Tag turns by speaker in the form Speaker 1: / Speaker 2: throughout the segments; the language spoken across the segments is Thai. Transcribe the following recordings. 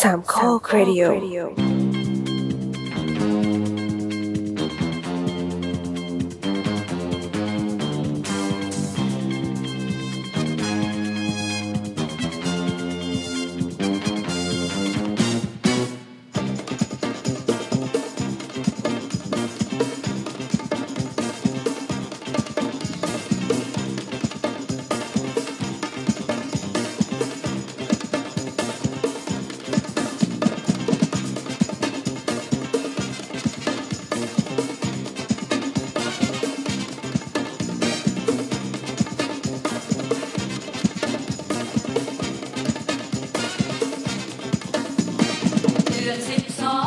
Speaker 1: สามข้อครดิโอ
Speaker 2: เดือนสิบสอ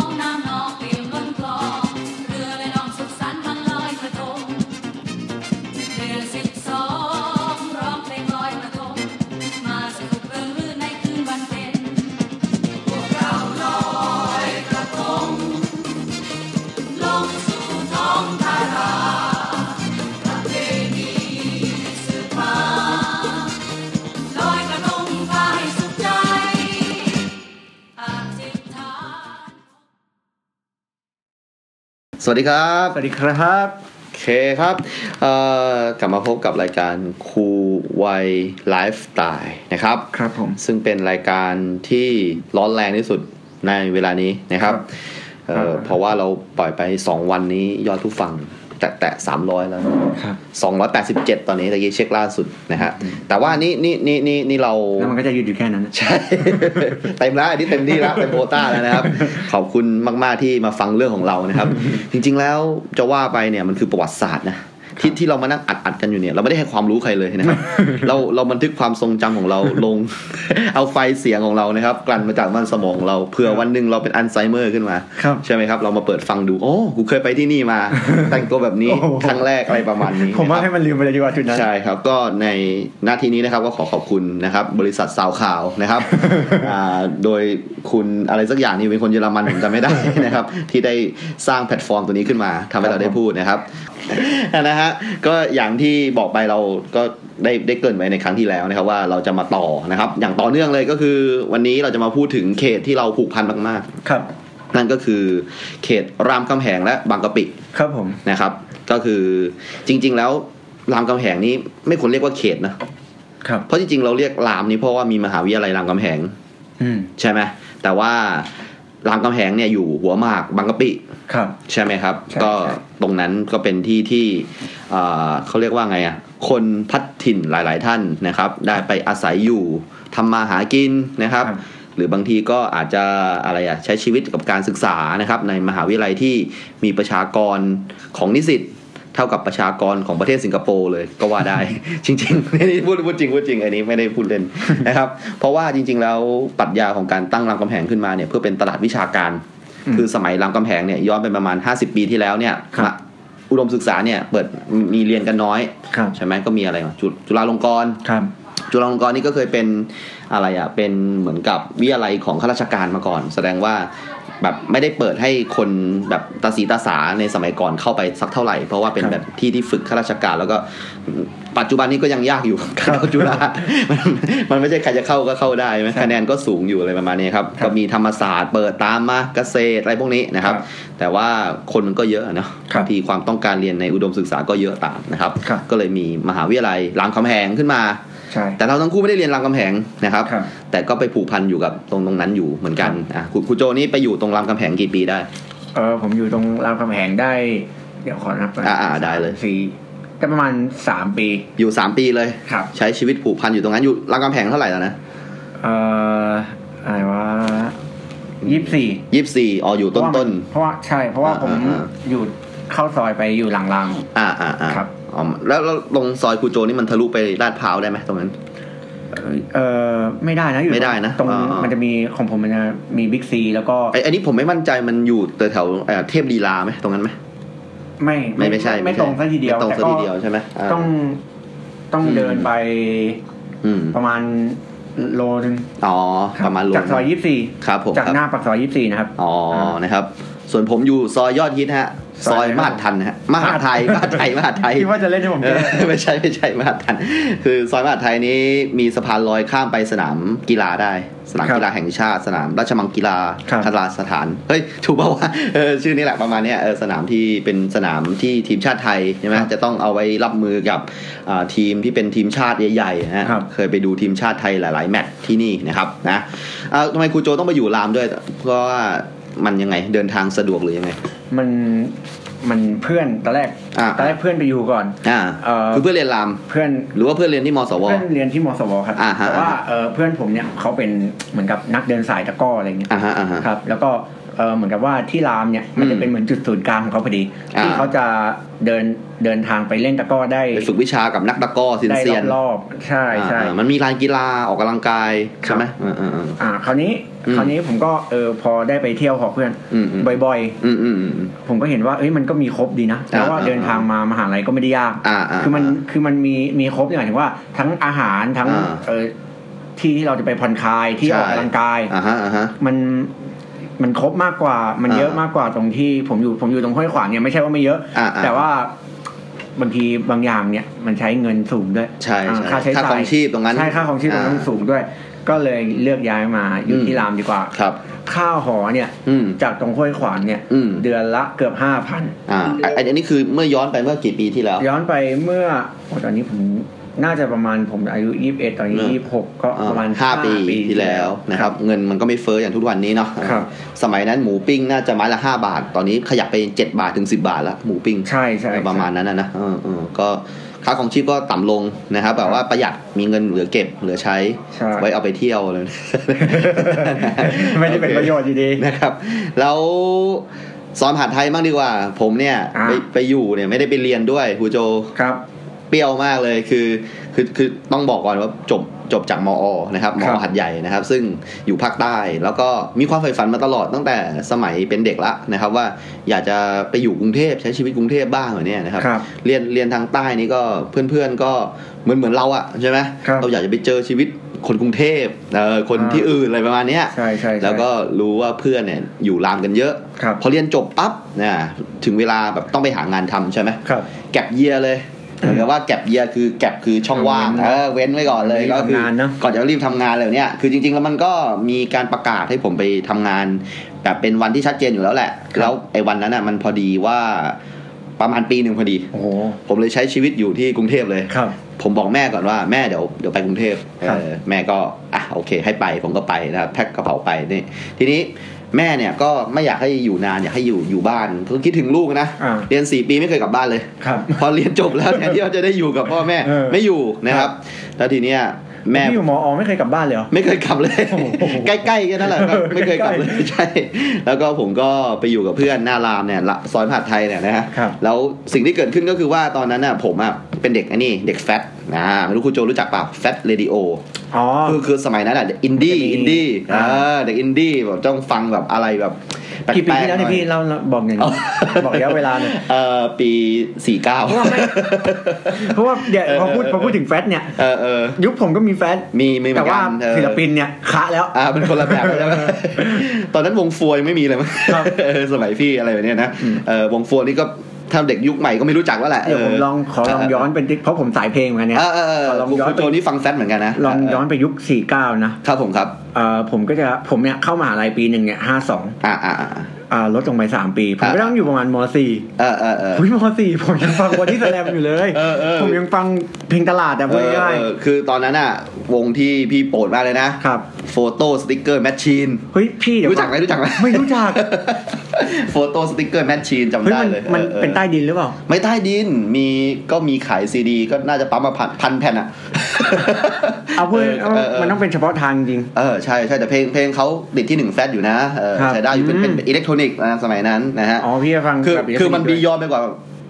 Speaker 2: งน้ำนองเตรียมล้นคลอง เรือและน้องสุขสันต์วันลอยกระทง เดือนสิบสองร้องเพลงลอยกระทง มาสนุกเรื่องรื่นในคืนวันเพ็ญพวกเราลอยกระทง ลงสู่ท้องทาราประเพณีสืบมาลอยกระทงพาให้สุขใจ อธิษฐาน
Speaker 3: สวัสดีครับ
Speaker 4: สวัสดีครับ
Speaker 3: โอเคครับเอ่อกลับมาพบกับรายการครูวัยไลฟ์สไตล์นะครับ
Speaker 4: ครับผม
Speaker 3: ซึ่งเป็นรายการที่ร้อนแรงที่สุดในเวลานี้นะครับ
Speaker 4: ครับ
Speaker 3: เอ่อ
Speaker 4: ครับ
Speaker 3: เพราะว่าเราปล่อยไป 2 วันนี้ยอดผู้ฟังแตะแตะ300 แล้ว
Speaker 4: ครับ
Speaker 3: 287 ตอนนี้ตะกี้เช็คล่าสุดนะฮะแต่ว่านี่นี่นี่นี่นี่เรา
Speaker 4: แล้วมันก็จะหยุดอยู่แค่นั้นนะ
Speaker 3: ใช่ เต็มแล้วอันนี้เต็มที่แล้วเต็มโควต้าแล้วนะครับ ขอบคุณมากๆที่มาฟังเรื่องของเรานะครับ จริงๆแล้วจะว่าไปเนี่ยมันคือประวัติศาสตร์นะที่ที่เรามานั่งอัดอัดๆกันอยู่เนี่ยเราไม่ได้ให้ความรู้ใครเลยนะครับ เราเราบันทึกความทรงจำของเราลง เอาไฟล์เสียงของเรานะครับ กลั่นมาจากมันสมองเราเผื่อวันหนึ่งเราเป็นอัลไซเมอร์ขึ้นมา
Speaker 4: ครับ
Speaker 3: ใช่ไหมครับ เรามาเปิดฟังดูโอ้กูเคยไปที่นี่มา แต่งตัวแบบนี้ครั้งแรกอะไรประมาณนี้
Speaker 4: ผมว่า
Speaker 3: นะครับ
Speaker 4: ให้มันลืมไปเลยดีกว่าจุดนั้น
Speaker 3: ใช่ครับก็ในหน้าที่นี้นะครับก็ขอขอบคุณนะครับบริษัทสาวข่าวนะครับ อ่าโดยคุณอะไรสักอย่างนี่เป็นคนเยอรมันผมจำไม่ได้นะครับ ที่ได้สร้างแพลตฟอร์มตัวนี้ขึ้นมาทำให้เราได้พูดนะครับ นะฮะก็อย่างที่บอกไปเราก็ได้ได้เกรินไว้ในครั้งที่แล้วนะครับว่าเราจะมาต่อนะครับ อย่างต่อเนื่องเลยก็คือวันนี้เราจะมาพูดถึงเขตที่เราผูกพันมาก
Speaker 4: ครับ
Speaker 3: ๆ นั่นก็คือเขตรามคำแหงและบางกะปิ
Speaker 4: ครับผม
Speaker 3: นะครับก็คือจริงๆแล้วรามคำแหงนี้ไม่ควรเรียกว่าเขตนะครับ เพราะจริงๆเราเรียกรามนี้เพราะว่ามีมหาวิทยาลัยรามคำแหง
Speaker 4: อืม
Speaker 3: ใช่ไหมแต่ว่ารามคำแหงเนี่ยอยู่หัวหมากบางกะปิ
Speaker 4: ครับ
Speaker 3: ใช่ไหมครับ
Speaker 4: ใช่
Speaker 3: ก็
Speaker 4: ใช่
Speaker 3: ตรงนั้นก็เป็นที่ที่เอ่อเขาเรียกว่าไงอ่ะคนพัดถิ่นหลายๆท่านนะครับ ได้ไปอาศัยอยู่ทำมาหากินนะครับ หรือบางทีก็อาจจะอะไรอะใช้ชีวิตกับการศึกษานะครับ ในมหาวิทยาลัยที่มีประชากรของนิสิตเท่ากับประชากรของประเทศสิงคโปร์เลยก็ว่า ได้ จริงๆนี่พูดพูดจริงพูดจริงอันนี้ไม่ได้พูดเล่น นะครับ เพราะว่าจริง ๆ แล้วปรัชญาของการตั้งรามคำแหงขึ้นมาเนี่ยเพื่อเป็นตลาดวิชาการ
Speaker 4: อืม
Speaker 3: คือสมัยรามคำแหงเนี่ยย้อนไปประมาณ 50 ปีที่แล้วเนี่ย
Speaker 4: ครับ
Speaker 3: อุดมศึกษาเนี่ยเปิดมีเรียนกันน้อย
Speaker 4: ครับ
Speaker 3: ใช่ไหมก็มีอะไรวะจุจุฬาลงกรณ์
Speaker 4: ครับ
Speaker 3: จุฬาลงกรณ์นี่ก็เคยเป็นอะไรอ่ะ เป็นเหมือนกับวิทยาลัยของข้าราชการมาก่อน แสดงว่าแบบไม่ได้เปิดให้คนแบบตาสีตาสาในสมัยก่อนเข้าไปสักเท่าไหร่ เพราะว่าเป็น
Speaker 4: ครับ
Speaker 3: แบบที่ที่ฝึกข้าราชการแล้วก็ปัจจุบันนี้ก็ยังยากอยู่ การเข้าจุฬามัน มันไม่ใช่ใครจะเข้าก็เข้าได้ไหม
Speaker 4: ครับ
Speaker 3: คะแนนก็สูงอยู่อะไรประมาณนี้ครับ
Speaker 4: ครับ
Speaker 3: ก็มีธรรมศาสตร์เปิดตามมาเกษตรอะไรพวกนี้นะครับ
Speaker 4: ครับ
Speaker 3: แต่ว่าคนมันก็เยอะเนอะ
Speaker 4: ครับ
Speaker 3: บางทีความต้องการเรียนในอุดมศึกษาก็เยอะตามนะครับ
Speaker 4: ครับ
Speaker 3: ก็เลยมีมหาวิทยาลัยรามคำแหงขึ้นมา
Speaker 4: ใช่
Speaker 3: แต่เราทั้งคู่ไม่ได้เรียนรามคำแหงนะครับ
Speaker 4: ครับ
Speaker 3: แต่ก็ไปผูกพันอยู่กับตรงตรงนั้นอยู่เหมือนกันอ่ะคุณคุณโจนี่ไปอยู่ตรงรามคำแหงกี่ปีได้
Speaker 4: เออผมอยู่ตรงรามคำแหงได้ เดี๋ยวขอนับก่น
Speaker 3: อ่าอ่าได้เลย
Speaker 4: สี่ได้ประมาณสามปี
Speaker 3: อยู่ 3 ปีเลย
Speaker 4: ครับ
Speaker 3: ใช้ชีวิตผูกพันอยู่ตรงนั้นอยู่รามคำแหงเท่าไหร่แล้วนะ
Speaker 4: เอ่อ อะไรวะยี่สิบสี่
Speaker 3: ยี่สี่อ๋ออยู่ต้นต้น
Speaker 4: เพราะว่าใช่ เพราะว่าผม
Speaker 3: อ่าอ่าอ่า
Speaker 4: อยู่เข้าซอยไปอยู่หลังราม
Speaker 3: ๆอ่าอ่าอ่า
Speaker 4: ครับ
Speaker 3: อ๋อแล้วแล้วตรงซอยคุณโจนี่มันทะลุไปลาดพร้าวได้ไหมตรงนั้น
Speaker 4: เออไม่ได้นะอยู่
Speaker 3: ไม่ได้นะ
Speaker 4: ตรง
Speaker 3: อ่ามั
Speaker 4: มันจะมีของผมมันจะมีบิ๊กซีแล้วก็
Speaker 3: ไออันนี้ผมไม่มั่นใจมันอยู่แถวๆเอ่อเทพลีลาไหมตรงนั้นไหม
Speaker 4: ไม่
Speaker 3: ไม่ไม่ใช่
Speaker 4: ไม่ตรงซะทีเดียว
Speaker 3: ไม่ตรง
Speaker 4: แต่
Speaker 3: ซะ
Speaker 4: ก็
Speaker 3: ทีเดียวใช่ไหมอ่า
Speaker 4: ต้องต้องเดินไป
Speaker 3: อืม
Speaker 4: ประมาณโลนึง
Speaker 3: อ๋อประมาณโล
Speaker 4: จากซอยยี่สี่
Speaker 3: ครับผม
Speaker 4: จาก
Speaker 3: ครับ
Speaker 4: หน้าปากซอยยี่สี่นะครับ
Speaker 3: อ๋อ
Speaker 4: อ่าน
Speaker 3: นะครับ ส่วนผมอยู่ซอยยอดฮิตฮะ ซอยมหาดทันนะฮะมหาดไทย มหาดไทยมหาดไทย
Speaker 4: คิดว่าจะเล่นให้ผม
Speaker 3: เอ
Speaker 4: แก้
Speaker 3: อไม่ใช่ไม่ใช่มหาดไทันคือซอยมหาดไทยนี้มีสะพานลอยข้ามไปสนามกีฬาได้ สนามกีฬาแห่งชาติ สนามราชมังกีฬา
Speaker 4: ครับ
Speaker 3: ฬาสถานเฮ้ยถูกเปล่าวะเออชื่อนี้แหละประมาณเนี้ยเออสนามที่เป็นสนามที่ทีมชาติไทยใช่ไหม
Speaker 4: ครับ
Speaker 3: จะต้องเอาไว้รับมือกับอ่าทีมที่เป็นทีมชาติใหญ่ๆนะฮะ
Speaker 4: ครับ
Speaker 3: เคยไปดูทีมชาติไทยหลาย ๆ แมตช์ที่นี่นะครับนะเอ่อทำไมครูโจต้องไปอยู่รามด้วยเพราะว่ามันยังไงเดินทางสะดวกหรือยังไง
Speaker 4: มันมันเพื่อนตอนแรก
Speaker 3: อ่า
Speaker 4: ตอนแรกเพื่อนไปอยู่ก่อน
Speaker 3: อ่า
Speaker 4: เอ่อ
Speaker 3: คือเพื่อนเรียนราม
Speaker 4: เพื่อน
Speaker 3: หรือว่าเพื่อนเรียนที่มสว
Speaker 4: เพื่อนเรียนที่มสวครับ
Speaker 3: อ่าฮะ
Speaker 4: แต่ว่าเอ่อเพื่อนผมเนี่ยเขาเป็นเหมือนกับนักเดินสายตะกร้ออะไรเงี้ย
Speaker 3: อ่าฮะอ่าฮะ
Speaker 4: ครับ แล้วก็เอ่อเหมือนกับว่าที่รามเนี่ยมัน
Speaker 3: อื
Speaker 4: จะ
Speaker 3: ม
Speaker 4: เป็นเหมือนจุดศูนย์กลางของเขาพอดี
Speaker 3: อ่า
Speaker 4: ที่เขาจะเดินเดินทางไปเล่นตะกร้อได้
Speaker 3: ไปฝึกวิชากับนักตะกร้อเซียน
Speaker 4: ได้
Speaker 3: เซียน
Speaker 4: รอบๆใช่ใช่
Speaker 3: อ่าๆมันมีลานกีฬาออกกำลังกาย
Speaker 4: ครั
Speaker 3: ใช่
Speaker 4: บ
Speaker 3: ไหมอ่าๆๆ
Speaker 4: อ่าคราวนี้
Speaker 3: อืม
Speaker 4: คราวนี้ผมก็เออพอได้ไปเที่ยวหอเพื่อน
Speaker 3: อืมอืม
Speaker 4: บ่อย
Speaker 3: อืมอืมอืม
Speaker 4: ๆ ผมก็เห็นว่าเอ้ยมันก็มีครบดีนะแล้วว่า
Speaker 3: อ่า
Speaker 4: เดินทางมามหาลัยก็ไม่ได้ยาก
Speaker 3: อ่าอ่า
Speaker 4: คือมัน
Speaker 3: อ่า
Speaker 4: คือมันมีมีครบเนี่ยหมายถึงว่าทั้งอาหารทั้ง
Speaker 3: อ่า
Speaker 4: เออที่ที่เราจะไปผ่อนคลายที่ออกกำลังกาย
Speaker 3: อ่าฮะอ่าฮะ
Speaker 4: มันมันครบมากกว่ามันเยอะ
Speaker 3: อ่าม
Speaker 4: มากกว่าตรงที่ผมอยู่ผมอยู่ตรงห้วยขวางเนี่ยไม่ใช่ว่าไม่เยอะ
Speaker 3: อ่าอ่า
Speaker 4: แต่ว่าบางทีบางอย่างเนี่ยมันใช้เงินสูงด้วย
Speaker 3: ใช่
Speaker 4: อ่า
Speaker 3: ใช่
Speaker 4: ค่าใช้
Speaker 3: ค่า
Speaker 4: จ่า
Speaker 3: ข
Speaker 4: ย
Speaker 3: องชีพตรงนั้น
Speaker 4: ใช่ค่าของชีพมันต้อง
Speaker 3: อ่า
Speaker 4: สูงด้วย ก็เลยเลือกย้ายมาอยู่
Speaker 3: อืม
Speaker 4: ที่รามดีกว่า
Speaker 3: ครับ
Speaker 4: ค่าหอเนี่ย
Speaker 3: อืม
Speaker 4: จากตรงห้วยขวางเนี่ย
Speaker 3: อืม
Speaker 4: เดือนละเกือบห้าพัน
Speaker 3: อ่าอันอันอันนี้คือเมื่อย้อนไปเมื่อกี่ปีที่แล้ว
Speaker 4: ย้อนไปเมื่อโอ้ตอนนี้ผมน่าจะประมาณผมอายุยี่สิบเอ็ดตอนนี้
Speaker 3: เนอะ
Speaker 4: ยี่สิบหกก็
Speaker 3: อ่
Speaker 4: ประมาณ
Speaker 3: ห้า
Speaker 4: 5
Speaker 3: ปีที่แล้วนะครับ เงินมันก็ไม่เฟ้ออย่างทุกวันนี้เนาะ
Speaker 4: ครับ
Speaker 3: สมัยนั้นหมูปิ้งน่าจะไม้ละ 5 บาท ตอนนี้ขยับไป 7 บาทถึง 10 บาทละหมูปิ้ง
Speaker 4: ใช่ใช่
Speaker 3: ประมาณนั้นนะนะเออเออก็ค่าของชีพก็ต่ำลงนะครับ แบบว่าประหยัดมีเงินเหลือเก็บเหลือใช้
Speaker 4: ใช่
Speaker 3: ไว้เอาไปเที่ยว เลย
Speaker 4: ไม่ได้เป็นประโยชน์อยู่ดี
Speaker 3: นะครับ แล้วสอนมหาดไทยบ้างดีกว่า ผมเนี่ย
Speaker 4: อ่ะ
Speaker 3: ไปไปอยู่เนี่ยไม่ได้ไปเรียนด้วยครูโจ
Speaker 4: ครับ
Speaker 3: เปรี้ยวมากเลยคือคือคือต้องบอกก่อนว่าจบจบจากมอ นะครับม
Speaker 4: ครั
Speaker 3: อบ หัดใหญ่นะครับ ซึ่งอยู่ภาคใต้แล้วก็มีความใฝ่ฝันมาตลอดตั้งแต่สมัยเป็นเด็กละนะครับ ว่าอยากจะไปอยู่กรุงเทพใช้ชีวิตกรุงเทพบ้างเหมือนเนี่ยนะครับ
Speaker 4: ครับ
Speaker 3: เรียนเรียนทางใต้นี่ก็เพื่อนๆก็เหมือนเหมือนเราอะใช่ไหม
Speaker 4: ครับ
Speaker 3: เราอยากจะไปเจอชีวิตคนกรุงเทพเอ่อคน
Speaker 4: อ่า
Speaker 3: ที่อื่นอะไรประมาณเนี้ย
Speaker 4: ใช่ใช่ใช่
Speaker 3: แล้วก็รู้ว่าเพื่อนเนี่ยอยู่รามกันเยอะ
Speaker 4: ครับ
Speaker 3: พอเรียนจบปั๊บนะถึงเวลาแบบต้องไปหางานทำใช่ไหม
Speaker 4: ครับ
Speaker 3: แก็บเยียร์เลยเหมือนกับว่าแก็บเยียร์คือแก็บคือช่องว่าง
Speaker 4: เว้น
Speaker 3: เออเว้นไว้ก่อนเลย
Speaker 4: รีบ
Speaker 3: ก็คือ
Speaker 4: ทำงานเนอะ
Speaker 3: ก่อนจะรีบทำงานเลยเนี่ยคือจริง ๆ แล้วมันก็มีการประกาศให้ผมไปทำงาน แบบเป็นวันที่ชัดเจนอยู่แล้วแหละ
Speaker 4: ครับ
Speaker 3: แล้วไอ้วันนั้นน่ะมันพอดีว่าประมาณปีหนึ่งพอดี
Speaker 4: โอ้โห
Speaker 3: ผมเลยใช้ชีวิตอยู่ที่กรุงเทพเลย
Speaker 4: ครับ
Speaker 3: ผมบอกแม่ก่อนว่าแม่เดี๋ยวเดี๋ยวไปกรุงเทพ
Speaker 4: ครับ
Speaker 3: เออแม่ก็อ่ะโอเค ให้ไปผมก็ไปนะครับแพ็คกระเป๋าไปนี่ทีนี้แม่เนี่ยก็ไม่อยากให้อยู่นานอยากให้อยู่อยู่บ้านก็คิดถึงลูกนะ
Speaker 4: อ่า
Speaker 3: เรียน 4 ปีไม่เคยกลับบ้านเลย
Speaker 4: ครับ
Speaker 3: พอเรียนจบแล้วแทนที่เราจะได้อยู่กับพ่อแม่
Speaker 4: เออ
Speaker 3: ไม่อยู่นะครับ แล้วทีเนี้ยแม่
Speaker 4: พี่อยู่มอไม่เคยกลับบ้านเลยเหรอ
Speaker 3: ไม่เคยกลับ เลย
Speaker 4: โอ้โห
Speaker 3: ใกล้ๆแค่นั้นแหละครับไม่เคยกลับเลยใช่แล้วก็ผมก็ไปอยู่กับเพื่อนหน้ารามเนี่ยละซอยมหาดไทยเนี่ยนะฮะ
Speaker 4: ครับ
Speaker 3: แล้วสิ่งที่เกิดขึ้นก็คือว่าตอนนั้นน่ะผมอ่ะเป็นเด็กไอันนี้เด็กแฟตนะไม่รู้คุณโจรู้จักเปล่าแฟตเรดิโอ
Speaker 4: อ๋อ
Speaker 3: คือคือสมัยนั้นอ่ะอินดี้
Speaker 4: อิ
Speaker 3: อิ
Speaker 4: น
Speaker 3: น
Speaker 4: ดี้
Speaker 3: ดี้
Speaker 4: อ่า
Speaker 3: อ่าเด็กอินดี้แบบต้องฟังแบบอะไรแบบแปลกๆ
Speaker 4: กี่ปีที่แล้วเนี่
Speaker 3: หอ
Speaker 4: ย
Speaker 3: ย
Speaker 4: พี่เราเราบอกอย่าง
Speaker 3: เอา
Speaker 4: นี้บอกระยะเวลาหน่อย
Speaker 3: เอ่อปีสี่เก้า
Speaker 4: เพราะว่าไม่ เพราะว่าเดี๋ยวพอพูดพอพูดถึงแฟตเนี่ย
Speaker 3: เออเออ
Speaker 4: ยุคผมก็มีแฟต
Speaker 3: มีมีเหมื
Speaker 4: แต่
Speaker 3: อน
Speaker 4: ว่า
Speaker 3: กันเออ
Speaker 4: ศิลปินเนี่ยคะแล้ว
Speaker 3: อ่าเป็นคนละแบบใช่ไหม ตอนนั้นวงฟัวยังไม่มีเลยมั้ง
Speaker 4: ครับ
Speaker 3: เออสมัยพี่อะไรแบบเนี้ยนะ
Speaker 4: อืม
Speaker 3: เออวงฟัวนี่ก็ถ้าเด็กยุคใหม่ก็ไม่รู้จักแล้วแหละ
Speaker 4: เดี๋ยวผมลองขอลองย้อนเป็นเพราะผมสายเพลงเหมือนกันเนี่ย
Speaker 3: เออเออเออ
Speaker 4: ขอลอง
Speaker 3: คุณ
Speaker 4: ย้อน
Speaker 3: คุณโจนี่ฟังแซดเหมือนกันนะ
Speaker 4: ลองย้อนไปยุค 49 นะครับ
Speaker 3: ผมครับ
Speaker 4: เอ่อผมก็จะผมเนี่ยเข้ามหาลัยปีหนึ่งเนี่ย52
Speaker 3: อ่าอ่าอ่า
Speaker 4: อ่าลดลงไป 3 ปี ผม
Speaker 3: อ่า
Speaker 4: ก็ต้องอยู่ประมาณม
Speaker 3: เออเออเออ
Speaker 4: .4 อุ้ยม .4 ผมยังฟังบอดี้แลมอยู่เลย
Speaker 3: เออเออ
Speaker 4: ผมยังฟังเพลงตลาดอะพูดง่าย
Speaker 3: เออเออคือตอนนั้นอ่ะ วงที่พี่โปรดมากเลยนะ
Speaker 4: ๆครับ
Speaker 3: โฟโต้สติ๊กเกอร์แมชชีน
Speaker 4: เฮ้ยพี่เดี๋ยว
Speaker 3: รู้จักไหมรู้จักไหม
Speaker 4: ไม่รู้จัก
Speaker 3: โฟโต้สติ๊กเกอร์แมชชีนจำ
Speaker 4: เฮ้ย
Speaker 3: ได้
Speaker 4: มัน
Speaker 3: เลย
Speaker 4: มัน
Speaker 3: ออออ
Speaker 4: เป็นใต้ดินหรือเปล่า
Speaker 3: ไม่ใต้ดินมีก็มีขายซีดี ก็น่าจะปั๊มมาพันพันแผ่นอะ
Speaker 4: เอาเพื่อ
Speaker 3: เออเออ
Speaker 4: มันต้องเป็นเฉพาะทางจริง
Speaker 3: เออใช่ใช่แต่เพลงเพลงเขาติดที่หนึ่งแฟตอยู่นะเออ
Speaker 4: ครับ
Speaker 3: ใช้ได้อยู่เป็น
Speaker 4: อืม
Speaker 3: เป็นอิเล็กทรอนิกส์นะสมัยนั้นนะฮะ
Speaker 4: อ๋อพี่จะฟัง
Speaker 3: คือ
Speaker 4: แบบ
Speaker 3: คือมันบี
Speaker 4: ย
Speaker 3: ยอนไปกว่า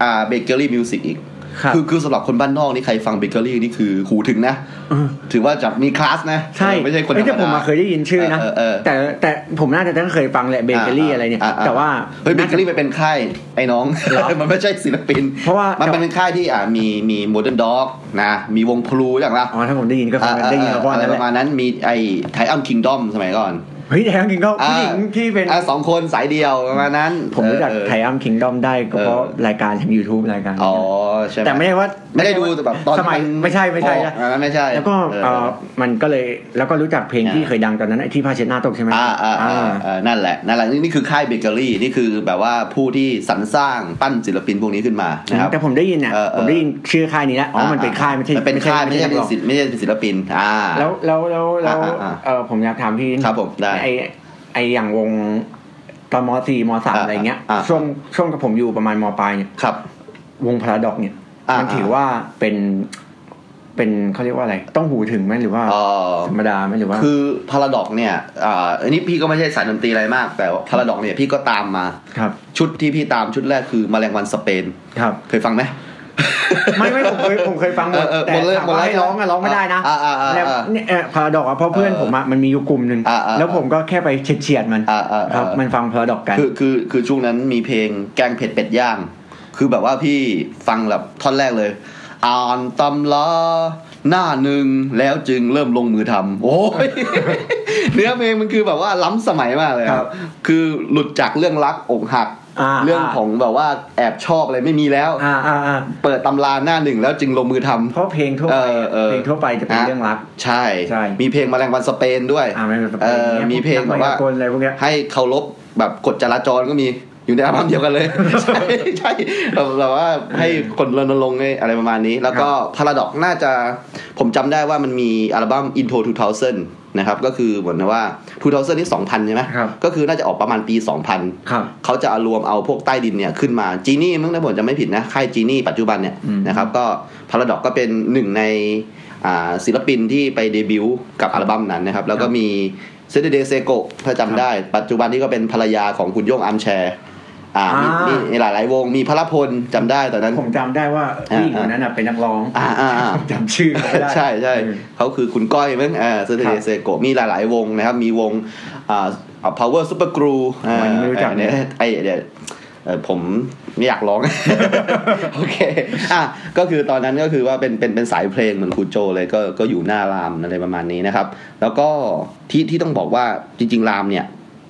Speaker 3: อ่าเบเกอรี่มิวสิกอีก
Speaker 4: ครับ
Speaker 3: คือคือสำหรับคนบ้านนอกนี่ใครฟังเบเกอรี่นี่คือหูถึงนะ
Speaker 4: เออ
Speaker 3: ถือว่าจะมีคลาสนะ
Speaker 4: ใช่
Speaker 3: เออไม่ใช่คนธร
Speaker 4: เอ้ย
Speaker 3: รม
Speaker 4: แต่ผม
Speaker 3: ดา
Speaker 4: มาเคยได้ยินชื่อนะ
Speaker 3: เออเออเออ
Speaker 4: แต่แต่ผมน่าจะต้องเคยฟังแหละเบเกอรี่อะไรเนี่ย
Speaker 3: ๆๆ
Speaker 4: แต่ว่า
Speaker 3: เฮ้ยเบเกอรี่มันเป็นค่ายไอ้น้อง
Speaker 4: เหรอ
Speaker 3: มันไม่ใช่ศิลปิน
Speaker 4: เพราะว่า
Speaker 3: มันมันเป็นค่ายที่อ่ามีมีโมเดิร์นด็อกนะมีวงพลูอย่างละ
Speaker 4: อ๋อถ้าผมได้ยินก็คงได้ยิน
Speaker 3: เออ
Speaker 4: ก่อน
Speaker 3: อะไร
Speaker 4: นั่น
Speaker 3: ป
Speaker 4: แหละ
Speaker 3: ระมาณนั้นมีไอ้ไทอัมคิงดอมสมัยก่อน
Speaker 4: เฮ้ยไทอัมคิงดอม
Speaker 3: อ่า
Speaker 4: ผู้หญิงที่เป็น
Speaker 3: อ่ะสองคนสายเดียวประมาณนั้น
Speaker 4: ผมรู้จัก
Speaker 3: เออ
Speaker 4: ไทอัมคิงดอมได้ก็
Speaker 3: เออ
Speaker 4: เพราะรายการทาง YouTube รายการ
Speaker 3: อ๋อใช่ห
Speaker 4: แต่ไม่ได้ว่า
Speaker 3: ไม่ได้ดูแต่แบบตอน
Speaker 4: สมัย
Speaker 3: น
Speaker 4: ไม่ใช่ไม่ใช่
Speaker 3: ออกอันนั้นไม่ใช่
Speaker 4: แล้วก็
Speaker 3: เออ
Speaker 4: เอ่อมันก็เลยแล้วก็รู้จักเพลง
Speaker 3: อ่า
Speaker 4: ที่เคยดังตอนนั้นไอ้ที่พาเช็ดหน้าตกใช่ไหม
Speaker 3: อ่าอ่าอ่าอ่านั่นแหละนั่นแหละนี่นี่คือค่ายเบเกอรี่นี่คือแบบว่าผู้ที่สรรสร้างปั้นศิลปินพวกนี้ขึ้นมานะครับ
Speaker 4: แต่ผมได้ยินเนี่ย
Speaker 3: เออเออ
Speaker 4: ผมได้ยินชื่อค่ายนี้แล้วอ๋อมันเป็นค่ายไม่ใช่
Speaker 3: มันเป็นค่ายไม่ใช่เป็นศิลป์ไม่ใช่เป็นศิลปินอ่า
Speaker 4: แล้วแล้วแล้วแล้ว
Speaker 3: อ่าอ่าอ่า
Speaker 4: เออผมอยากถามพี่
Speaker 3: ครับผมได้
Speaker 4: ไอไออย่างวงตอนมสี่มสาม
Speaker 3: อ่า
Speaker 4: อะไรเงี้ย
Speaker 3: อ่า
Speaker 4: ช่วงช่วงกับผมอยู่ประมาณมปลายเนี่ย
Speaker 3: ครับ
Speaker 4: วงพาราดอกเนี่ย
Speaker 3: อ่ามั
Speaker 4: มันถือว่าเป็นเป็นเขาเรียกว่าอะไร ต้องหูถึงไหมหรือว่า
Speaker 3: เอ่อ
Speaker 4: ธรรมดาไหมหรือว่า
Speaker 3: คือพาราดอกเนี่ยอ่าอันนี้พี่ก็ไม่ใช่สายดนตรีอะไรมาก แต่พาราดอกเนี่ยพี่ก็ตามมา
Speaker 4: ครับ
Speaker 3: ชุดที่พี่ตามชุดแรกคือแมลงวันสเปน
Speaker 4: ครับ
Speaker 3: เคยฟังไหม
Speaker 4: ไม่ ไม่ผมเคยผมเคยฟังหมด
Speaker 3: เออเออ
Speaker 4: แต่
Speaker 3: หมดเลย
Speaker 4: ถาม
Speaker 3: หมดเล
Speaker 4: ว่า
Speaker 3: ย
Speaker 4: ให้ร้องอะร้องไม่ได้นะ
Speaker 3: อ่าอ่าอ่า
Speaker 4: แล้วเนี่ยพาราดอกอะเพราะเพื่อนผมอะมันมีอยู่กลุ่มหนึ่ง
Speaker 3: อ่าอ่า
Speaker 4: แล้วผมก็แค่ไปเฉียดเฉียดๆมัน
Speaker 3: อ่าอ่าอ่า
Speaker 4: ครับมันฟังพาราดอกกัน
Speaker 3: คือคือคือช่วงนั้นมีเพลงแกงเผ็ดเป็ดย่าง คือแบบว่าพี่ฟังแบบท่อนแรกเลย อ่านตำลาหน้าหนึ่งแล้วจึงเริ่มลงมือทำโอ้ย เนื้อเพลงมันคือแบบว่าล้ำสมัยมากเลยค
Speaker 4: ครั
Speaker 3: รับ
Speaker 4: บ
Speaker 3: คือหลุดจากเรื่องรักอกหัก
Speaker 4: อ่า
Speaker 3: เรื่องของแบบว่าแอบชอบอะไรไม่มีแล้ว
Speaker 4: อ่าอ่าอ่า
Speaker 3: เปิดตำราหน้าหนึ่งแล้วจึงลงมือทำ
Speaker 4: เพราะเพลงทั่วไปอะ
Speaker 3: เออเออ
Speaker 4: เพลงทั่วไปจะเป็นเรื่องรัก
Speaker 3: ใช่
Speaker 4: ใช่
Speaker 3: มีเพลงแมลงวันสเปนด้วย
Speaker 4: อ่ามันเป็น
Speaker 3: เออมีเพลงแบบว่า
Speaker 4: นักมยกลอะไรพวกเนี้ย
Speaker 3: ให้เคารพแบบกฎจราจรก็มีอยู่ในอัลบั้มเดียวกันเลย ใช่ใช่แบบว่าให้คนรณรงค์ไอ้อะไรประมาณนี้ แล้วก็พาราดอกน่าจะผมจำได้ว่ามันมีอัลบั้ม Intro 2000 นะครับ ก็คือเหมือนว่า 2000 นี่ 2000 ใช่ไหม
Speaker 4: ครับ
Speaker 3: ก็คือน่าจะออกประมาณปี 2000
Speaker 4: ครับ
Speaker 3: เขาจะรวมเอาพวกใต้ดินเนี่ยขึ้นมาจีนี่มึงนะผมจะไม่ผิดนะค่ายจีนี่ปัจจุบันเนี่ย
Speaker 4: อืม
Speaker 3: นะครับก็พาราดอกก็เป็นหนึ่งในอ่าศิลปินที่ไปเดบิวต์กับอัลบั้มนั้นนะครับ แล้วก็มีเซ t เดเซโกถ้าจำได้ ปัจจุบันนี้ก็เป็นภรรยาของคุณโย่งอัมแชร์อ่ามีมีมีหลายๆวงมีพระพลจำได้ตอนนั้น
Speaker 4: ผมจำได้ว่าผู้หญิงคนนั้นอะเป็นนักร้อง
Speaker 3: อ่าอ่าอ่า
Speaker 4: ผมจำชื่อเขาไม่ได้
Speaker 3: ใช่ใช่
Speaker 4: เออ
Speaker 3: เขาคือคุณก้อยมั้งเออเซเดเซโกมีหลาย ๆ วงนะครับ มีวงอ่า power super glue อ่า
Speaker 4: อันนี้ไม่รู้จัก
Speaker 3: เนี่ยไอเดี๋ยวเอ่อผมไม่อยากร้อง โอเคอ่ะก็คือตอนนั้นก็คือว่าเป็นเป็นเป็นสายเพลงเหมือนครูโจเลยก็ก็อยู่หน้ารามอะไรประมาณนี้นะครับ แล้วก็ที่ที่ต้องบอกว่าจริง ๆ รามเนี่ย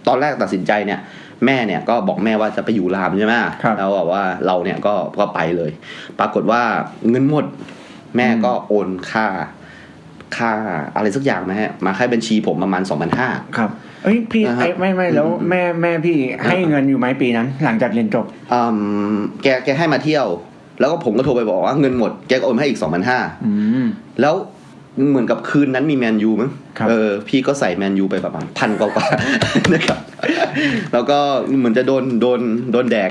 Speaker 3: ตอนแรกตัดสินใจเนี่ย แม่เนี่ยก็บอกแม่ว่าจะไปอยู่รามใช่ไหม
Speaker 4: ครับ
Speaker 3: แล้วบอกว่าเราเนี่ยก็ก็ไปเลย ปรากฏว่าเงินหมด แม่ก็โอนค่า ค่าอะไรสักอย่างนะฮะ มาให้บัญชีผมประมาณ 2,500
Speaker 4: ครับเอ้ยพี่
Speaker 3: นะครับ
Speaker 4: ไอ้ไม่ไม่แล้วแม่แม่พี่ให้เงินอยู่ไหมปีนั้น หลังจากเรียนจบ
Speaker 3: อืมแกแกให้มาเที่ยว แล้วก็ผมก็โทรไปบอกว่าเงินหมด แกก็โอนมาให้อีก
Speaker 4: อืม
Speaker 3: 2,500 แล้วเหมือนกับคืนนั้นมีแมนยูมั้ง
Speaker 4: ครับ
Speaker 3: เออพี่ก็ใส่แมนยูไปประมาณพันกว่ากว่า นะครับ แล้วก็เหมือนจะโดนโดนโดนแดก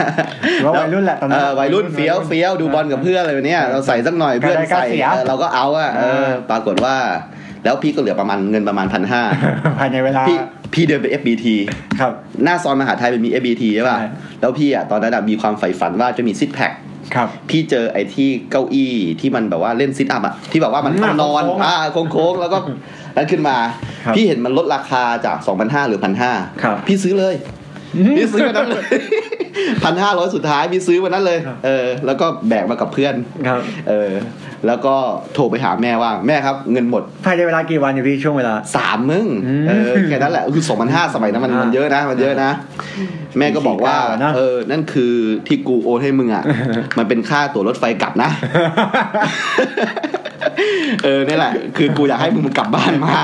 Speaker 4: เราวัยรุ่นแหละตอนนั้น
Speaker 3: เอวัยรุ่นเฟี้ยวเฟี้ยวดูบอลกับเพื่อนอะไรแบบเนี้ยเราใส่สักหน่อยเพื่อน
Speaker 4: การได้การ
Speaker 3: ใส่
Speaker 4: เสีย
Speaker 3: เออเราก็เอาอะเออ ปรากฏว่า แล้วพี่ก็เหลือประมาณเงินประมาณพันห้า
Speaker 4: ภายในเวลา
Speaker 3: พี่พี่เดินไป FBT
Speaker 4: ครับ
Speaker 3: หน้าซอยมหาไทยเป็นมี FBT ใช่ป่ะ
Speaker 4: ใช่
Speaker 3: แล้วพี่อ่ะตอนนั้นอะมีความใฝ่ฝันว่าจะมีซิทแพค
Speaker 4: ครับ
Speaker 3: พี่เจอไอ้ที่เก้าอี้ที่มันแบบว่าเล่นซิทอัพอ่ะ ที่แบบว่ามัน
Speaker 4: อืม
Speaker 3: ต้องนอน
Speaker 4: โค้งๆ
Speaker 3: อ่า
Speaker 4: อ่ะ
Speaker 3: โค้งๆ แล้วก็นั้นขึ้นมา
Speaker 4: ครับ
Speaker 3: พี่เห็นมันลดราคาจาก 2,500 หรือ
Speaker 4: ครับ
Speaker 3: 1,500 พี่ซื้อเลย พี่ซื้อวันนั้นเลย พันห้าร้อยสุดท้ายพี่ซื้อวันนั้นเลย เออ แล้วก็แบกมากับเพื่อน
Speaker 4: ครับ
Speaker 3: เออ แล้วก็โทรไปหาแม่ว่าแม่ครับเงินหมด
Speaker 4: ภายในเวลากี่วันเนี่ยพี่ช่วงเวลา
Speaker 3: สามมึง
Speaker 4: อืม
Speaker 3: เออแค่นั้นแหละคือสองพันห้าสมัยนั้นมัน
Speaker 4: อ่ามั
Speaker 3: มันเยอะนะมันเยอะนะ แม่ก็บอกว่า
Speaker 4: 49นะ
Speaker 3: เออ นั่นคือที่กูโอนให้มึง อ่ะ มันเป็นค่าตั๋วรถไฟกลับนะ เออนี่แหละ คือกูอยากให้มึงกลับบ้านมา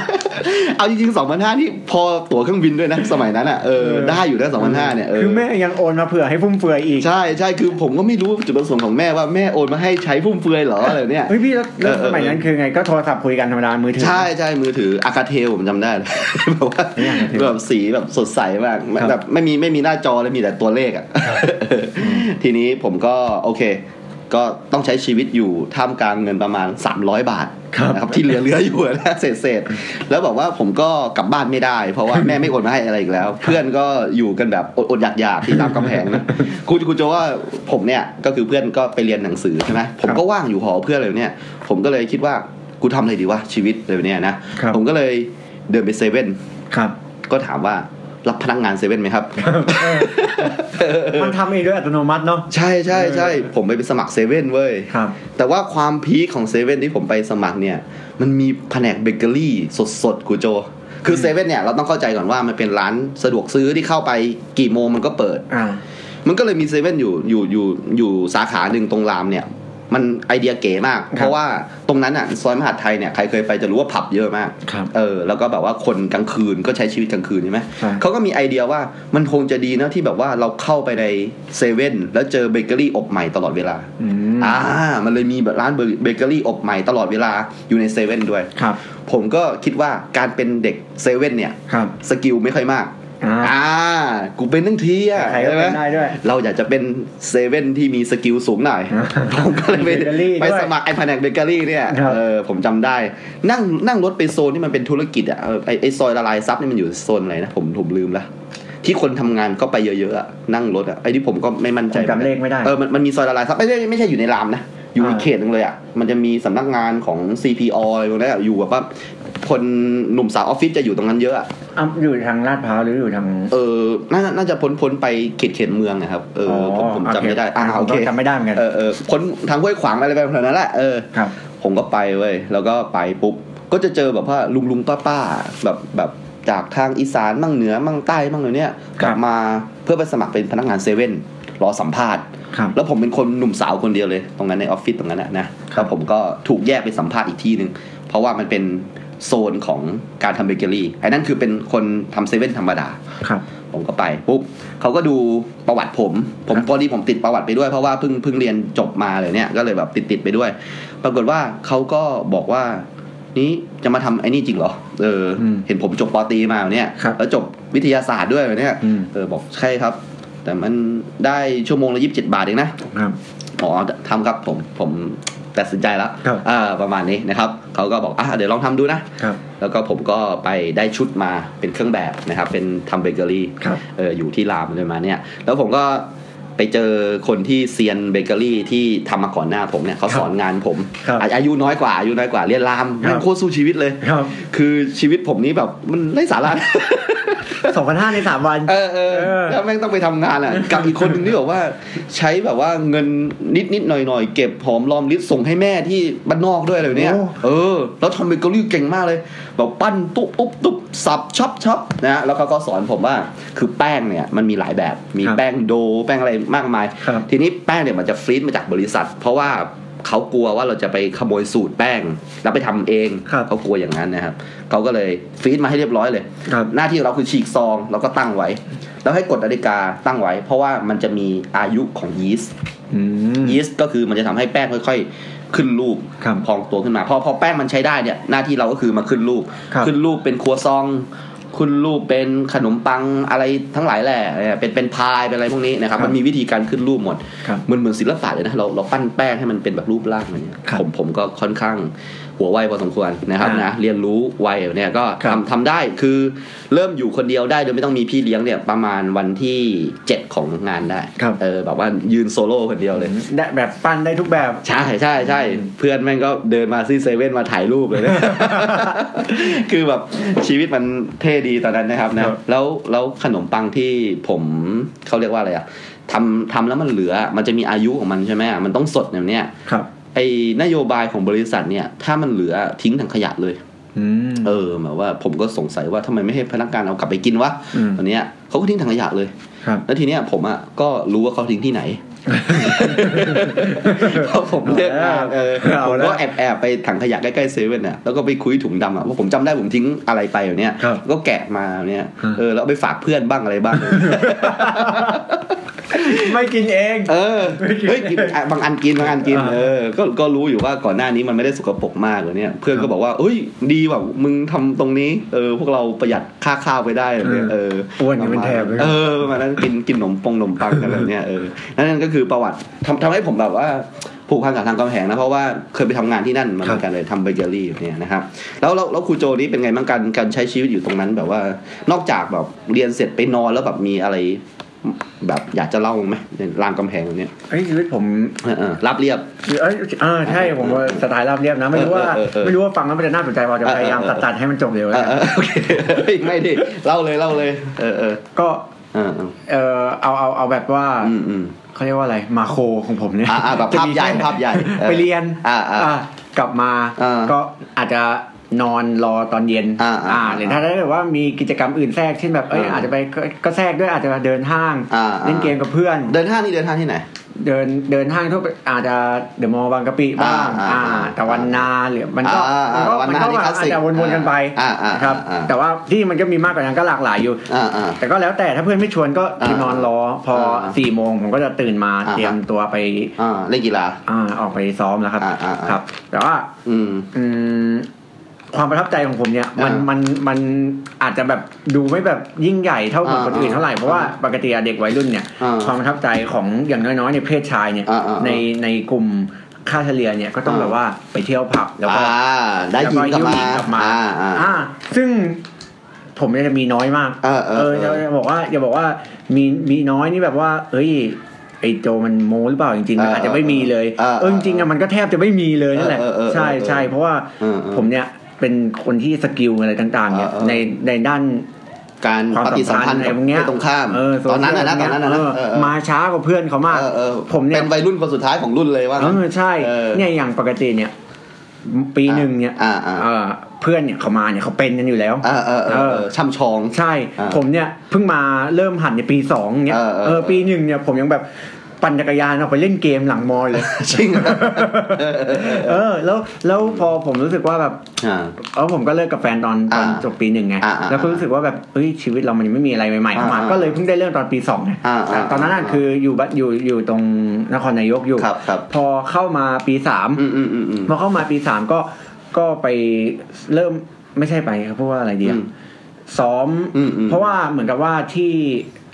Speaker 3: เอาจริงๆสองพันห้าที่พอตั๋วเครื่องบินด้วยนะ สมัยนั้นอ่ะเออได้อยู่นะสองพันห้าเนี่ยเออ
Speaker 4: คือแม่ยังโอนมาเผื่อให้ฟุ่มเฟือยอีก
Speaker 3: ใช่ใช่คือผมก็ไม่รู้จุดประสงค์ของแม่ว่าแม่โอนมาให้ใช้ฟุ่มเฟือยเหรออะไรเนี่ย
Speaker 4: เฮ้ยพี่แล้วแล้ว
Speaker 3: เออเออ
Speaker 4: สมัยนั้นคือไงก็โทรศัพท์คุยกันธรรมดามือถื
Speaker 3: ใช่ใช่มือถืออากาเทลผมจำได้เลย แบบว่า
Speaker 4: เนี่ย Alcatel
Speaker 3: แบบสีแบบสดใสมาก
Speaker 4: ครับ
Speaker 3: แบบไม่มีไม่มีหน้าจอเลยมีแต่ตัวเลขอ่ะ ทีนี้ผมก็โอเค ก็ต้องใช้ชีวิตอยู่ท่ามกลางเงินประมาณ 300 บาท
Speaker 4: ครับ
Speaker 3: นะครับที่เหลือเหลืออยู่นะ เศษเศษๆแล้วบอกว่าผมก็กลับบ้านไม่ได้ เพราะว่าแม่ไม่โอนมาให้อะไรอีกแล้ว เพื่อนก็อยู่กันแบบอดๆอยากๆที่รามกำแพง นะคุณคุณจะว่าผมเนี่ยก็คือเพื่อนก็ไปเรียนหนังสือใช่ไหมผม
Speaker 4: ครับ
Speaker 3: ก็ว่างอยู่หอเพื่อนเลยเนี่ย ผมก็เลยคิดว่ากูทำอะไรดีวะชีวิตอะไรแบบเนี้ยนะ
Speaker 4: ครับ
Speaker 3: ผมก็เลยเดินไปเซเว่น
Speaker 4: ครับ
Speaker 3: ก็ถามว่ารับพนักงานเซเว่นไหมครับ
Speaker 4: มันทำเองด้วยอัตโนมัติเนาะ
Speaker 3: ใช่ใช่ใช่ผมไปสมัครเซเว่นเว้ย
Speaker 4: ครับ
Speaker 3: แต่ว่าความพีคของเซเว่นที่ผมไปสมัครเนี่ย มันมีแผนกเบเกอรี่สดๆกูโจ คือเซเว่นเนี่ยเราต้องเข้าใจก่อนว่ามันเป็นร้านสะดวกซื้อที่เข้าไปกี่โมงมันก็เปิด
Speaker 4: อ่า
Speaker 3: มันก็เลยมีเซเว่นอยู่อยู่อยู่อยู่สาขาหนึ่งตรงรามเนี่ย มันไอเดียเก๋มาก เพราะว่าตรงนั้นอ่ะซอยมหาดไทยเนี่ยใครเคยไปจะรู้ว่าผับเยอะมาก
Speaker 4: ครับ
Speaker 3: เออแล้วก็แบบว่าคนกลางคืนก็ใช้ชีวิตกลางคืนใช่ไหม
Speaker 4: อ่า
Speaker 3: เขาก็มีไอเดียว่ามันคงจะดีนะที่แบบว่าเราเข้าไปในเซเว่นแล้วเจอเบเกอรี่อบใหม่ตลอดเวลา
Speaker 4: อืม
Speaker 3: อ่ามันเลยมีแบบร้านเบเกอรี่อบใหม่ตลอดเวลาอยู่ในเซเว่นด้วย
Speaker 4: ครับ
Speaker 3: ผมก็คิดว่าการเป็นเด็กเซเว่นเนี่ย
Speaker 4: ครับ
Speaker 3: สกิลไม่ค่อยมาก
Speaker 4: อ่า
Speaker 3: อ่ากูเป็นทั้งทีอ่ะ
Speaker 4: ใครก็
Speaker 3: ใช่ไหม
Speaker 4: เป็นได้ด้วย
Speaker 3: เราอยากจะเป็นเซเว่นที่มีสกิลสูงหน่อย
Speaker 4: อ่า
Speaker 3: ผมก็เลยไป
Speaker 4: เบเกอรี่ด้วย
Speaker 3: ไปสมัครไอ้แผนกเบเกอรี่เนี่ย
Speaker 4: ครับ
Speaker 3: เออ ผมจำได้ นั่งนั่งรถไปโซนที่มันเป็นธุรกิจอ่ะเออไอ้ไอ้ซอยละลายซับนี่มันอยู่โซนอะไรนะ ผมผมลืมละ ที่คนทำงานก็ไปเยอะๆอะนั่งรถอ่ะ ไอ้ที่ผมก็ไม่มั่นใจ
Speaker 4: ผมจำเลขไม่ได้
Speaker 3: เออ มันมันมีซอยละลายซับไม่ใช่ไม่ใช่อยู่ในรามนะ อยู่อีก
Speaker 4: อ่า
Speaker 3: เขตหนึงเลยอ่ะ มันจะมีสำนักงานของ CPO อะไรพวกนั้นอะอยู่แบบว่าคนหนุ่มสาวออฟฟิศจะอยู่ตรงนั้นเยอะอะ
Speaker 4: อ่ะอยู่ทางลาดพร้าวหรืออยู่ทาง
Speaker 3: เออน่าน่าจะพ้นพ้นไปเขตเขตเมืองนะครับ เอออผมผมจำไม่ได้ อ่า
Speaker 4: ผ
Speaker 3: โอ
Speaker 4: ม
Speaker 3: เค
Speaker 4: ก็จำไม่ได้เหมือนกัน
Speaker 3: เออเออพ้นทางห้วยขวางอะไรไปแถวนั้นแหละ เออ
Speaker 4: ครับ
Speaker 3: ผมก็ไปเว้ย แล้วก็ไปปุ๊บ ก็จะเจอแบบว่าลุงลุงป้าป้าแบบแบบจากทางอีสานมั่งเหนือมั่งใต้มั่งเลยเนี่ย
Speaker 4: ค
Speaker 3: ก
Speaker 4: รับ
Speaker 3: ลับมาเพื่อไปสมัครเป็นพนักงานเซเว่นรอสัมภาษณ์
Speaker 4: ครับ
Speaker 3: แล้วผมเป็นคนหนุ่มสาวคนเดียวเลย ตรงนั้นในออฟฟิศตรงนั้นนะนะ
Speaker 4: ค
Speaker 3: แล้
Speaker 4: รับ
Speaker 3: วผมก็ถูกแยกไปสัมภาษณ์อีกที่หนึ่งเพราะว่ามันเป็นโซนของการทำเบเกอรี่ไอ้นั่นคือเป็นคนทำเซเว่นธรรมดา
Speaker 4: ครับ
Speaker 3: ผมก็ไปปุ๊บเขาก็ดูประวัติผม ผม
Speaker 4: ครับ
Speaker 3: พอดีผมติดประวัติไปด้วยเพราะว่าเพิ่งเพิ่งเรียนจบมาเลยเนี่ยก็เลยแบบติดติดๆไปด้วย ปรากฏว่าเขาก็บอกว่า นี่จะมาทำไอ้นี่จริงเหรอเอออ
Speaker 4: ม
Speaker 3: เห็นผมจบปอตรีมาเนี่ย
Speaker 4: ครับ
Speaker 3: แล้วจบวิทยาศาสตร์ด้วยเนี่ย
Speaker 4: อืม
Speaker 3: เออบอกใช่ครับ แต่มันได้ชั่วโมงละยีิบเจ็ดบาทเองนะ
Speaker 4: ครับ
Speaker 3: อ๋อทำครับผมผมตัดสินใจแล้ว
Speaker 4: ครับ
Speaker 3: อ่าประมาณนี้นะครับเขาก็บอกอ่ะเดี๋ยวลองทำดูนะ
Speaker 4: ครับ
Speaker 3: แล้วก็ผมก็ไปได้ชุดมาเป็นเครื่องแบบนะครับ เป็นทำเบเกอรี่
Speaker 4: ครับ
Speaker 3: เอออยู่ที่รามเลยมาเนี่ย แล้วผมก็ไปเจอคนที่เซียนเบเกอรี่ที่ทำมาก่อนหน้าผมเนี่ยเขาสอนงานผม
Speaker 4: ครับ
Speaker 3: อาอายุน้อยกว่าอายุน้อยกว่าเรียนราม
Speaker 4: ครับ
Speaker 3: แม่งโคตรสู้ชีวิตเลย
Speaker 4: ครับ
Speaker 3: คือชีวิตผมนี้แบบมันไร้สาระ
Speaker 4: สองพันห้าในสามวัน
Speaker 3: เออเออ
Speaker 4: เออ
Speaker 3: แล้วแม่งต้องไปทำงาน อ่ะ กับอีกคนหนึ่งที่บอกว่า ใช้แบบว่าเงินนิดนิดหน่อยหน่อยๆเก็บหอมรอมริบส่งให้แม่ที่บ้านนอกด้วยอะไรแบบเนี้ย
Speaker 4: โอ้
Speaker 3: เออ แล้วทำเบเกอรี่เก่งมากเลยแบบปั้นตุ๊บตุ๊บตุ๊บสับช็อปช็อปนะฮะแล้วเขาก็สอนผมว่าคือแป้งเนี่ยมันมีหลายแบบมีแป้งโดแป้งอะไรมากมาย
Speaker 4: ครับ
Speaker 3: ทีนี้แป้งเนี่ยมันจะฟรีดมาจากบริษัท เพราะว่าเขากลัวว่าเราจะไปขโมยสูตรแป้ง แล้วไปทำเอง
Speaker 4: ครับ
Speaker 3: เขากลัวอย่างนั้นนะครับเขาก็เลยฟรีดมาให้เรียบร้อยเลย
Speaker 4: ครับ
Speaker 3: หน้าที่ของเราคือฉีกซองแล้วก็ตั้งไว้ แล้วให้กดนาฬิกาตั้งไว้ เพราะว่ามันจะมีอายุของยีสต์
Speaker 4: อืม
Speaker 3: ยีสต์ก็คือมันจะทำให้แป้งค่อยๆ ขึ้นรูป
Speaker 4: ครับ
Speaker 3: พองตัวขึ้นมาพอพอแป้งมันใช้ได้เนี่ยหน้าที่เราก็คือมาขึ้นรูป
Speaker 4: ครับ
Speaker 3: ขึ้นรูปเป็นครัวซอง ขึ้นรูปเป็นขนมปังอะไรทั้งหลายแหละเนี่ยเป็นเป็นพายเป็นอะไรพวกนี้นะครับ
Speaker 4: ครับ
Speaker 3: มันมีวิธีการขึ้นรูปหมด
Speaker 4: ครับ
Speaker 3: เหมือนเหมือนศิลปะเลยนะเราเราปั้นแป้งให้มันเป็นแบบรูปร่างอะไรเงี้ย
Speaker 4: ครับ
Speaker 3: ผมผมก็ค่อนข้างหัวไวพอสมควรนะครับ
Speaker 4: อ่าน
Speaker 3: นะเรียนรู้ไวเนี่ยก็
Speaker 4: ครับ
Speaker 3: ทำทำได้คือเริ่มอยู่คนเดียวได้โดยไม่ต้องมีพี่เลี้ยงเนี่ยประมาณวันที่ 7 ของงานได้
Speaker 4: ครับ
Speaker 3: เออแบบว่ายืนโซโล่คนเดียวเลย
Speaker 4: ได้แบบปั้นได้ทุกแบบ
Speaker 3: ใช่ใช่ใช่
Speaker 4: อืม
Speaker 3: เพื่อนแม่งก็เดินมาซี่เซเว่นมาถ่ายรูปเลยเนี่ย คือแบบชีวิตมันเท่ดีตอนนั้นนะครับนะครับ แล้วแล้วขนมปังที่ผมเขาเรียกว่าอะไรอะทำทำแล้วมันเหลือมันจะมีอายุของมันใช่ไหมมันต้องสดอย่างเนี้ย
Speaker 4: ครับ
Speaker 3: ไอนโยบายของบริษัทเนี่ย ถ้ามันเหลือทิ้งถังขยะเลย
Speaker 4: อืม
Speaker 3: เออแบบว่าผมก็สงสัยว่าทำไมไม่ให้พนักงานเอากลับไปกินวะ
Speaker 4: อืม
Speaker 3: ตอนเนี้ยเขาก็ทิ้งถังขยะเลย
Speaker 4: ครับ
Speaker 3: แล้วทีเนี้ยผมอ่ะก็รู้ว่าเขาทิ้งที่ไหน เพราะผมเลือกงานเออ
Speaker 4: เอา
Speaker 3: ผม
Speaker 4: แล้ว
Speaker 3: ก็แอบแอบไปถังขยะใกล้ๆเซเว่นอ่ะแล้วก็ไปคุยถุงดำอ่ะว่าผมจำได้ผมทิ้งอะไรไปอยู่เนี้ย
Speaker 4: ครับ
Speaker 3: ก็แกะมาเนี่ย
Speaker 4: ฮะ
Speaker 3: เออแล้วเอาไปฝากเพื่อนบ้างอะไรบ้าง
Speaker 4: ไม่กินเอง
Speaker 3: เออ
Speaker 4: ไม่กิน
Speaker 3: เฮ้ยกินอ่ะบางอันกินบางอันกิน
Speaker 4: อ่า
Speaker 3: เออก็ก็รู้อยู่ว่าก่อนหน้านี้มันไม่ได้สกปรกมากเลยเนี่ย เพื่อนก็บอกว่าเอ้ยดีว่ะมึงทำตรงนี้เออพวกเราประหยัดค่าข้าวไปได้แบบเนี่ยเออ
Speaker 4: เอออ้วนกันเป็นแถบเลย
Speaker 3: เออประมาณนั้นกินกินขนมปงขนมปังกันแบบเนี้ยเออนั่นก็คือประวัติทำทำให้ผมแบบว่าผูกพันกับทางกำแพงนะเพราะว่าเคยไปทำงานที่นั่นมาเหมือนกันเลยทำเบเกอรี่แบบเนี่ยนะครับแล้วแล้วแล้วครูโจนี่เป็นไงบ้างการการใช้ชีวิตอยู่ตรงนั้นแบบว่า นอกจากแบบเรียนเสร็จไปนอนแล้วแบบมีอะไร แบบอยากจะเล่าไหมในรามกำแพงแบบเนี้ย
Speaker 4: เอ้ยชีวิตผม
Speaker 3: เออเออรับเรียบ
Speaker 4: เอ้ยเออใช่ผมว่าสไตล์ราบเรียบนะ ไม่รู้ว่า
Speaker 3: เออเออเออ
Speaker 4: ไม่รู้ว่าฟังแล้วมันจะน่าสนใจพอจะ
Speaker 3: เออเออ
Speaker 4: พยายามตัดๆให้มันจบเร็ว
Speaker 3: เออเออโอเค เฮ้ยไม่ดิเล่าเลยเล่าเลย เออเออ
Speaker 4: ก็
Speaker 3: เออเออ
Speaker 4: เออเอาเอาเอาแบบว่า
Speaker 3: อืมอืม
Speaker 4: เขาเรียกว่าอะไรมาโครของผมเนี่ย
Speaker 3: อ่าอ่าแบบ
Speaker 4: จะ
Speaker 3: ภาพ
Speaker 4: มี
Speaker 3: ใหญ่
Speaker 4: แค่
Speaker 3: ภาพใหญ่เออ
Speaker 4: ไปเรียน
Speaker 3: อ่าอ่า
Speaker 4: ะกลับมา
Speaker 3: อ่า
Speaker 4: ก็อาจจะ นอนรอตอนเย็น
Speaker 3: อ่าอ่า
Speaker 4: หรือถ้าได้แบบว่ามีกิจกรรมอื่นแทรกเช่นแบบเอ้ย
Speaker 3: อ่า
Speaker 4: อาจจะไปก็ก็แทรกด้วยอาจจะเดินห้าง
Speaker 3: อ่า
Speaker 4: เล่นเกมกับเพื่อน
Speaker 3: เดินห้างนี่เดินห้างที่ไหน
Speaker 4: เดินเดินห้างทั่วไปอาจจะเดอะมอลล์บางกะปิบ้าง
Speaker 3: อ่าอ่า
Speaker 4: อ่า แต่วันนาหรือมันก็
Speaker 3: อ่าอ่า
Speaker 4: มันก็
Speaker 3: วัน
Speaker 4: มัน
Speaker 3: นา
Speaker 4: ก็
Speaker 3: นี่
Speaker 4: แบบ
Speaker 3: คลาส
Speaker 4: อา
Speaker 3: สิ
Speaker 4: จ
Speaker 3: ก
Speaker 4: จะวนๆกันไป
Speaker 3: อ่าอ่าอ่า
Speaker 4: นะครับ
Speaker 3: อ่า
Speaker 4: แต่ว่าที่มันก็มีมากกว่านั้นก็หลากหลายอยู่
Speaker 3: อ่าอ่า
Speaker 4: แต่ก็แล้วแต่ถ้าเพื่อนไม่ชวนก็คือนอนรอพอ
Speaker 3: อ่า
Speaker 4: สี่โมงผมก็จะตื่นมา
Speaker 3: อ่า
Speaker 4: เตรียมตัวไป
Speaker 3: อ่าเล่นกีฬา
Speaker 4: อ่าออกไปซ้อมแล้วครับ
Speaker 3: อ่าอ่าอ่า
Speaker 4: ครับ แต่ว่า
Speaker 3: อืม
Speaker 4: อืมความประทับใจของผมเนี่ย มัน
Speaker 3: อ่ามั
Speaker 4: มันมันอาจจะแบบดูไม่แบบยิ่งใหญ่เท่ากับ
Speaker 3: อ่า
Speaker 4: คนอื่นเท่าไหร่เพราะว่าปกติอะเด็กวัยรุ่นเนี่ย
Speaker 3: อ่า
Speaker 4: ความประทับใจของอย่างน้อยๆในยเพศชายเนี่ย
Speaker 3: อ่าอ่าอ่า
Speaker 4: ในในกลุ่มค่าเฉลี่ยเนี่ยก็ต้อง
Speaker 3: อ่า
Speaker 4: แบบว่าไปเที่ยวผับแล้วก็
Speaker 3: อ่าได้
Speaker 4: แล้ว
Speaker 3: ยินกลับมา
Speaker 4: หิ้วหิ้วกลับมา
Speaker 3: อ่าอ่า
Speaker 4: อ่า ซึ่งผมเนี่ยจะมีน้อยมาก
Speaker 3: เออเออเออ
Speaker 4: จะบอกว่าอย่าบอกว่ามีมีน้อยนี่แบบว่า เอ้ยไอโจมันโมหรือเปล่าจริงๆมันอาจจะไม่มีเลย
Speaker 3: เออเออ
Speaker 4: เออจริงๆอะมันก็แทบจะไม่มีเลยนั่นแหละ
Speaker 3: เออเออเออ
Speaker 4: ใช่ใช่เพราะว่า
Speaker 3: เออเออ
Speaker 4: ผมเนี่ยเป็นคนที่สกิลอะไรต่างๆเนี่ย
Speaker 3: เออเออ
Speaker 4: ในในด้าน
Speaker 3: การ
Speaker 4: ความ
Speaker 3: ปฏิสั
Speaker 4: สั
Speaker 3: ม
Speaker 4: ม
Speaker 3: พั
Speaker 4: พั
Speaker 3: น
Speaker 4: น
Speaker 3: ธ์
Speaker 4: ธ์
Speaker 3: กั
Speaker 4: อะ
Speaker 3: บ
Speaker 4: ไรพวกเนี้ย
Speaker 3: ตรงข้าม
Speaker 4: เออโซ
Speaker 3: ตอน
Speaker 4: เชียล
Speaker 3: นั้นนะนะต
Speaker 4: เย
Speaker 3: อนนั้นนะนะ
Speaker 4: เออ
Speaker 3: เออเออ
Speaker 4: มาช้ากว่าเพื่อนเขามาก
Speaker 3: เออเออ
Speaker 4: ผมเนี่ย
Speaker 3: เป็นวัยรุ่นคนสุดท้ายของรุ่นเลยว่า
Speaker 4: เอ
Speaker 3: งั้น
Speaker 4: อใช่
Speaker 3: เออ
Speaker 4: เนี่ยอย่างปกติเนี่ย ปีหนึ่งเนี่ย
Speaker 3: อ่าอ่า
Speaker 4: เออเพื่อนเนี่ยเขามาเนี่ยเขาเป็นกันอยู่แล้ว
Speaker 3: เออเออเออเออช่ำชอง
Speaker 4: ใช่
Speaker 3: อ่า
Speaker 4: ผมเนี่ยเพิ่งมาเริ่มหัดในปีสองเนี่ย
Speaker 3: เออเออ
Speaker 4: เออ
Speaker 3: เออ
Speaker 4: ปีหนึ่งเนี่ยผมยังแบบปั่นจักรยานออกไปเล่นเกมหลังมอเลย
Speaker 3: จริงเหรอเออเออเออ
Speaker 4: เออ แล้วแล้วพอผมรู้สึกว่าแบบ
Speaker 3: อ่า
Speaker 4: เออผมก็เลิกกับแฟนตอนตอน
Speaker 3: อ่า
Speaker 4: จบปีหนึ่งไง
Speaker 3: อ่าอ่า
Speaker 4: แล้วก็รู้สึกว่าแบบเอ้ยชีวิตเรามันยังไม่มีอะไรใหม่ๆเข้ามา
Speaker 3: อ่า
Speaker 4: ก็เลยเพิ่งได้เริ่มตอนปีสองไง
Speaker 3: อ่าอ่า
Speaker 4: ตอนนั้นน่ะ
Speaker 3: อ่า
Speaker 4: คืออยู่บ้านอยู่อยู่ตรงนครนายกอยู่
Speaker 3: ครับครับ
Speaker 4: พอเข้ามาปีสาม
Speaker 3: อืมอืมอืมอืม
Speaker 4: พอเข้ามาปีสามก็ก็ไปเริ่มไม่ใช่ไปครับเพราะว่าอะไรดี
Speaker 3: อื
Speaker 4: อะ
Speaker 3: ม
Speaker 4: ซ้อม
Speaker 3: อืมอืม
Speaker 4: เพราะว่าเหมือนกับว่าที่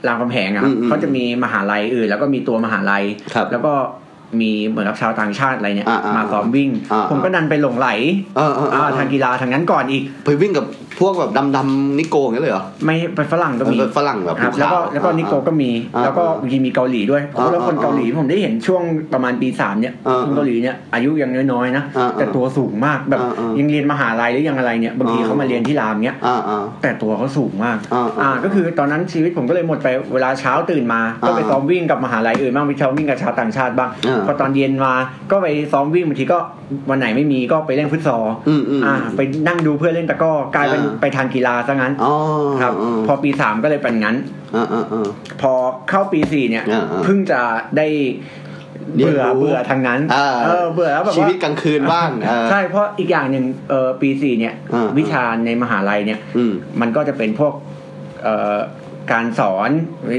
Speaker 4: รามคำแหงอะค
Speaker 3: อื
Speaker 4: รับ
Speaker 3: มอืม
Speaker 4: เขาจะมีมหาลัยอื่น แล้วก็มีตัวมหาลัย
Speaker 3: ครับ
Speaker 4: แล้วก็มีเหมือนกับชาวต่างชาติอะไรเนี่ย
Speaker 3: อ่าอ่า
Speaker 4: มาซ้อมวิ่ง
Speaker 3: อ่า
Speaker 4: ผมก็ดันไปหลงไหล
Speaker 3: เออเออเออ
Speaker 4: าทางกีฬาทางนั้นก่อนอีก
Speaker 3: ไปวิ่งกับพวกแบบดำๆนิโก้อย่างเงี้ยเลยเหรอ
Speaker 4: ไม่ไปฝรั่งก็มี
Speaker 3: ฝรั่งแบบ
Speaker 4: ครับ
Speaker 3: ภู
Speaker 4: แล้ว
Speaker 3: เขา
Speaker 4: ก็แล้วก็นิโกก็มี
Speaker 3: อ่า
Speaker 4: แล้วก็บางทีมีเกาหลีด้วย
Speaker 3: อ่า
Speaker 4: แล้วคน
Speaker 3: อ่า
Speaker 4: เกาหลีผมได้เห็นช่วงประมาณปีสามเนี่ย
Speaker 3: อ่า
Speaker 4: คนเกาหลีเนี่ยอายุยังน้อยๆนะ
Speaker 3: อ่า
Speaker 4: แต่ตัวสูงมากแบบ
Speaker 3: อ่าอ่า
Speaker 4: ยังเรียนมหาลัยหรือยังอะไรเนี่ยบางที
Speaker 3: อ่า
Speaker 4: เขามาเรียนที่รามเนี่ย
Speaker 3: อ่าอ่า
Speaker 4: แต่ตัวเขาสูงมาก
Speaker 3: อ่าอ่า
Speaker 4: ก็คือตอนนั้นชีวิตผมก็เลยหมดไปเวลาเช้าตื่นมา ก็ไป
Speaker 3: อ่า
Speaker 4: ซ้อมวิ่งกับมหาลัยอื่นบ้างไปซ้อมวิ่งกับชาวต่างชาติบ้าง
Speaker 3: อ่า
Speaker 4: พอตอนเย็นมาก็ไปซ้อมวิ่งบางทีก็วันไหนไม่มีก็ไปเล่นฟุตซอล
Speaker 3: อืมอืม
Speaker 4: อ่า ไปนั่งดูเพื่อนเล่นตะกร้อกลายเป็น
Speaker 3: อ่า
Speaker 4: ไปทางกีฬาซะงั้น
Speaker 3: อ๋อ
Speaker 4: ครับ
Speaker 3: อ๋อ
Speaker 4: พอปีสามก็เลยเป็นงั้น
Speaker 3: อ่าอ่าอ่า
Speaker 4: พอเข้าปีสี่เนี่ย
Speaker 3: อ่าอ่า
Speaker 4: เพิ่งจะได้
Speaker 3: เรียน
Speaker 4: เบื่อ
Speaker 3: รู้
Speaker 4: เบื่อทางนั้น
Speaker 3: อ่า
Speaker 4: เออเบื่อแล้วแบบ
Speaker 3: ชี
Speaker 4: ว่า
Speaker 3: วิตกลางคืนบ้างเออ
Speaker 4: ใช่เพราะอีกอย่างหนึ่งเออปีสี่เนี่ย
Speaker 3: อ่า
Speaker 4: วิชาในมหาลัยเนี่ย
Speaker 3: อืม
Speaker 4: มันก็จะเป็นพวกเอ่อการสอน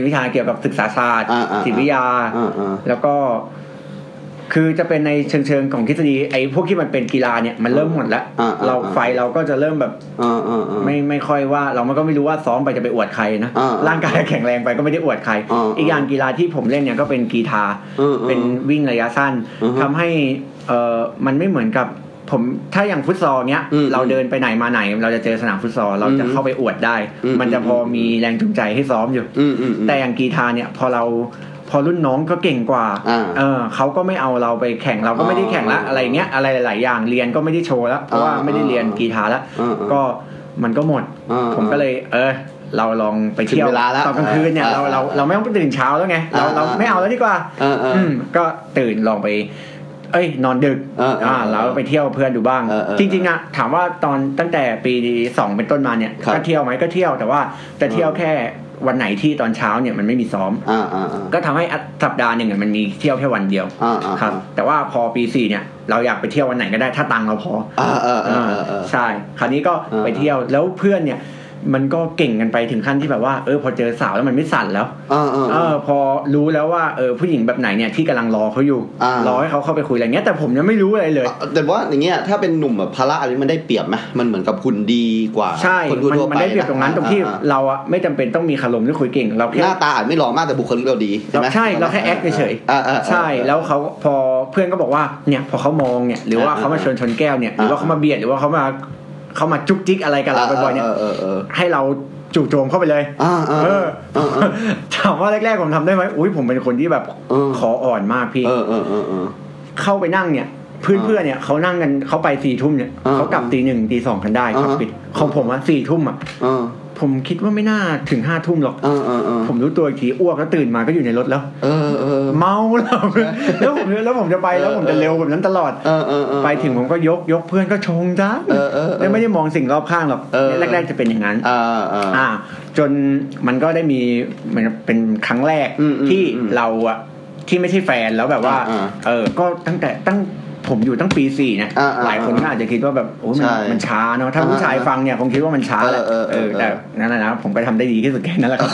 Speaker 4: วิชาเกี่ยวกับศึกษาศาสตร์
Speaker 3: อ่าอ่า
Speaker 4: จิตวิทยา
Speaker 3: อ่าอ่า
Speaker 4: แล้วก็ คือจะเป็นในเชิงเชิงๆของทฤษฎีไอ้พวกที่มันเป็นกีฬาเนี่ยมันเริ่มหมดแล้ว
Speaker 3: อ่าอ่า
Speaker 4: เรา
Speaker 3: อ่า
Speaker 4: ไฟเราก็จะเริ่มแบบ
Speaker 3: อ่าอ่าอ่า
Speaker 4: ไม่ไม่ค่อยว่าเรามันก็ไม่รู้ว่าซ้อมไปจะไปอวดใครนะ
Speaker 3: อ่า
Speaker 4: ร่างกายแข็งแรงไปก็ไม่ได้อวดใคร
Speaker 3: อ่า
Speaker 4: อีกอย่างกีฬาที่ผมเล่นเนี่ยก็เป็นกีฬา
Speaker 3: อืม
Speaker 4: เป็นวิ่งระยะสั้น
Speaker 3: อือฮึ
Speaker 4: ทำให้เออมันไม่เหมือนกับผมถ้าอย่างฟุตซอลเนี้ย
Speaker 3: อืม
Speaker 4: เราเดินไปไหนมาไหน เราจะเจอสนามฟุตซอลเราจะ
Speaker 3: อืม
Speaker 4: เข้าไปอวดได้
Speaker 3: อืม
Speaker 4: มันจะพอมีแรงจูงใจให้ซ้อมอยู่
Speaker 3: อืมอืมอืม
Speaker 4: แต่อย่างกีฬาเนี่ยพอเราพอรุ่นน้องก็เก่งกว่า
Speaker 3: อ่า
Speaker 4: เออเขาก็ไม่เอาเราไปแข่งเราก็ไม่ได้แข่งละ
Speaker 3: อ๋ออ
Speaker 4: อะไรเงี้ยอะไรหลายๆอย่างเรียนก็ไม่ได้โชว์ละเพราะว่า
Speaker 3: อ่า
Speaker 4: ไม่ได้เรียนกีฬาละ
Speaker 3: อ่า
Speaker 4: ก็มันก็หมด
Speaker 3: อ่า
Speaker 4: ผมก็เลย เออ เราลองไปเที่ย
Speaker 3: ถึ
Speaker 4: ว
Speaker 3: งเวลาละ
Speaker 4: ตอนกลางคืนเนี่ย
Speaker 3: อ่า
Speaker 4: เราเราเราไม่ต้องไปตื่นเช้าแล้วไงเรา
Speaker 3: อ่า
Speaker 4: เราไม่เอาแล้วดีกว่า
Speaker 3: เออเอออื
Speaker 4: มก็ตื่นลองไป เอ้ย นอนดึก
Speaker 3: เออเอออ่
Speaker 4: แล้วไปเที่ยวเพื่อนดูบ้าง
Speaker 3: เออเออ
Speaker 4: จริงๆอะถามว่าตอนตั้งแต่ปีสองเป็นต้นมาเนี่ย
Speaker 3: ครับ
Speaker 4: ก็เที่ยวไหมก็เที่ยวแต่ว่าจะเที่ยวแค่วันไหนที่ตอนเช้าเนี่ยมันไม่มีซ้อม
Speaker 3: อ่าอ่าอ่า
Speaker 4: ก็ทำให้สัปดาห์หนึ่งอะมันมีเที่ยวแค่วันเดียว
Speaker 3: อ่าอ่า
Speaker 4: ครับ แต่ว่าพอปีสี่เนี่ย เราอยากไปเที่ยววันไหนก็ได้ถ้าตังค์เราพอ
Speaker 3: อ่าเออเออเออเอ
Speaker 4: อ่า
Speaker 3: อ
Speaker 4: ใช่ คราวนี้ก็
Speaker 3: อ่า
Speaker 4: ไปเที่ยวแล้วเพื่อนเนี่ย มันก็เก่งกันไปถึงขั้นที่แบบว่าเออพอเจอสาวแล้วมันไม่สั่นแล้ว
Speaker 3: อ่าอ่า
Speaker 4: เอ
Speaker 3: อ่า
Speaker 4: อพอรู้แล้วว่าเออผู้หญิงแบบไหนเนี่ยที่กำลังรอเขาอยู่
Speaker 3: อ่าร
Speaker 4: รอให้เขาเข้าไปคุยอะไรเงี้ยแต่ผมยังไม่รู้อะไรเลย
Speaker 3: แต่ว่าอย่างเงี้ยถ้าเป็นหนุ่มแบบภาระอันนี้มันได้เปรียบไหมมันเหมือนกับคุณดีกว่า
Speaker 4: ใช่
Speaker 3: คนทั่
Speaker 4: มัน
Speaker 3: วๆไป
Speaker 4: มันได้เปรียบตรงนั้นตรงที่
Speaker 3: อ่า
Speaker 4: เราอะไม่จำเป็นต้องมีคารมหรือคุยเก่งเรา
Speaker 3: อ่า
Speaker 4: แค่
Speaker 3: หน้าตาอาจไม่หล่อมากแต่บุคลิกเราดีใช่ไหม
Speaker 4: เราใช่เราแค่แอคเฉยๆ
Speaker 3: อ่าอ่าอ่า
Speaker 4: ใช่แล้วเขาพอเพื่อนก็บอกว่าเนี่ยพอเขามองเนี่ยหรือว่า
Speaker 3: อ่า
Speaker 4: เขามาชนชนแก้วเนี่ยห
Speaker 3: อ่า
Speaker 4: รือว่าเขามาเบียดหรือว่าเขามาเขามาจุกจิกอะไรกับเราบ่อยๆเนี่ย
Speaker 3: เออเออเออ
Speaker 4: ให้เราจู่โจมเข้าไปเลย
Speaker 3: อ่าอ่า
Speaker 4: เอ
Speaker 3: เอ
Speaker 4: อ
Speaker 3: อเออ
Speaker 4: ถามว่าแรกๆผมทำได้ไหมอุ้ยผมเป็นคนที่แบบ
Speaker 3: เออ
Speaker 4: ขออ่อนมากพี่
Speaker 3: เออเออเออเออ
Speaker 4: เข้าไปนั่งเนี่ยเพื่อนเพื่อนๆเนี่ยเขานั่งกันเขาไปสี่ทุ่มเนี่ย
Speaker 3: อ่า
Speaker 4: เขากลับตีหนึ่งตีสองกันได้
Speaker 3: อ่า
Speaker 4: เขาปิดของผมอะสี่ทุ่มอะ
Speaker 3: เออ
Speaker 4: ผมคิดว่าไม่น่าถึงห้าทุ่มหรอก
Speaker 3: เออเออเออ
Speaker 4: ผมรู้ตัวอีกทีอ้วกแล้วตื่นมาก็อยู่ในรถแล้ว
Speaker 3: เออเออ
Speaker 4: เมาแล้ว แล้วผมแล้วผมจะไปแล้วผมจะ
Speaker 3: เออ
Speaker 4: เร็วแบบนั้นตลอด
Speaker 3: เออเออเออ
Speaker 4: ไปถึงผมก็ยกยกเพื่อนก็ชงจ้า
Speaker 3: เออเออเออ
Speaker 4: แล้วไม่ได้มองสิ่งรอบข้างหรอก
Speaker 3: เออ
Speaker 4: แรกๆจะเป็นอย่างนั้น
Speaker 3: อ่าอ่า
Speaker 4: อ่า จนมันก็ได้มีเหมันเป็นครั้งแรก
Speaker 3: อืมอืม
Speaker 4: ที่
Speaker 3: อืม
Speaker 4: เราอะที่ไม่ใช่แฟนแล้วแบบว่า
Speaker 3: อ่า
Speaker 4: เออ ก็ตั้งแต่ตั้งผมอยู่ตั้งปีสี่นะ
Speaker 3: อ่าอ่า
Speaker 4: หลายคนก็อาจจะคิดว่าแบบโอ้ยมัน
Speaker 3: ใช่
Speaker 4: มันช้าเนาะถ้า
Speaker 3: อ่า
Speaker 4: ผู้ชายฟังเนี่ยคงคิดว่ามันช้าแหละ
Speaker 3: เออเออเออ
Speaker 4: แต่นั่นแหละนะผมก็ทำได้ดีที่สุดแค่นั้นแหละครับ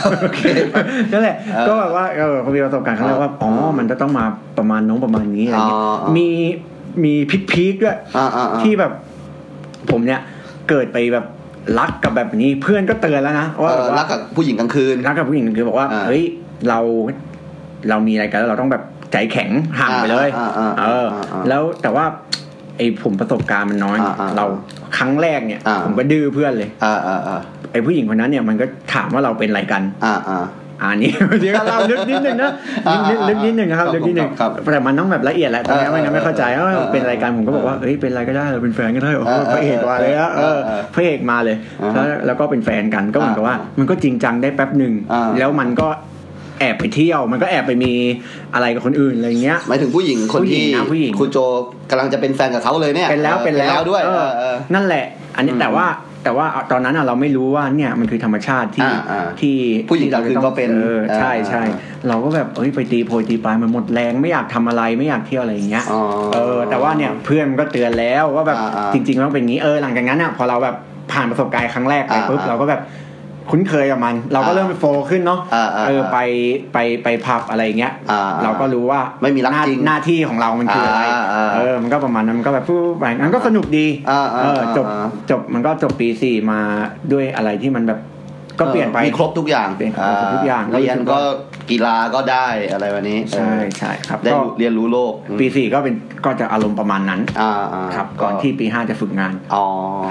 Speaker 4: นั่นแหละ
Speaker 3: เออ
Speaker 4: ก็แบบว่าเออผมมีประสบการณ์ครั้งแรกว่าอ๋อมันจะต้องมาประมาณน้องประมาณนี้อะไรเงี้ย
Speaker 3: อ๋ออ๋อ
Speaker 4: มีมีพิกพีคๆด้วย
Speaker 3: อ่าอ่าอ่า
Speaker 4: ที่แบบผมเนี่ยเกิดไปแบบรักกับแบบนี้เพื่อนก็เตือนแล้วนะว่า
Speaker 3: เอ
Speaker 4: แบ
Speaker 3: อ
Speaker 4: บว่า
Speaker 3: รักกับผู้หญิงกลางคืน
Speaker 4: รักกับผู้หญิงคือบอกว่า
Speaker 3: อ่า
Speaker 4: เฮ้ยเราเรามีอะไรกันแล้วเราต้องแบบใจแข็งห่างไปเลย
Speaker 3: อ่าอ่าอ่า
Speaker 4: เออ
Speaker 3: อ่าอ่า
Speaker 4: แล้วแต่ว่าไอ้ผมประสบการณ์มันน้อย
Speaker 3: อ่าอ่า
Speaker 4: เราครั้งแรกเนี่ย
Speaker 3: อ่า
Speaker 4: ผมก็ดื้อเพื่อนเลย
Speaker 3: อ่าอ่าอ่า
Speaker 4: ไอ้ผู้หญิงคนนั้นเนี่ยมันก็ถามว่าเราเป็นอะไรกัน
Speaker 3: อ่าอ่า
Speaker 4: อันนี้ เดี๋ยวเล่า ลึกนิดนึงนะ
Speaker 3: อ่า
Speaker 4: ลึกลึกนิดนึงนะครับ
Speaker 3: ครับ
Speaker 4: ลึกนิดนึง
Speaker 3: ครับ
Speaker 4: แต่มันต้องแบบละเอียดแหละตอนนี้
Speaker 3: เออ
Speaker 4: ไม่งั้นไม่เข้าใจ
Speaker 3: เออ
Speaker 4: เอ้า
Speaker 3: เออ
Speaker 4: เป็นรายการผมก็บอกว่าเอ้ยเป็นอะไรก็ได้เราเป็นแฟนก็ได้โอ้โห
Speaker 3: เออเออ
Speaker 4: พระเอกมาเลยอะเอ
Speaker 3: เอ
Speaker 4: อ
Speaker 3: อเออ
Speaker 4: พระเอกมาเลย
Speaker 3: อ่า
Speaker 4: แล้วแล้วก็เป็นแฟนกันก็เหมือนกับว่า
Speaker 3: อ่า
Speaker 4: มันก็จริงจังได้แป๊บหนึ่ง
Speaker 3: อ่า
Speaker 4: แล้วมันก็แอบไปเที่ยว มันก็แอบไปมีอะไรกับคนอื่นอะไรเงี้ย
Speaker 3: หมายถึงผู้หญิงคนที่
Speaker 4: ผู้หญิงนะผู้หญิง
Speaker 3: ครูโจกำลังจะเป็นแฟนกับเขาเลยเนี่ย
Speaker 4: เป็นแล้ว
Speaker 3: ออ
Speaker 4: เป็นแล้ว
Speaker 3: ด้วย
Speaker 4: เอ
Speaker 3: เอ
Speaker 4: อ
Speaker 3: อเออ
Speaker 4: นั่นแหละ อันนี้
Speaker 3: อืม
Speaker 4: แต่ว่าแต่ว่าตอนนั้นอะเราไม่รู้ว่าเนี่ยมันคือธรรมชาติที่
Speaker 3: อ่าอ่า
Speaker 4: ที่
Speaker 3: ผู้หญิง
Speaker 4: ที่เราจะต้
Speaker 3: ก็เป็น
Speaker 4: ออใช่
Speaker 3: อ่า
Speaker 4: ใช่เราก็แบบเอ้ยไปตีโพยตีปลายมันหมดแรงไม่อยากทำอะไรไม่อยากเที่ยวอะไรอย่างเงี้ย
Speaker 3: อ๋อ
Speaker 4: เออ แต่ว่าเนี่ยเพื่อนมันก็เตือนแล้วว่าแบบ
Speaker 3: อ่าอ่า
Speaker 4: จริงๆต้องเป็นอย่างงี้เออหลังจากนั้นอะพอเราแบบผ่านประสบการณ์ครั้งแรกไป
Speaker 3: อ่า
Speaker 4: ปุ๊บ
Speaker 3: อ่า
Speaker 4: เราก็แบบคุ้นเคยกับมัน เราก็
Speaker 3: อ่า
Speaker 4: เริ่มโฟล์ขึ้นเนาะ
Speaker 3: อ่าอ่า
Speaker 4: เออไปไปไปพับอะไรอย่างเงี้ย
Speaker 3: อ่าอ่า
Speaker 4: เราก็รู้ว่า
Speaker 3: ไม่มีรัก
Speaker 4: หน้า
Speaker 3: จริง
Speaker 4: หน้าที่ของเรามันคืออะไร
Speaker 3: อ่าอ่า
Speaker 4: เออ เออมันก็ประมาณนั้นมันก็แบบปุ๊บไปมันก็สนุกดี
Speaker 3: อ่าอ่า
Speaker 4: เออจบ
Speaker 3: อ่า
Speaker 4: จบมันก็จบปีสี่มาด้วยอะไรที่มันแบบก็เปลี่ยนไป
Speaker 3: ออมีครบทุกอย่าง
Speaker 4: เปลี่ยนครบทุกอย่าง
Speaker 3: เรียนก็กีฬาก็ได้อะไรแบบนี้
Speaker 4: ใช่
Speaker 3: เออ
Speaker 4: ใช่ครับ
Speaker 3: ได้
Speaker 4: ก็
Speaker 3: เรียนรู้โลก
Speaker 4: ปีสี่ก็เป็นก็จะอารมณ์ประมาณนั้น
Speaker 3: อ่าอ่า
Speaker 4: ครับ ก่อนที่ปีห้าจะฝึกงาน
Speaker 3: อ๋อ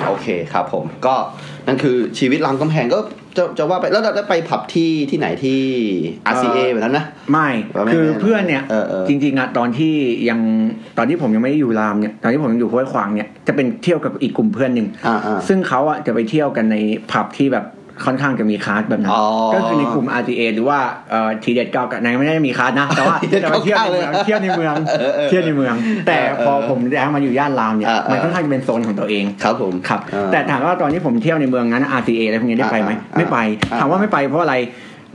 Speaker 3: โอเคครับผมก็นั่นคือชีวิตรามคำแหงก็จะจะว่าไปแล้วเราได้ไปผับที่ที่ไหนที่ RCA
Speaker 4: เอ่อ
Speaker 3: แบบนั้นนะ
Speaker 4: ไม่
Speaker 3: ว่าไม่
Speaker 4: คือ
Speaker 3: ไม่
Speaker 4: เพื่อนเนี่ย
Speaker 3: เออเออ
Speaker 4: จริงๆอะตอนที่ยังตอนที่ผมยังไม่ได้อยู่รามเนี่ยตอนที่ผมยังอยู่ห้วยขวางเนี่ยจะเป็นเที่ยวกับอีกกลุ่มเพื่อนหนึ่ง
Speaker 3: อ่าอ่า
Speaker 4: ซึ่งเขาอะจะไปเที่ยวกันในผับที่แบบค่อนข้างจะมีคลาสแบบนั้น
Speaker 3: อ๋อ
Speaker 4: ก็คือในกลุ่ม RTA หรือว่าเอ่อทีเด็ดเก้ากันไม่ได้มีคลาส นะแต่ว่า
Speaker 3: ทีเด็ด
Speaker 4: แต่ว่าเที่ยวในเมืองเที่ยวในเมือง
Speaker 3: เออเออ
Speaker 4: เที่ยวในเมือง แต่
Speaker 3: เออเออ
Speaker 4: พอผมย้ายมาอยู่ย่านรามเนี่ย
Speaker 3: อ่าเออ
Speaker 4: มันค่อนข้างจะเป็นโซนของตัวเอง
Speaker 3: ครับผม
Speaker 4: ครับ
Speaker 3: เออ
Speaker 4: แต่ถามว่าตอนนี้ผมเที่ยวในเมืองนั้น RCA อะไรพวกนี้ได้ไปไหม
Speaker 3: อ่าอ่า
Speaker 4: ไม่ไป
Speaker 3: อ่า
Speaker 4: ถามว่าไม่ไปเพราะอะไร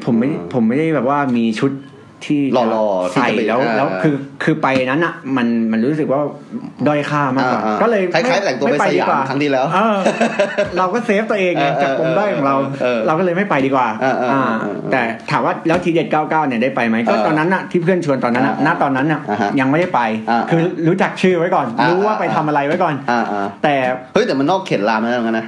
Speaker 4: ผมไม่
Speaker 3: อืม
Speaker 4: ผมไม่ได้แบบว่ามีชุดที่
Speaker 3: หล่อๆที่
Speaker 4: ใส่
Speaker 3: จะไป
Speaker 4: แล้ว
Speaker 3: อ่า
Speaker 4: แล้วคือคือไปนั้นอ่ะมันมันรู้สึกว่าด้อยค่ามากกว่า
Speaker 3: อ่าอ่า
Speaker 4: ก็เลย
Speaker 3: คล้ายๆแต่งตัวไป
Speaker 4: ม่
Speaker 3: สยาม
Speaker 4: ดีก
Speaker 3: ครั้งที่แล้ว
Speaker 4: เออเราก็เซฟตัวเองไง
Speaker 3: เออเออ
Speaker 4: จากปมด้อยของเรา
Speaker 3: เออ
Speaker 4: เราก็เลยไม่ไปดีกว่า
Speaker 3: เออเออเออเออ
Speaker 4: แต่ถามว่าแล้วทีเด็ด99เนี่ยได้ไปไหมก็
Speaker 3: เออ
Speaker 4: ตอนนั้นอ่ะที่เพื่อนชวนตอนนั้นอะ
Speaker 3: อ่า
Speaker 4: ณตอนนั้นอ่ะ
Speaker 3: อ่าฮะ
Speaker 4: ยังไม่ได้ไป
Speaker 3: อ่า
Speaker 4: คือรู้จักชื่อไว้ก่อน
Speaker 3: อ่า
Speaker 4: รู้ว่าไป
Speaker 3: อ่า
Speaker 4: ทำอะไรไว้ก่อน
Speaker 3: อ่าอ่า
Speaker 4: แต่
Speaker 3: เฮ้ยแต่มันนอกเขตรามแล้วเหมือนกันนะ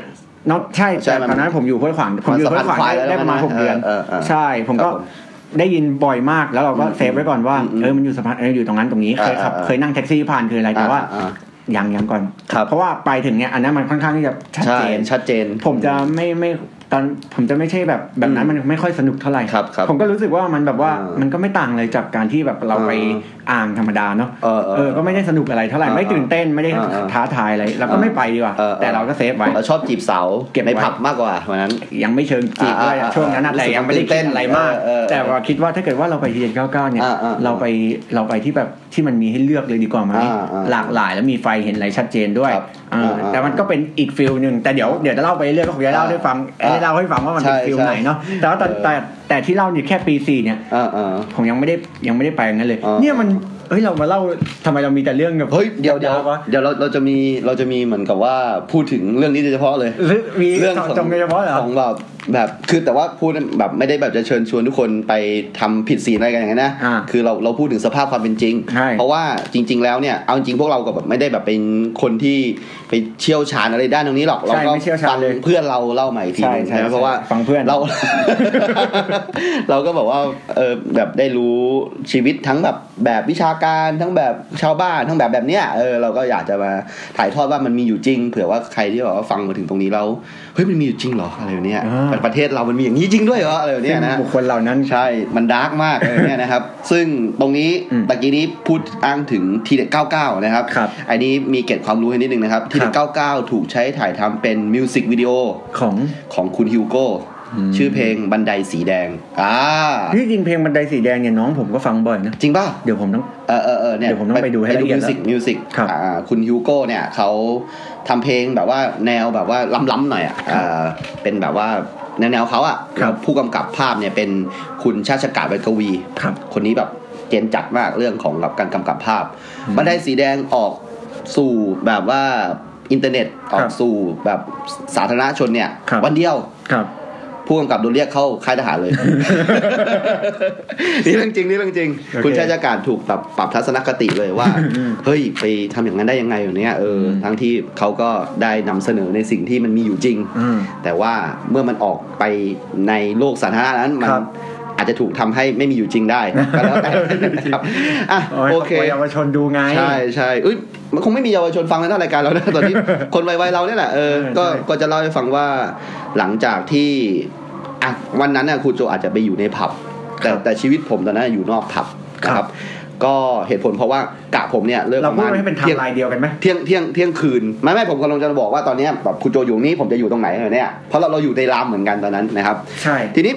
Speaker 4: นอกใช่
Speaker 3: ใช่
Speaker 4: แต่
Speaker 3: มัน
Speaker 4: ตอนนั้นผมอยู่ห้วยขวางผมอยู่ห้วยขวาง
Speaker 3: มันสะพานควาย
Speaker 4: ได้ได้ประมาณ
Speaker 3: แล้วนะ
Speaker 4: หกเดือน
Speaker 3: เออเออ
Speaker 4: ใช่ผมก็
Speaker 3: ครับผม
Speaker 4: ได้ยินบ่อยมากแล้วเราก็เซฟไว้ก่อนว่า
Speaker 3: อืมอืม
Speaker 4: เออมันอยู่สะพานเอออยู่ตรงนั้นตรงนี้
Speaker 3: อ่า
Speaker 4: เคยขับ
Speaker 3: อ่า
Speaker 4: เคยนั่งแท็กซี่ผ่านเคยอะไรแต่ว่า
Speaker 3: อ่าอ่า
Speaker 4: ยังยังก่อน
Speaker 3: ครับ
Speaker 4: เพราะว่าไปถึงเนี้ยอันนั้นมันค่อนข้างที่จะชัด
Speaker 3: ใช่
Speaker 4: เจน
Speaker 3: ชัดเจน
Speaker 4: ผมจะไม่ไม่ตอนผมจะไม่ใช่แบบแบบนั้น
Speaker 3: อืม
Speaker 4: มันไม่ค่อยสนุกเท่าไหร่
Speaker 3: ครับครับ
Speaker 4: ผมก็รู้สึกว่ามันแบบว่า
Speaker 3: อ่ามั
Speaker 4: มันก็ไม่ต่างเลยจากการที่แบบเราไป
Speaker 3: อ่า
Speaker 4: อ่างธรรมดาเนาะ
Speaker 3: เออเออ
Speaker 4: เออก็ไม่ได้สนุกอะไรเท่าไหร่
Speaker 3: อ่า
Speaker 4: ไม่ตื่นเต้นไม่ได้
Speaker 3: อ่าอ่า
Speaker 4: ท้าทายอะไรเราก็ไม่ไปดีกว่า
Speaker 3: เออเออ
Speaker 4: แต่เราก็เซฟไว้
Speaker 3: เราชอบจีบสาว
Speaker 4: เก็บไว้
Speaker 3: ในผับมากกว่าวันนั้น
Speaker 4: ยังไม่เชิงจีบด้วยอะ
Speaker 3: อ่า
Speaker 4: ช่วงนั้นอะ
Speaker 3: อ่า
Speaker 4: แต่ยังไม่ได้
Speaker 3: ตื่นเต้
Speaker 4: คิด
Speaker 3: น
Speaker 4: อะไรมาก
Speaker 3: เออเออ
Speaker 4: แต่ว่าคิดว่าถ้าเกิดว่าเราไปทีเด็ดเก้าเก้าเนี่ย
Speaker 3: อ่าอ่า
Speaker 4: เราไปเราไปที่แบบที่มันมีให้เลือกเลยดีกว่าไหม
Speaker 3: อ่าอ่า
Speaker 4: หลากหลายแล้วมีไฟเห็นอะไรชัดเจนด้วย
Speaker 3: ครับ
Speaker 4: อ่า
Speaker 3: อ่าอ่า
Speaker 4: แต่มันก็เป็นอีกฟิลหนึ่งแต่เดี๋ยวเดี๋ยวจะเล่าไปเรื่อยก็คงจะเล่าให้ฟัง
Speaker 3: อ่า
Speaker 4: ให้เล่าให้ฟังว่ามันเป็น
Speaker 3: ใช่
Speaker 4: ฟิล
Speaker 3: ใช่
Speaker 4: ไหนเนาะแต่ว่าตอน
Speaker 3: เออ
Speaker 4: แต่แต่ที่เล่าเนี่ยแค่ปีสี่เนี่ย
Speaker 3: อ่าอ่า
Speaker 4: ผมยังไม่ได้ยังไม่ได้ไปอย่างนั้นเลย
Speaker 3: อ่า
Speaker 4: เนี่ยมันเฮ้ยเรามาเล่าทำไมเรามีแต่เรื่องแบบ
Speaker 3: เฮ้ยเดี๋ยวเดี๋ยว
Speaker 4: วะ
Speaker 3: เดี๋ยวเราเราจะมีเราจะมีเหมือนกับว่าพูดถึงเรื่องนี้โดยเฉพาะเลย
Speaker 4: หรือมี
Speaker 3: เรื่องของ
Speaker 4: จงเฉพาะเหรอ
Speaker 3: ของแบบแบบคือแต่ว่าพูดแบบไม่ได้แบบจะเชิญชวนทุกคนไปทำผิดศีลอะไรกันอย่างนั้นนะ
Speaker 4: อ่า
Speaker 3: คือเราเราพูดถึงสภาพความเป็นจริง
Speaker 4: ใช่
Speaker 3: เพราะว่าจริง ๆ แล้วเนี่ยเอาจริงๆพวกเราก็แบบไม่ได้แบบเป็นคนที่ไปเชี่ยวชาญอะไรด้านตรงนี้หรอกเราก็
Speaker 4: ไม่เชี่ยวชาญ
Speaker 3: ฟัง
Speaker 4: เลย
Speaker 3: เพื่อนเราเล่าใหม่ที
Speaker 4: ใช่
Speaker 3: นึง
Speaker 4: ใช่
Speaker 3: ใช่ไหม
Speaker 4: ใช่
Speaker 3: เพราะว่า
Speaker 4: ฟังเพื่อน
Speaker 3: เรา เราก็บอกว่าเออแบบได้รู้ชีวิตทั้งแบบแบบวิชาการทั้งแบบชาวบ้านทั้งแบบแบบเนี้ยเออเราก็อยากจะมาถ่ายทอดว่ามันมีอยู่จริง เผื่อว่าใครที่แบบว่าฟังมาถึงตรงนี้แล้วเฮ้ยมันมีอยู่จริงเหรออะไรแบบเนี้ย
Speaker 4: อ่า
Speaker 3: ประเทศเรามันมีอย่างนี้จริงด้วยเหรออะไรแบบเนี้ยนะ
Speaker 4: ซึ่งบุคคลเหล่านั้น
Speaker 3: ใช่ มันดาร์กมากเลยเนี่ยนะครับ ซึ่งตรงนี้
Speaker 4: อืม
Speaker 3: ตะกี้นี้พูดอ้างถึงทีเด็ด99 นะครับ
Speaker 4: ครับ
Speaker 3: อันนี้มีเกร็ดความรู้ให้นิดนึงนะครับ ทีเด็ด
Speaker 4: ครั
Speaker 3: 99 ถูกใช้ถ่ายทำเป็นมิวสิกวิดีโอ
Speaker 4: ของ
Speaker 3: ของคุณฮิวโก้
Speaker 4: อืม
Speaker 3: ชื่อเพลงบันไดสีแดงอ่า
Speaker 4: ที่จริงเพลงบันไดสีแดงเนี่ยน้องผมก็ฟังบ่อยนะ
Speaker 3: จริงป่ะ
Speaker 4: เดี๋ยวผมต้อง
Speaker 3: เออเออเออเนี่ย
Speaker 4: เดี๋ยวผมต้องไปดูให้
Speaker 3: ไป
Speaker 4: ละ
Speaker 3: ดู
Speaker 4: เอียด
Speaker 3: มิวสิกมิวสิก
Speaker 4: ครับ
Speaker 3: อ่าคุณฮิวโก้เนี่ยเขาทำเพลงแบบว่าแนวแบบว่าล้ำๆหน่อยอ่ะอ่าเป็นแบบว่าแนวๆเขาอ่ะ
Speaker 4: ครับ
Speaker 3: แล้วผู้กำกับภาพเนี่ยเป็นคุณชาติชกาศเวทกวี
Speaker 4: ครับ
Speaker 3: คนนี้แบบเจนจัดมากเรื่องของกับการกำกับภาพบันไดสีแดงออกสู่แบบว่าอินเทอร์เน็ตออ
Speaker 4: ครั
Speaker 3: ก
Speaker 4: บ
Speaker 3: สู่แบบสาธารณชนเนี่ย
Speaker 4: ครับ
Speaker 3: วันเดียว
Speaker 4: ครับ
Speaker 3: ผู้กำกับโดนเรียกเข้าค่ายทหารเลย นี่เรื่องจริงนี่เรื่องจริง
Speaker 4: โอเค
Speaker 3: คุณชาติการถูกแบบปรับทัศนคติเลย ว่า เฮ้ยไปทำอย่างนั้นได้ยังไงอยู่เนี่ยเอออ
Speaker 4: ม
Speaker 3: ทั้งที่เขาก็ได้นำเสนอในสิ่งที่มันมีอยู่จริง
Speaker 4: อืม
Speaker 3: แต่ว่าเมื่อมันออกไปในโลกสาธารณะนั้นมัน
Speaker 4: ครับ
Speaker 3: อาจจะถูกทำให้ไม่มีอยู่จริงได้ ก็แล้วแต่นะครับอ่ะ
Speaker 4: ย
Speaker 3: โอเค
Speaker 4: ขบณเยาวชนดูไง
Speaker 3: ใช่ใช่เอ้ยมันคงไม่มีเยาวชนฟังแล้วนะรายการเรานะ ตอนนี้ คนวัยๆเราเนี่ยแหละเออ
Speaker 4: เออ
Speaker 3: ก็
Speaker 4: ใช่
Speaker 3: ก็จะเล่าให้ฟังว่าหลังจากที่อ่ะวันนั้นน่ะครูโจอาจจะไปอยู่ในผับ แต่
Speaker 4: ครับ
Speaker 3: แต่ชีวิตผมตอนนั้นอยู่นอกผับ
Speaker 4: ครับ
Speaker 3: นะครับ ก็เหตุผลเพราะว่ากะผมเนี่ยเลิก
Speaker 4: เรา
Speaker 3: ประ
Speaker 4: พูด
Speaker 3: มาณ
Speaker 4: ให้เป็นไท
Speaker 3: เที่ย
Speaker 4: ม์
Speaker 3: ง
Speaker 4: ไลน์เดียวกันไหม
Speaker 3: เที่ยงเที่ยงเที่ยงคืนไม่ไม่ผมกำลังจะบอกว่าตอนเนี้ยแบบครูโจอยู่นี่ผมจะอยู่ตรงไหนเนี่ยเพราะเราเราอยู่ในรามเหมือนกันตอนนั้นนะครับ
Speaker 4: ใช่
Speaker 3: ทีนี้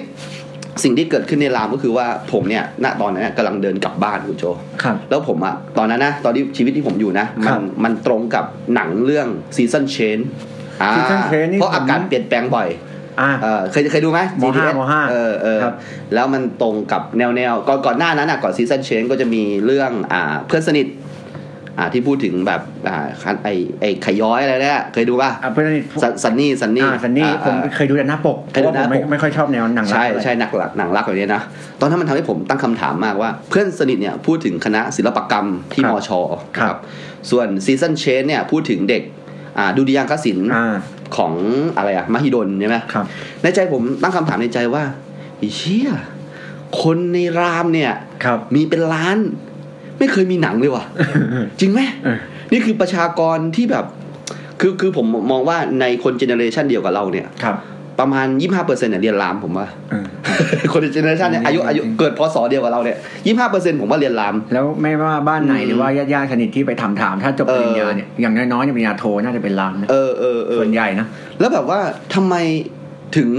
Speaker 3: สิ่งที่เกิดขึ้นในรามก็คือว่าผมเนี่ยณตอนนั้นนะกำลังเดินกลับบ้านครูโจ
Speaker 4: ครับ
Speaker 3: แล้วผมอะตอนนั้นนะตอนที่ชีวิตที่ผมอยู่นะ
Speaker 4: ค
Speaker 3: มั
Speaker 4: รั
Speaker 3: น
Speaker 4: บ
Speaker 3: มันตรงกับหนังเรื่องซีซันเชน
Speaker 4: Season Change นี่
Speaker 3: เพราะ
Speaker 4: ผม
Speaker 3: อากาศเปลี่ยนแปลงบ่อย
Speaker 4: อ่ะ
Speaker 3: เออเคยเคยดูไหม
Speaker 4: มห้า
Speaker 3: GDS
Speaker 4: มห้า
Speaker 3: เออเออ
Speaker 4: ครับ
Speaker 3: แล้วมันตรงกับแนวแนวก่อนก่อนหน้านั้นอะก่อนซีซันเชนก็จะมีเรื่องอ่าเพื่อนสนิทอ่าที่พูดถึงแบบอ่าคันไอไอขย้อยอะไรเนี่ยเคยดูป่ะ
Speaker 4: อ่ะเพื่อนสนิทผม
Speaker 3: สันสันนี่สันนี่
Speaker 4: อ่าซันนี่
Speaker 3: อ่า
Speaker 4: ผม
Speaker 3: อ่า
Speaker 4: เคยดูแต่หน้าปกเพ
Speaker 3: เคย
Speaker 4: ราะ
Speaker 3: ดู
Speaker 4: ว่า
Speaker 3: ห
Speaker 4: ผ
Speaker 3: น้าม ปก
Speaker 4: ไม่ไม่ค่อยชอบแนวหนังรัก
Speaker 3: ใช่
Speaker 4: อะไร
Speaker 3: ใช่หนักหลักหนังรักแบบนี้นะ ตอนนั้นมันทำให้ผมตั้งคำถามมากว่า เพื่อนสนิทเนี่ยพูดถึงคณะศิลปกรรมที่มช
Speaker 4: ครับ
Speaker 3: ส่วนซีซันเชนเนี่ยพูดถึงเด็กอ่าดูดียางคศิลป์
Speaker 4: อ่า
Speaker 3: ของอะไรอะมหิดลใช่ไหม
Speaker 4: ครับ
Speaker 3: ในใจผมตั้งคำถามในใจว่าไอ้เชี่ยคนในรามเนี่ย
Speaker 4: ครับ
Speaker 3: มีเป็นล้าน ไม่เคยมีหนัง เลยว่ะ จริงไหม
Speaker 4: เออ
Speaker 3: นี่คือประชากรที่แบบ คือคือผมมองว่าในคนเจเนอเรชันเดียวกับเราเนี่ย
Speaker 4: ครับ
Speaker 3: ประมาณ 25%เนี่ยเรียนรามผมว่า
Speaker 4: เออ
Speaker 3: คนเจเนอเรชันเนี่ยอายุอายุ
Speaker 4: จริงๆ
Speaker 3: เกิดพศเดียวกับเราเนี่ยยี่ห้าเปอร์เซ็นต์ผมว่าเรียนราม
Speaker 4: แล้วไม่ว่าบ้านไหนหรือว่าญาติญาติๆสนิทที่ไปถามถามๆถ้าจบปริญญา
Speaker 3: เออ
Speaker 4: เนี่ยอย่างน้อยๆเนี่ยปริญญาโทน่าจะเป็นล้านนะ
Speaker 3: เออเออเออ
Speaker 4: ส่วนใหญ่นะ
Speaker 3: แล้วแบบว่าทำไมถึง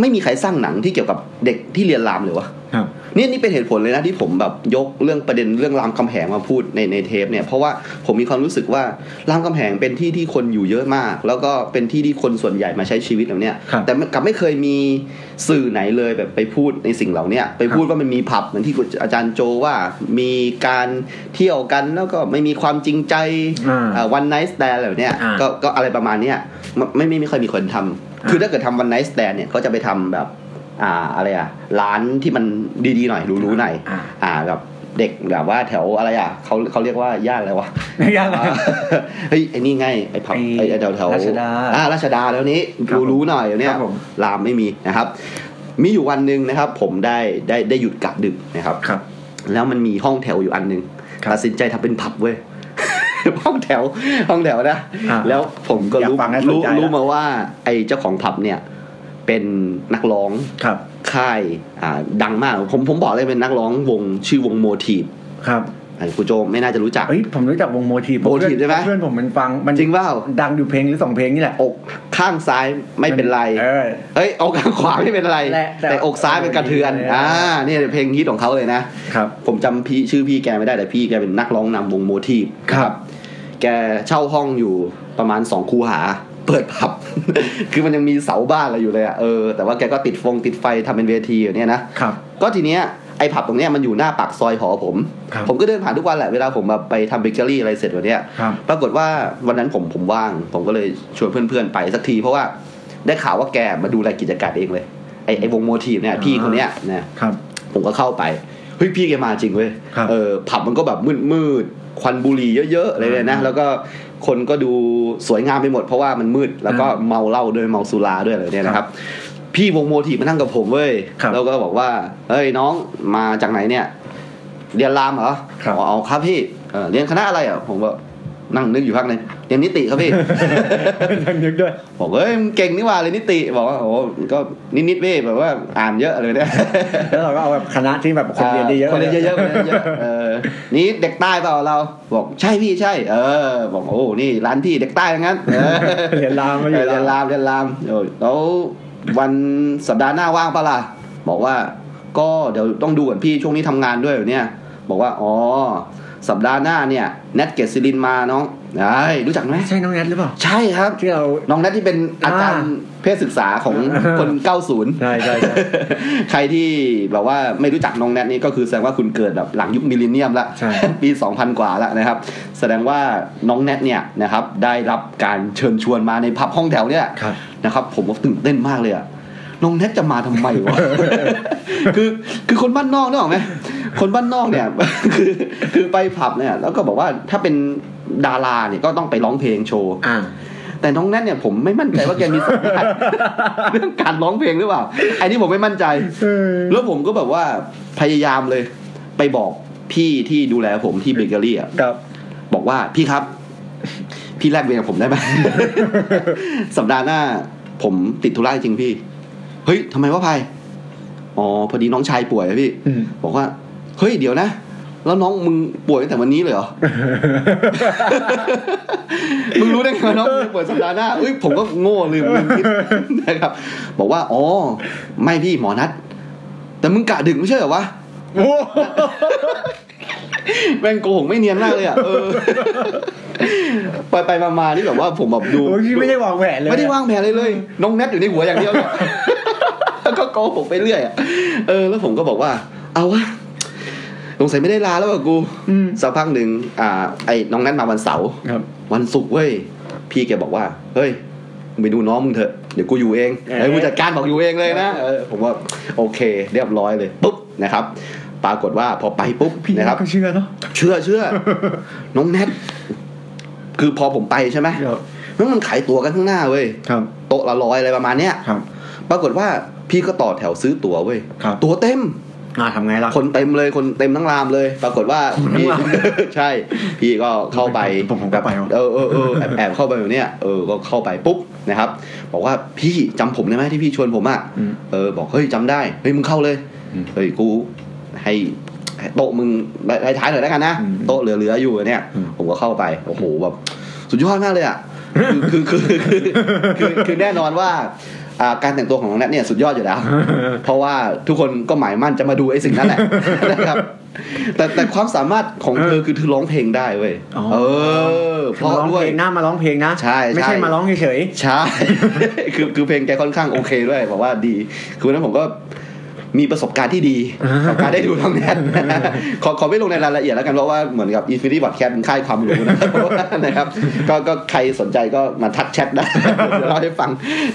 Speaker 3: ไม่มีใครสร้างหนังที่เกี่ยวกับเด็กที่เรียนรามเลยวะ
Speaker 4: ครับ
Speaker 3: นี่นี่เป็นเหตุผลเลยนะที่ผมแบบยกเรื่องประเด็นเรื่องรามคำแหงมาพูดในในเทปเนี่ยเพราะว่าผมมีความรู้สึกว่ารามคำแหงเป็นที่ที่คนอยู่เยอะมาก แล้วก็เป็นที่ที่คนส่วนใหญ่มาใช้ชีวิตแบบเนี้ย
Speaker 4: ครับ
Speaker 3: แต่มันกลับไม่เคยมีสื่อไหนเลยแบบไปพูดในสิ่งเหล่าเนี้ยไปพูด
Speaker 4: ครับ
Speaker 3: ว่ามันมีผับเหมือนที่อาจารย์โจว่ามีการเที่ยวกันแล้วก็ไม่มีความจริงใจ
Speaker 4: อ่า
Speaker 3: วันไนส์แตนแบบเนี้ย
Speaker 4: อ่า
Speaker 3: ก็ก็อะไรประมาณเนี้ยไม่ไม่ไม่ไม่ค่อยมีคนทำ
Speaker 4: า
Speaker 3: คือถ้าเกิดทำวันไนส์แตนเนี่ยก็จะไปทำแบบอ่าอะไรอะร้านที่มันดีๆหน่อยหรูๆหน่อย
Speaker 4: อ่า
Speaker 3: อ่าแบบเด็กแบบว่าแถวอะไรอ่ะเขาเขาเรียกว่าย่านอะไรวะ
Speaker 4: ไม่ยากเลย
Speaker 3: เฮ้ยไอ้นี่ไงไอ้ผับ
Speaker 4: ไอ้
Speaker 3: ไอ้แถวแถวๆ
Speaker 4: รัชดา
Speaker 3: อ่าราชดาแล้วนี้
Speaker 4: ครับผม
Speaker 3: รู้ๆหน่อยเดี๋ยวเนี่ย
Speaker 4: ครับผม
Speaker 3: รามไม่มีนะครับ มีอยู่วันหนึ่งนะครับ ผมได้ได้ได้หยุดกะดึกนะครับ
Speaker 4: ครับ
Speaker 3: แล้วมันมีห้องแถวอยู่อันหนึ่ง
Speaker 4: ครับ
Speaker 3: ตัดสินใจทำเป็นผับเว้ย ห้องแถวห้องแถวนะ
Speaker 4: อ่า
Speaker 3: แล้วผมก็
Speaker 4: อยาก
Speaker 3: รู้
Speaker 4: ฟังน่าสน
Speaker 3: รู้
Speaker 4: ใจละ
Speaker 3: รู้มาว่า ไอ้เจ้าของผับเนี่ย เป็นนักร้อง
Speaker 4: ครับ
Speaker 3: ค่ายอ่าดังมาก ผมผมบอกเลยเป็นนักร้องวงชื่อวงโมทีฟ
Speaker 4: ครับ
Speaker 3: คุณโจไม่น่าจะรู้จัก
Speaker 4: เอ้ยผมรู้จักวงโมทีฟ
Speaker 3: โมทีฟใช่ไหม
Speaker 4: เพื่อนผมมันฟังมัน
Speaker 3: จริงเปล่า
Speaker 4: ดังอยู่เพลงหรือสองเพลงนี่แหละ
Speaker 3: อกข้างซ้ายไม่เป็นไร
Speaker 4: เออ
Speaker 3: เฮ้ยอกข้างขวาไม่เป็นไร
Speaker 4: แหละแต่
Speaker 3: แต่อกซ้ายเป็นกระเทือน
Speaker 4: เออ
Speaker 3: อ่าเนี่ยเพลงฮิตของเขาเลยนะ
Speaker 4: ครับ
Speaker 3: ผมจำพี่ชื่อพี่แกไม่ได้แต่พี่แกเป็นนักร้องนำวงโมทีฟ
Speaker 4: ครับ
Speaker 3: แกเช่าห้องอยู่ประมาณสองคูหา เปิดผับ คือมันยังมีเสาบ้านอะไรอยู่เลยอะเออแต่ว่าแกก็ติดฟงติดไฟทำเป็นเวทีอยู่เนี่ยนะ
Speaker 4: ครับ
Speaker 3: ก็ทีเนี้ยไอ้ผับตรงเนี้ยมันอยู่หน้าปากซอยหอผม
Speaker 4: ครับ
Speaker 3: ผมก็เดินผ่านทุกวันแหละเวลาผมแบบไปทำเบเกอรี่อะไรเสร็จวันเนี้ย
Speaker 4: ครับ
Speaker 3: ปรากฏว่าวันนั้นผมผมว่าง ผมก็เลยชวนเพื่อนๆไปสักที เพราะว่าได้ข่าวว่าแกมาดูแลกิจการเองเลย ไอไอวงโมทีฟเนี่ย
Speaker 4: อ่า
Speaker 3: พี่คนเนี้ยนะครับ ผมก็เข้าไปเฮ้ยพี่แกมาจริงเว้ย
Speaker 4: ครับ
Speaker 3: เออผับมันก็แบบมืดมืดๆควันบุหรี่เยอะๆอะไรเลยนะ
Speaker 4: อ่า
Speaker 3: แล้วก็คนก็ดูสวยงามไปหมดเพราะว่ามันมืดแล้วก็เมาเหล้าด้วยเมาสุราด้วยอะไรเนี่ยนะครับ พี่วงโมทีฟมานั่งกับผมเว้ย
Speaker 4: ครับ
Speaker 3: แล้วก็บอกว่าเฮ้ยน้องมาจากไหนเนี่ย เรียนรามเหรอ
Speaker 4: ครับ
Speaker 3: อ๋อเอาครับพี่เออเรียนคณะอะไรอ่ะผมก็ นั่งนึกอยู่พักหนึงเรียนนิติ ครับพี่
Speaker 4: ทันนึก ด้วย
Speaker 3: บอกเอ้ยมึงเก่งนี่หว่าเลยนิติ บอกว่าโอ้โหก็นิดๆพี่แบบว่าอ่านเยอะเลยเนี่ย
Speaker 4: แล้วเราก็เอาแบบคณะที่แบบคนเรียนได้เยอะ
Speaker 3: คนเรียนเยอะๆคนเรียนเยอะเออนี่เด็กใต้เปล่าเรา บอกใช่พี่ใช่ เออ บอกโอ้นี่ร้านพี่เด็กใต้ทั้งนั้นเออ
Speaker 4: เรียนรามมาอ
Speaker 3: เอยู่ อเรียนรามเรียนรามโอ้ยแล้ว วันสัปดาห์หน้าว่างปะล่ะบอกว่าก็เดี๋ยวต้องดูก่อนพี่ช่วงนี้ทำงานด้วยแบบเนี้ยบอกว่าอ๋อสัปดาห์หน้าเนี่ยแนทเกษรินมาน้องไอ้ยรู้จักไหม
Speaker 4: ใช่น้องแนทหรือเปล่า
Speaker 3: ใช่ครับ
Speaker 4: ที่เรา
Speaker 3: น้องแนทที่เป็นอาจารย์เพศศึกษาของ
Speaker 4: อ่า
Speaker 3: คน 90
Speaker 4: ใช่ใช่ใช่
Speaker 3: ใครที่แบบว่าไม่รู้จักน้องแนทนี่ก็คือแสดงว่าคุณเกิดแบบหลังยุคมิลเลนเนียมละ
Speaker 4: ใช่
Speaker 3: ปี 2000 กว่าละนะครับ แสดงว่าน้องแนทเนี่ยนะครับได้รับการเชิญชวนมาในพับห้องแถวเนี่ย
Speaker 4: ครับ
Speaker 3: นะครับผมก็ตื่นเต้นมากเลยอะน้องแนทจะมาทำไม วะ คือคือคนบ้านนอกนึกออกไหมคนบ้านนอกเนี่ย คือคือไปผับเนี่ยแล้วก็บอกว่าถ้าเป็นดาราเนี่ยก็ต้องไปร้องเพลงโชว์
Speaker 4: อ่า
Speaker 3: แต่น้องแนทเนี่ยผมไม่มั่นใจว่าแกมีสัมผัส เรื่องการร้องเพลงหรือเปล่าไอ้นี่ผมไม่มั่นใจ แล้วผมก็แบบว่าพยายามเลย ไปบอกพี่ที่ดูแลผมที่เบเกอรี่อ่ะ
Speaker 4: ครับ
Speaker 3: บอกว่าพี่ครับ พี่แลกเวรกับผมได้ ไหม สัปดาห์หน้า ผมติดธุระจริงๆพี่ เฮ้ยทำไมวะพายอ๋อพอดีน้องชายป่วยอะพี่
Speaker 4: อืม
Speaker 3: บอกว่า เฮ้ยเดี๋ยวนะ แล้วน้องมึงป่วยตั้งแต่วันนี้เลยเหรอ มึงรู้ได้ไงว่าน้องมึงป่วยสัปดาห์หน้าเอ้ยผมก็โง่ลืมลืมคิด นะครับ บอกว่าอ๋อไม่พี่หมอนัด แต่มึงกะดึกไม่ใช่เหรอวะ
Speaker 4: โอ้โห
Speaker 3: แม่งโกหกไม่เนียนมากเลยอ่ะเอ อ ไปไปมามานี่แบบว่าผมแบบดู
Speaker 4: โอ้ยพี่ไม่ได้วางแผนเลย
Speaker 3: ไม่ได้วางแผนเลยเลย น้องแนทอยู่ในหัวอย่างเดียวเนี่ย แล้วก็โกหกไปเรื่อยอะเออ แล้วผมก็บอกว่า เอาวะสงสัยไม่ได้ลาแล้วอะกู
Speaker 4: อืม
Speaker 3: สักพักหนึ่งอ่า ไอ้น้องแนทมาวันเสาร์
Speaker 4: ครับ
Speaker 3: วันศุกร์เว้ย พี่แกบอกว่า เฮ้ยมึงไปดูน้องมึงเถอะ เดี๋ยวกูอยู่เอง
Speaker 4: เอ๊ะ
Speaker 3: ไอ้ยผู้จัดการบอกอยู่เองเลยนะเออผมว่าโอเค เรียบร้อยเลยปุ๊บนะครับ ปรากฏว่าพอไปปุ๊บ
Speaker 4: พี่นะ
Speaker 3: นะ
Speaker 4: ค
Speaker 3: ค
Speaker 4: รั
Speaker 3: รั
Speaker 4: บบ ก็เชื่อเนาะ
Speaker 3: เชื่อ เชื่อ น้องแนทคือพอผมไปใช่ไหม
Speaker 4: ครับ
Speaker 3: แล้วมันขายตั๋วกันข้างหน้าเว้ย
Speaker 4: ครับ
Speaker 3: โต๊ะละร้อยอะไรประมาณเนี้ย
Speaker 4: ครับ
Speaker 3: ปรากฏว่าพี่ก็ต่อแถวซื้อตั๋วเว้ย
Speaker 4: ครับ
Speaker 3: ตั๋วเต็ม
Speaker 4: อ่าทำไงล่ะ
Speaker 3: คนเต็มเลย คนเต็มทั้งรามเลย ปรากฏว่าพี่ ใช่ พี่ก็เข้าไป
Speaker 4: ผมผมก็ไปว่ะ
Speaker 3: เออเออเออแอบแอบเข้าไปแบบเนี้ย เออ ก็เข้าไปปุ๊บนะครับ บอกว่าพี่จำผมได้ไหมที่พี่ชวนผมอ่ะ
Speaker 4: อืม
Speaker 3: เออ บอกเฮ้ยจำได้ เฮ้ยมึงเข้าเลย
Speaker 4: อืม
Speaker 3: เฮ้ยกูให้ให้โต๊ะมึงรายท้ายหน่อยแล้วกันนะ
Speaker 4: อืม
Speaker 3: โต๊ะเหลือๆอยู่เนี่ย
Speaker 4: อืม
Speaker 3: ผมก็เข้าไป โอ้โหแบบสุดยอดมากเลยอ่ะ คือคือคือคือคือคือแน่นอนว่าอ่าการแต่งตัวของน้องแนทเนี่ยสุดยอดอยู่แล้ว เพราะว่าทุกคนก็หมายมั่นจะมาดูไอ้สิ่งนั้นแหละ นะครับ แต่แต่ความสามารถของเธอคือเธอร้องเพลงได้เว้ย
Speaker 4: อ๋อ
Speaker 3: เออเพ
Speaker 4: มา
Speaker 3: ราะ
Speaker 4: ร้อง
Speaker 3: ด้ว
Speaker 4: เพ
Speaker 3: ย
Speaker 4: ลงหน้ามาร้องเพลงนะ
Speaker 3: ใช่ใช่
Speaker 4: ไม่ใช่มาร้องเฉย
Speaker 3: ใช่ คือคือเพลงแกค่อนข้างโอเคด้วยบอกว่าดี คือวันนั้นผมก็มีประสบการณ์ที่ดีกับการได้ดูน้องแนท ขอขอไม่ลงในรายละเอียดแล้วกันเพราะว่าเหมือนกับ Infinity Podcast เป็นค่ายความรู้นะครับ นะครับก็ก็ใครสนใจก็มาทักแชทได้ เดี๋ยวเราให้ฟัง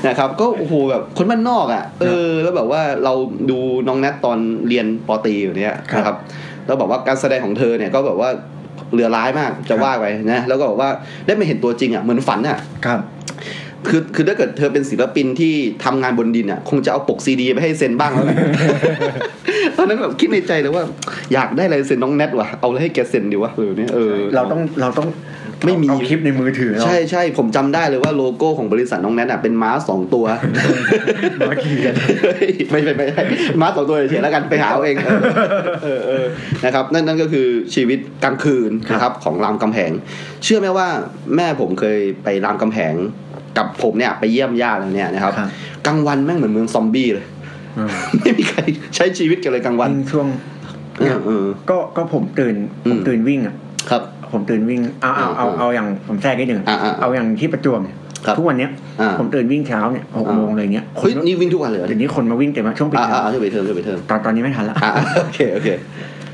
Speaker 3: นะครับก็โอ้โหแบบคนบ้านนอกอ่ะเออแล้วแบบว่าเราดูน้องแนทตอนเรียนปอตรีอยู่เนี่ย
Speaker 4: ครับ
Speaker 3: นะครับแล้วบอกว่าการแสดงของเธอเนี่ยก็แบบว่าเหลือร้ายมากจะว่าไปนะแล้วก็บอกว่าได้มาเห็นตัวจริงอ่ะเหมือนฝันอ่ะ
Speaker 4: ๆ ครับ
Speaker 3: คือคือถ้าเกิดเธอเป็นศิลปินที่ทำงานบนดินอ่ะคงจะเอาปกซีดีไปให้เซ็นบ้างแล้ว แหละ ตอนนั้นแบบคิดในใจเลยว่า อยากได้อะไรเซ็นน้องแนทว่ะเอาอะไรให้แกเซ็นดีวะเออเนี่ยเออ
Speaker 4: เราต้องเราต้อง
Speaker 3: ไม่มี
Speaker 4: เอาคลิปในมือถือเรา
Speaker 3: ใช่ใช่ผมจำได้เลยว่าโลโก้ของบริษัทน้องแนทอ่ะเป็นม้าสอง ตัว
Speaker 4: มาขี่กัน
Speaker 3: ไม่ไม่ไม่ใช่ม้าสองตัวเฉยๆแล้วกันไปหาเอาเองเออเออเออนะครับนั่นนั่นก็คือชีวิตกลางคืนนะครับของรามคำแหงเชื่อไหมว่าแม่ผมเคยไปรามคำแหงกับผมเนี่ยไปเยี่ยมญาติอะไรเนี่ยนะครับ
Speaker 4: ครับ
Speaker 3: กลางวันแม่งเหมือนเมืองซอมบี้เลย
Speaker 4: อืม
Speaker 3: ไม่มีใครใช้ชีวิตกันเลยกลางวัน
Speaker 4: ยิ่งช่วง
Speaker 3: เออเออ
Speaker 4: ก็ก็ผมตื่น
Speaker 3: อื
Speaker 4: ผม มตื่นวิ่งอ่ะ
Speaker 3: ครับ
Speaker 4: ผมตื่นวิ่งเอาเอาเอา
Speaker 3: อ่า
Speaker 4: เอาอย่างผมแทรกนิดหนึ่ง
Speaker 3: อ่าอ่า
Speaker 4: เอาอย่างที่ประจวบเนี่ย
Speaker 3: ครับ
Speaker 4: ทุกวันเนี้ย
Speaker 3: อ่า
Speaker 4: ผมตื่นวิ่งเช้าเนี่ยหก
Speaker 3: อ่า
Speaker 4: โมงเลยเนี่ยค
Speaker 3: เฮ้ย
Speaker 4: น
Speaker 3: นี่วิ่งทุกวันเลยเหรอ
Speaker 4: เดี๋ยวนี้คนมาวิ่งเต็มแล้วช่วงปิด
Speaker 3: อ่า
Speaker 4: เทอ
Speaker 3: อ่าม ช่วยไปเทิมช่วยไปเทิม
Speaker 4: ตอนตอนนี้ไม่ทันละ
Speaker 3: อ่าโอเคโอเค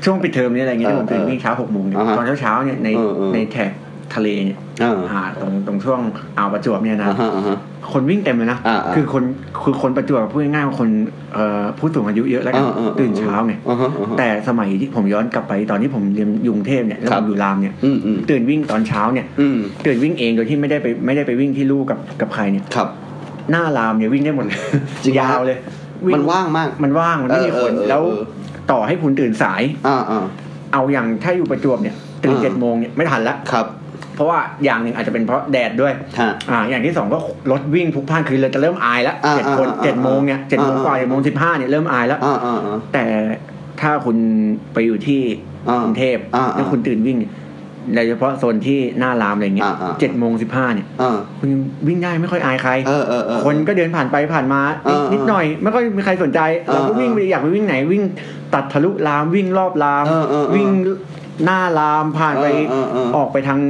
Speaker 4: ช่วงปิดเทอมเนี่ยอะไรเงี้ยที่ผมตื่นวิ่งเช้าหกโมงเนี่ย
Speaker 3: อ่าฮะ
Speaker 4: ตอนเช้าเช้าๆเนี่ยใน
Speaker 3: เออเออ
Speaker 4: ในแถบทะเลเนี่ย
Speaker 3: อ่า
Speaker 4: หาดตรงตรงช่วงอ่าวประจวบเนี่ยนะ
Speaker 3: อ่าฮะอ่าฮะ
Speaker 4: คนวิ่งเต็มเลยนะ
Speaker 3: อ่าอ่า
Speaker 4: คือคนคือคนประจวบพูดง่ายๆว่าคนเอ่อผู้สูงอายุเยอะแล้วกั
Speaker 3: อ่าน อ่
Speaker 4: ตื่นเช้าไง
Speaker 3: อ่าฮะอ่าฮะ
Speaker 4: แต่สมัยที่ผมย้อนกลับไปตอนที่ผมเรียนอยกรุงเทพเนี่ยแล้ว
Speaker 3: ครั
Speaker 4: ผ
Speaker 3: บ
Speaker 4: มอยู่รามเนี่ย
Speaker 3: อืมอืม
Speaker 4: ตื่นวิ่งตอนเช้าเนี่ย
Speaker 3: อืม
Speaker 4: เกิดวิ่งเองโดยที่ไม่ได้ไปไม่ได้ไปวิ่งที่ลู่กับกับใครเนี่ย
Speaker 3: ครับ
Speaker 4: หน้ารามเนี่ยวิ่งได้หมดเลย
Speaker 3: จริงนะ
Speaker 4: ยาวเลยง
Speaker 3: มันว่างมาก
Speaker 4: มันว่างมันไม่มีคน
Speaker 3: เออเออเออ
Speaker 4: แล้วต่อให้คุณตื่นสาย
Speaker 3: อ่าอ่า
Speaker 4: เอาอย่างถ้าอยู่ประจวบเนี่ยตื่น
Speaker 3: อ่า
Speaker 4: เจ็ดโมงเนี่ยไม่ทันละ
Speaker 3: ครับ
Speaker 4: เพราะว่าอย่างหนึ่งอาจจะเป็นเพราะแดดด้วย
Speaker 3: ฮะ
Speaker 4: อ่าอย่างที่สองก็รถวิ่งพลุกพล่านคือเราจะเริ่มอายแล้ว
Speaker 3: อ่า
Speaker 4: เจ็ดคน
Speaker 3: อ่าอ่า
Speaker 4: เจ็ดโมงเนี่ยเจ็ดโมง
Speaker 3: อ่าก อ่า
Speaker 4: ว่าเจ็ดโมงสิบห้าเนี่ยเริ่มอายแล้ว
Speaker 3: อ่าอ่าอ่า
Speaker 4: แต่ถ้าคุณไปอยู่ที่
Speaker 3: อ่าก
Speaker 4: รุงเทพ
Speaker 3: อ่าอ่า
Speaker 4: แล้วคุณตื่นวิ่งเนี่ย โดยเฉพาะโซนที่หน้ารามอะไรเงี้ย
Speaker 3: อ่าอ่า
Speaker 4: เจ็ดโมงสิบห้าเนี่ย
Speaker 3: เออ
Speaker 4: คุณวิ่งได้ไม่ค่อยอายใคร
Speaker 3: เออเออเออ
Speaker 4: คนก็เดินผ่านไปผ่านมา
Speaker 3: เออเออ
Speaker 4: นิดหน่อยไม่ค่อยมีใครสนใจ
Speaker 3: เออ
Speaker 4: เราก็วิ่งไปอยากไปวิ่งไหนวิ่งตัดทะลุรามวิ่งรอบราม
Speaker 3: เออเออเออ
Speaker 4: วิ่งหน้ารามผ่านไป
Speaker 3: เออเออเออ
Speaker 4: ออกไปทาง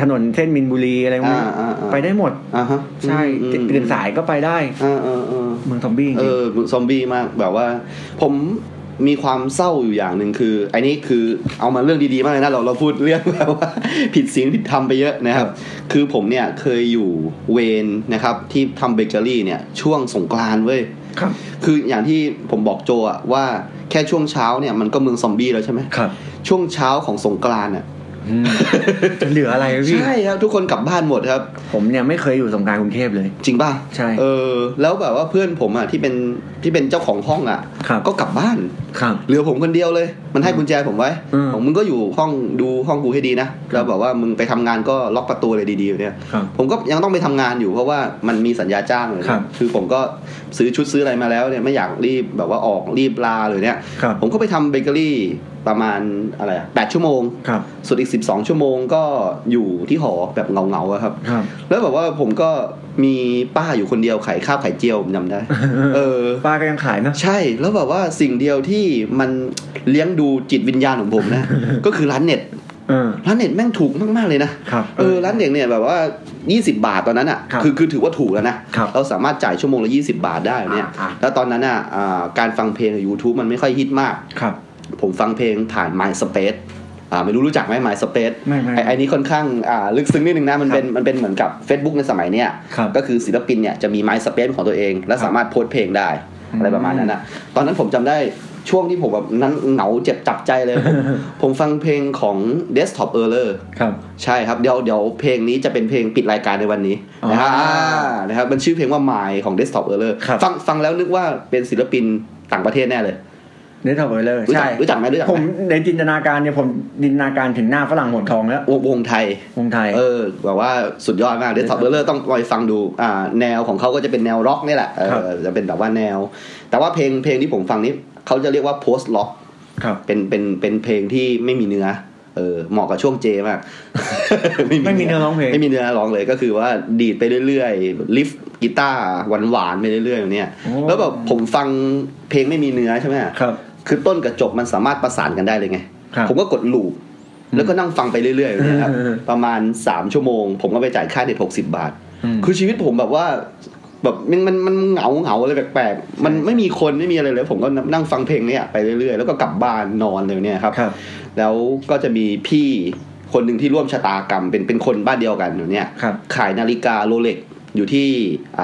Speaker 4: ถนนเส้นมินบุรีอะไรพวกนี้
Speaker 3: อ่าอ่าอ่า
Speaker 4: ไปได้หมด
Speaker 3: อ่าฮะ
Speaker 4: ใช่
Speaker 3: อืม
Speaker 4: ตื่นสายก็ไปได้
Speaker 3: เออเออเออ
Speaker 4: เมืองซอมบี้จ
Speaker 3: เอ
Speaker 4: ริง
Speaker 3: อซอมบี้มากแบบว่า ผมมีความเศร้าอยู่อย่างหนึ่งคือไอ้นี่คือเอามาเรื่องดีๆมากเลยนะเราเราพูดเรื่องแบบว่า ผิดศีลผิดธรรมไปเยอะนะครับ คือผมเนี่ยเคยอยู่เวนนะครับที่ทำเบเกอรี่เนี่ยช่วงสงกรานต์เว้ย
Speaker 4: ครับ
Speaker 3: คืออย่างที่ผมบอกโจอะว่าแค่ช่วงเช้าเนี่ยมันก็เมืองซอมบี้แล้วใช่ไหม
Speaker 4: ๆครับ
Speaker 3: ช่วงเช้าของสงกรานต์อ่ะ
Speaker 4: จะเหลืออะไรวะพี่
Speaker 3: ใช่ครับทุกคนกลับบ้านหมดครับ
Speaker 4: ผมเนี่ยไม่เคยอยู่สงกรารกรุงเทพเลย
Speaker 3: จริงป่ะ
Speaker 4: ใช่
Speaker 3: เออแล้วแบบว่าเพื่อนผมอ่ะที่เป็นที่เป็นเจ้าของห้องอ่ะ
Speaker 4: ครับ
Speaker 3: ก็กลับบ้าน
Speaker 4: ครับ
Speaker 3: เหลือผมคนเดียวเลย มันให้กุญแจผมไว้
Speaker 4: อืม
Speaker 3: ผมมึงก็อยู่ห้องดูห้องกูให้ดีนะ
Speaker 4: ครับ
Speaker 3: แล้วบอกว่ามึงไปทำงานก็ล็อกประตูเลยดีๆอยู่เนี่ย
Speaker 4: ครับ
Speaker 3: ผมก็ยังต้องไปทำงานอยู่เพราะว่ามันมีสัญญาจ้างเลยนะครับ คือผมก็ซื้อชุดซื้ออะไรมาแล้วเนี่ยไม่อยากรีบแบบว่าออกรีบลาเลยเนี่ย
Speaker 4: ครับ
Speaker 3: ผมก็ไปทำเบเกอรี่ประมาณอะไรแปดชั่วโมง
Speaker 4: ครับ
Speaker 3: ส่วนอีก 12 ชั่วโมงก็อยู่ที่หอแบบเงาๆอะครับ
Speaker 4: ครับ
Speaker 3: แล้วแบบว่าผมก็มีป้าอยู่คนเดียวขายข้าวไข่เจียวผมจำได้ เออ
Speaker 4: ป้าก็ยังขายนะ
Speaker 3: ใช่แล้วแบบว่าสิ่งเดียวที่มันเลี้ยงดูจิตวิญญาณของผมนะ ก็คือร้านเน็ต
Speaker 4: เออ
Speaker 3: ร้านเน็ตแม่งถูกมากๆเลยนะครับ เออร้านเน็ตเนี่ยแบบว่า 20 บาทตอนนั้นอ่ะ
Speaker 4: ครับ
Speaker 3: อคือถือว่าถูกแล้วนะครับ เราสามารถจ่ายชั่วโมงละ 20 บาทได้เนี่ย
Speaker 4: อ่าๆ
Speaker 3: แล้วตอนนั้นอ่ะอ่าการฟังเพลงใน YouTube มันไม่ค่อยฮิตมาก
Speaker 4: ครับ
Speaker 3: ผมฟังเพลงผ่าน MySpace อ่าไม่รู้รู้จักไหม MySpace
Speaker 4: ไม่ไม่
Speaker 3: ไอ้ไอ้นี้ค่อนข้างอ่าลึกซึ้งนิดนึงนะมัน
Speaker 4: ครับ
Speaker 3: เป็นมันเป็นเหมือนกับ Facebook ในสมัยเนี้ย
Speaker 4: ครับ
Speaker 3: ก็คือศิลปินเนี่ยจะมี MySpace ของตัวเอง และสามารถโพสต์เพลงได้
Speaker 4: อืม
Speaker 3: อะไรประมาณนั้นนะตอนนั้นผมจำได้ช่วงที่ผมแบบนั้นเหงาเจ็บจับใจ เลย ผมผมฟังเพลงของ Desktop Error
Speaker 4: ครับ
Speaker 3: ใช่ครับ เดี๋ยวเดี๋ยวเพลงนี้จะเป็นเพลงปิดรายการในวันนี้นะครับ
Speaker 4: อ๋ออ่
Speaker 3: านะครับมันชื่อเพลงว่า My ของ Desktop Error
Speaker 4: ครับ
Speaker 3: ฟังฟังแล้วนึกว่าเป็นศิลปินต่างประเทศแน่เลย
Speaker 4: เนื้อทำไปเลย
Speaker 3: รู้จั
Speaker 4: ใช่
Speaker 3: กรู้จักไหมรู้จัก
Speaker 4: ผ
Speaker 3: ไหม
Speaker 4: มในจินตนาการเนี่ยผมจินตนาการถึงหน้าฝรั่งหัวทองแล้ว
Speaker 3: วงวงไทย
Speaker 4: วงไทย
Speaker 3: เออแบบว่าสุดยอดมากเดส k ์ท็อปเบอร์เลอร์ต้องลอยฟังดูอ่าแนวของเขาก็จะเป็นแนวร็อกนี่แหละเอ
Speaker 4: ครับ
Speaker 3: อจะเป็นแบบว่าแนว แต่ว่าเพลงเพลงที่ผมฟังนี้เขาจะเรียกว่าโพสต์ล็อก
Speaker 4: ครับ
Speaker 3: เป็นเป็นเป็นเพลงที่ไม่มีเนื้อเออเหมาะกับช่วงเจมาก
Speaker 4: ไม่มีเนื้อร้องเพลง
Speaker 3: ไม่มีเนื้อร้องเลยก็คือว่าดีดไปเรื่อยๆลิฟกีตาร์หวานๆไปเรื่อยๆอย่างเนี้ย
Speaker 4: โอ้
Speaker 3: แล้วแบบผมฟังเพลงไม่มีเนื้อใช่ไหม
Speaker 4: ครับ
Speaker 3: คือต้นกับจบมันสามารถประสานกันได้เลยไง
Speaker 4: ครับ
Speaker 3: ผมก็กดลูปแล้วก็นั่งฟังไปเรื่อยๆเนี่ยครับ
Speaker 4: อืม
Speaker 3: ประมาณ 3 ชั่วโมง ผมก็ไปจ่ายค่าเน็ตหกสิบาท
Speaker 4: ม
Speaker 3: คือชีวิตผมแบบว่าแบบมันมันมันเหงาเหงาอะไรแปลกๆ มันไม่มีคนไม่มีอะไรเลย ผมก็นั่งฟังเพลงเนี่ยไปเรื่อยๆ แล้วก็กลับบ้านนอนเลยเนี่ยครับ
Speaker 4: ครับ
Speaker 3: แล้วก็จะมีพี่คนหนึ่งที่ร่วมชะตากรรมเป็นเป็นคนบ้านเดียวกันอยู่เนี่ย
Speaker 4: ครับ
Speaker 3: ขายนาฬิกาโรเล็กอยู่ที่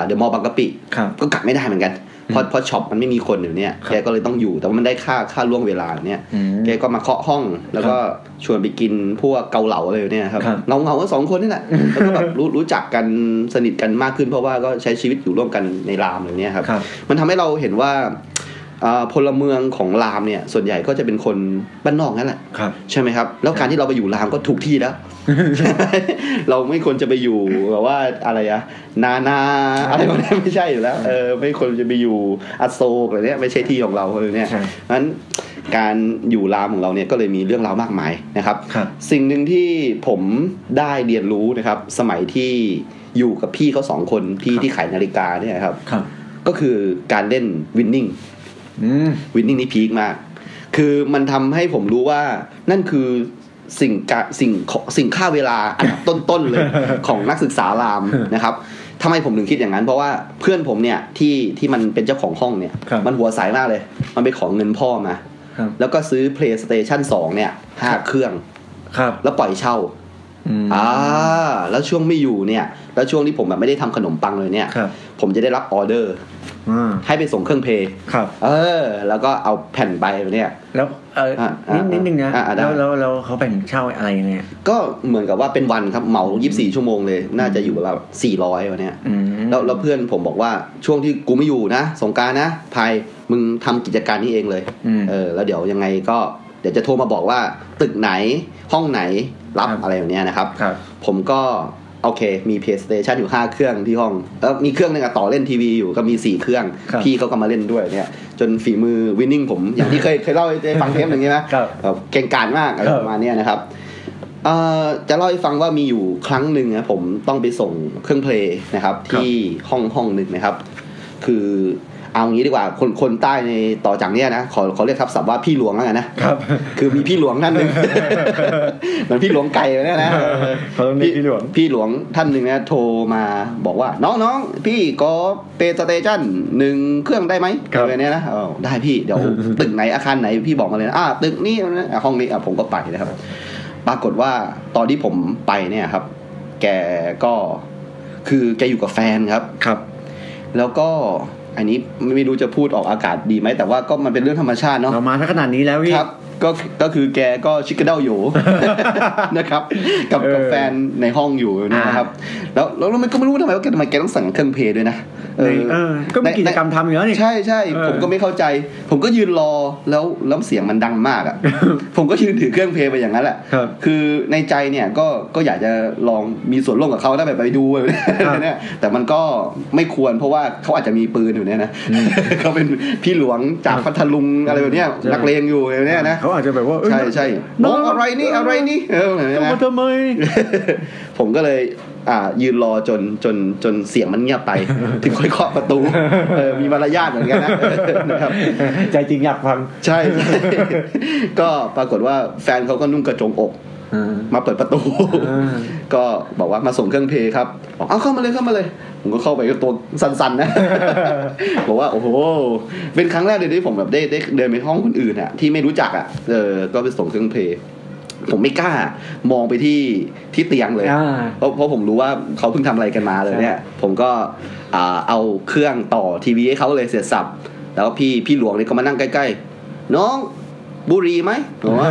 Speaker 3: เดอะมอลล์บางกะปิ
Speaker 4: ครับ
Speaker 3: ก็กลับไม่ได้เหมือนกัน เพราะเพราะช็อปมันไม่มีคนอยู่เนี่ย
Speaker 4: ครับ
Speaker 3: แกก็เลยต้องอยู่ แต่ว่ามันได้ค่าค่าล่วงเวลาเนี่ย
Speaker 4: อืม
Speaker 3: แกก็มาเคาะห้อง แล้วก็ชวนไปกินพวกเกาเหลาอะไรอยู่เนี่ยครับ
Speaker 4: ครับ
Speaker 3: เงาเงาๆกันสองคนนี่แหละ แล้วก็แบบ รู้รู้จักกันสนิทกันมากขึ้น เพราะว่าก็ใช้ชีวิตอยู่ร่วมกันในรามอะไรเนี่ยครับ
Speaker 4: ครับ
Speaker 3: มันทำให้เราเห็นว่าอ่าพลเมืองของรามเนี่ย ส่วนใหญ่ก็จะเป็นคนบ้านนอกนั่นแหละ
Speaker 4: ครับ
Speaker 3: ใช่ไหมครับ แล้วการที่เราไปอยู่รามก็ถูกที่ แล้ว เราไม่ควรจะไปอยู่แบบว่าอะไรอะนานาอะไรพวกนี้ไม่ใช่อยู่แล้วเออไม่ควรจะไปอยู่อโศกอะไรเนี้ยไม่ใช่ที่ของเราเลยเนี่ย
Speaker 4: ใช่
Speaker 3: นั้นการอยู่รามของเราเนี่ยก็เลยมีเรื่องราวมากมายนะครับ
Speaker 4: ครับ
Speaker 3: สิ่งหนึ่งที่ผมได้เรียนรู้นะครับ สมัยที่อยู่กับพี่เขาสองคนพี่ที่ขายนาฬิกาเนี่ยครับ
Speaker 4: ครับ
Speaker 3: ก็คือการเล่นวินนิ่ง
Speaker 4: อืม
Speaker 3: วินนิ่งนี่พีคมาก คือมันทำให้ผมรู้ว่านั่นคือสิ่งกะสิ่งของสิ่งค่าเวลาอันดับต้น ๆเลย ของนักศึกษารามนะครับทำไมผมถึงคิดอย่างนั้น เพราะว่าเพื่อนผมเนี่ยที่ที่มันเป็นเจ้าของห้องเนี่ย
Speaker 4: ครับ
Speaker 3: มันหัวสายมากเลย มันไปขอเงินพ่อมา
Speaker 4: ครับ
Speaker 3: แล้วก็ซื้อ PlayStation 2 เนี่ยห้าเครื่อง
Speaker 4: ครับ
Speaker 3: แล้วปล่อยเช่า
Speaker 4: อืม
Speaker 3: อ่า แล้วช่วงไม่อยู่เนี่ย แล้วช่วงที่ผมแบบไม่ได้ทำขนมปังเลยเนี่ย
Speaker 4: ครับ
Speaker 3: ผมจะได้รับออเดอร์
Speaker 4: อ่า
Speaker 3: ให้ไปส่งเครื่องเพย์
Speaker 4: ครับ
Speaker 3: เออ แล้วก็เอาแผ่นใบเนี่ย
Speaker 4: แล้วเอออะ
Speaker 3: อ่ะ
Speaker 4: นิดนิดนึงนะ
Speaker 3: อ่ะอ่ะได้
Speaker 4: แล้วแล้วแล้วเขาแบ่งเช่าอะไรยังไงอ่ะ
Speaker 3: ก็เหมือนกับว่าเป็นวันครับเหมา 24 ชั่วโมงเลย น่าจะอยู่ละ400วันเนี้ย
Speaker 4: อืม
Speaker 3: แล้วแล้วเพื่อนผมบอกว่าช่วงที่กูไม่อยู่นะ สงกรารนะภัยมึงทำกิจการนี้เองเลย
Speaker 4: อืม
Speaker 3: เออแล้วเดี๋ยวยังไงก็เดี๋ยวจะโทรมาบอกว่าตึกไหนห้องไหนรับ
Speaker 4: ครับ
Speaker 3: อะไรแบบเนี้ยนะครับ
Speaker 4: ครับ
Speaker 3: ผมก็โอเคมี PlayStation อยู่ 5 เครื่องที่ห้องแล้วมีเครื่องหนึงอะต่อเล่นทีวีอยู่ก็มี 4 เครื่อง
Speaker 4: ครับ
Speaker 3: พี่เขาก็มาเล่นด้วยเนี่ยจนฝีมือวินนิ่งผมอย่างที่เคยเคยเล่าให้ได้ฟังเทปหนึ่งใช่ไหม
Speaker 4: ครับ
Speaker 3: แบบเก่งกาจมากอะไร
Speaker 4: ครับ
Speaker 3: ประมาณเนี้ยนะครับ เอ่อจะเล่าให้ฟังว่ามีอยู่ครั้งหนึ่งนะผมต้องไปส่งเครื่องเพลงนะครับ ที่ห้องห้องหนึ่งนะครับ คือเอางี้ดีกว่าคนคนใต้ในต่อจากเนี้ยนะขอขอเรียกทับศัพท์ว่าพี่หลวงแล้วกันนะครับ คือมีพี่หลวงท่าน หนึ่ง เหมือนพี่หลวงไก่เลยนะ
Speaker 4: เขาต้องเรียกพี่หลวง
Speaker 3: พี่หลวงท่านหนึ่งนะโทรมาบอกว่าน้องน้องพี่ก็เปสเตชันหนึ่งเครื่องได้ไหม
Speaker 4: ครับ
Speaker 3: อะไเนี้ยนะอ้าวได้พี่เดี๋ยว ตึกไหนอาคารไหนพี่บอกมาเลยนะอ่าตึกนี้นะอ่ะห้องนี้อ่ะผมก็ไปนะครับ ปรากฏว่าตอนที่ผมไปเนี่ยครับ แกก็คือแกอยู่กับแฟนครับ
Speaker 4: ครับ
Speaker 3: แล้วก็อันนี้ไม่รู้จะพูดออกอากาศดีไหมแต่ว่าก็มันเป็นเรื่องธรรมชาติเนาะ
Speaker 4: เรามาถ้าขนาดนี้แล้วพี่
Speaker 3: ครับก็ก็คือแกก็ชิคกเด้า อยู่ นะครับ กับ
Speaker 4: เออ
Speaker 3: กับแฟนในห้องอยู่เนยนะครับ แล้วแล้วแล้วมันก็ไม่รู้ทำไมว่าแกทำไมแกต้องสั่งเครื่องเพลย์ด้วยนะเออ
Speaker 4: ในเออก็มีกิจกรรมทำอยู่แล้วนี่
Speaker 3: ใช่ใช่
Speaker 4: เออ
Speaker 3: ผมก็ไม่เข้าใจ ผมก็ยืนรอแล้วแล้วเสียงมันดังมาก อ่ะ ผมก็ยืนถือเครื่องเพลย์ไปอย่างนั้นแหละ
Speaker 4: ครับ
Speaker 3: คือในใจเนี่ยก็ก็อยากจะลองมีส่วนร่วมกับเขาได้แบบไปดูอะไร
Speaker 4: ครับ
Speaker 3: เนี่ยแต่มันก็ไม่ควรเพราะว่าเขาอาจจะมีปืนอยู่เนี่ยนะ เขาเป็นพี่หลวงจากพัทลุงอะไรแบบเนี้ย
Speaker 4: ใช่
Speaker 3: นักเลงอยู่อะไรแบบเนี้ยนะ
Speaker 4: เขาอาจจะแบบว่าเอ้ย
Speaker 3: ใช่ใช่น้องอะไรนี่อะไรนี่เออ
Speaker 4: จะมา
Speaker 3: นะ
Speaker 4: ทำไม
Speaker 3: ผมก็เลยอ่ายืนรอจนจนจนเสียงมันเงียบไป ถึงค่อยเคาะประตูเออมีมารยาทเหมือนกันนะ นะครับ
Speaker 4: ใจจริงอยากฟัง
Speaker 3: ใช่ ก็ปรากฏว่าแฟนเขาก็นุ่งกระโจงอก มาเปิด ประตู
Speaker 4: อ่า
Speaker 3: ก็บอกว่ามาส่งเครื่องเพลงครับบอกเอาเข้ามาเลยเข้ามาเลย ผมก็เข้าไปก็ตัวสั่นๆนะ บอกว่าโอ้โห เป็นครั้งแรกเลยที่ผมแบบได้ได้เดินไปห้องคนอื่นอะที่ไม่รู้จักอะเออ ก็ไปส่งเครื่องเพลงผมไม่กล้ามองไปที่ที่เตียงเลย
Speaker 4: อ่า
Speaker 3: เพราะเพราะผมรู้ว่าเขาเพิ่งทำอะไรกันมาเลยเนี่ย ผมก็อ่าเอาเครื่องต่อทีวีให้เขาเลยเสียสับ แล้วพี่พี่หลวงนี่ก็มานั่งใกล้ๆ น้องบุหรีไหมผมว่า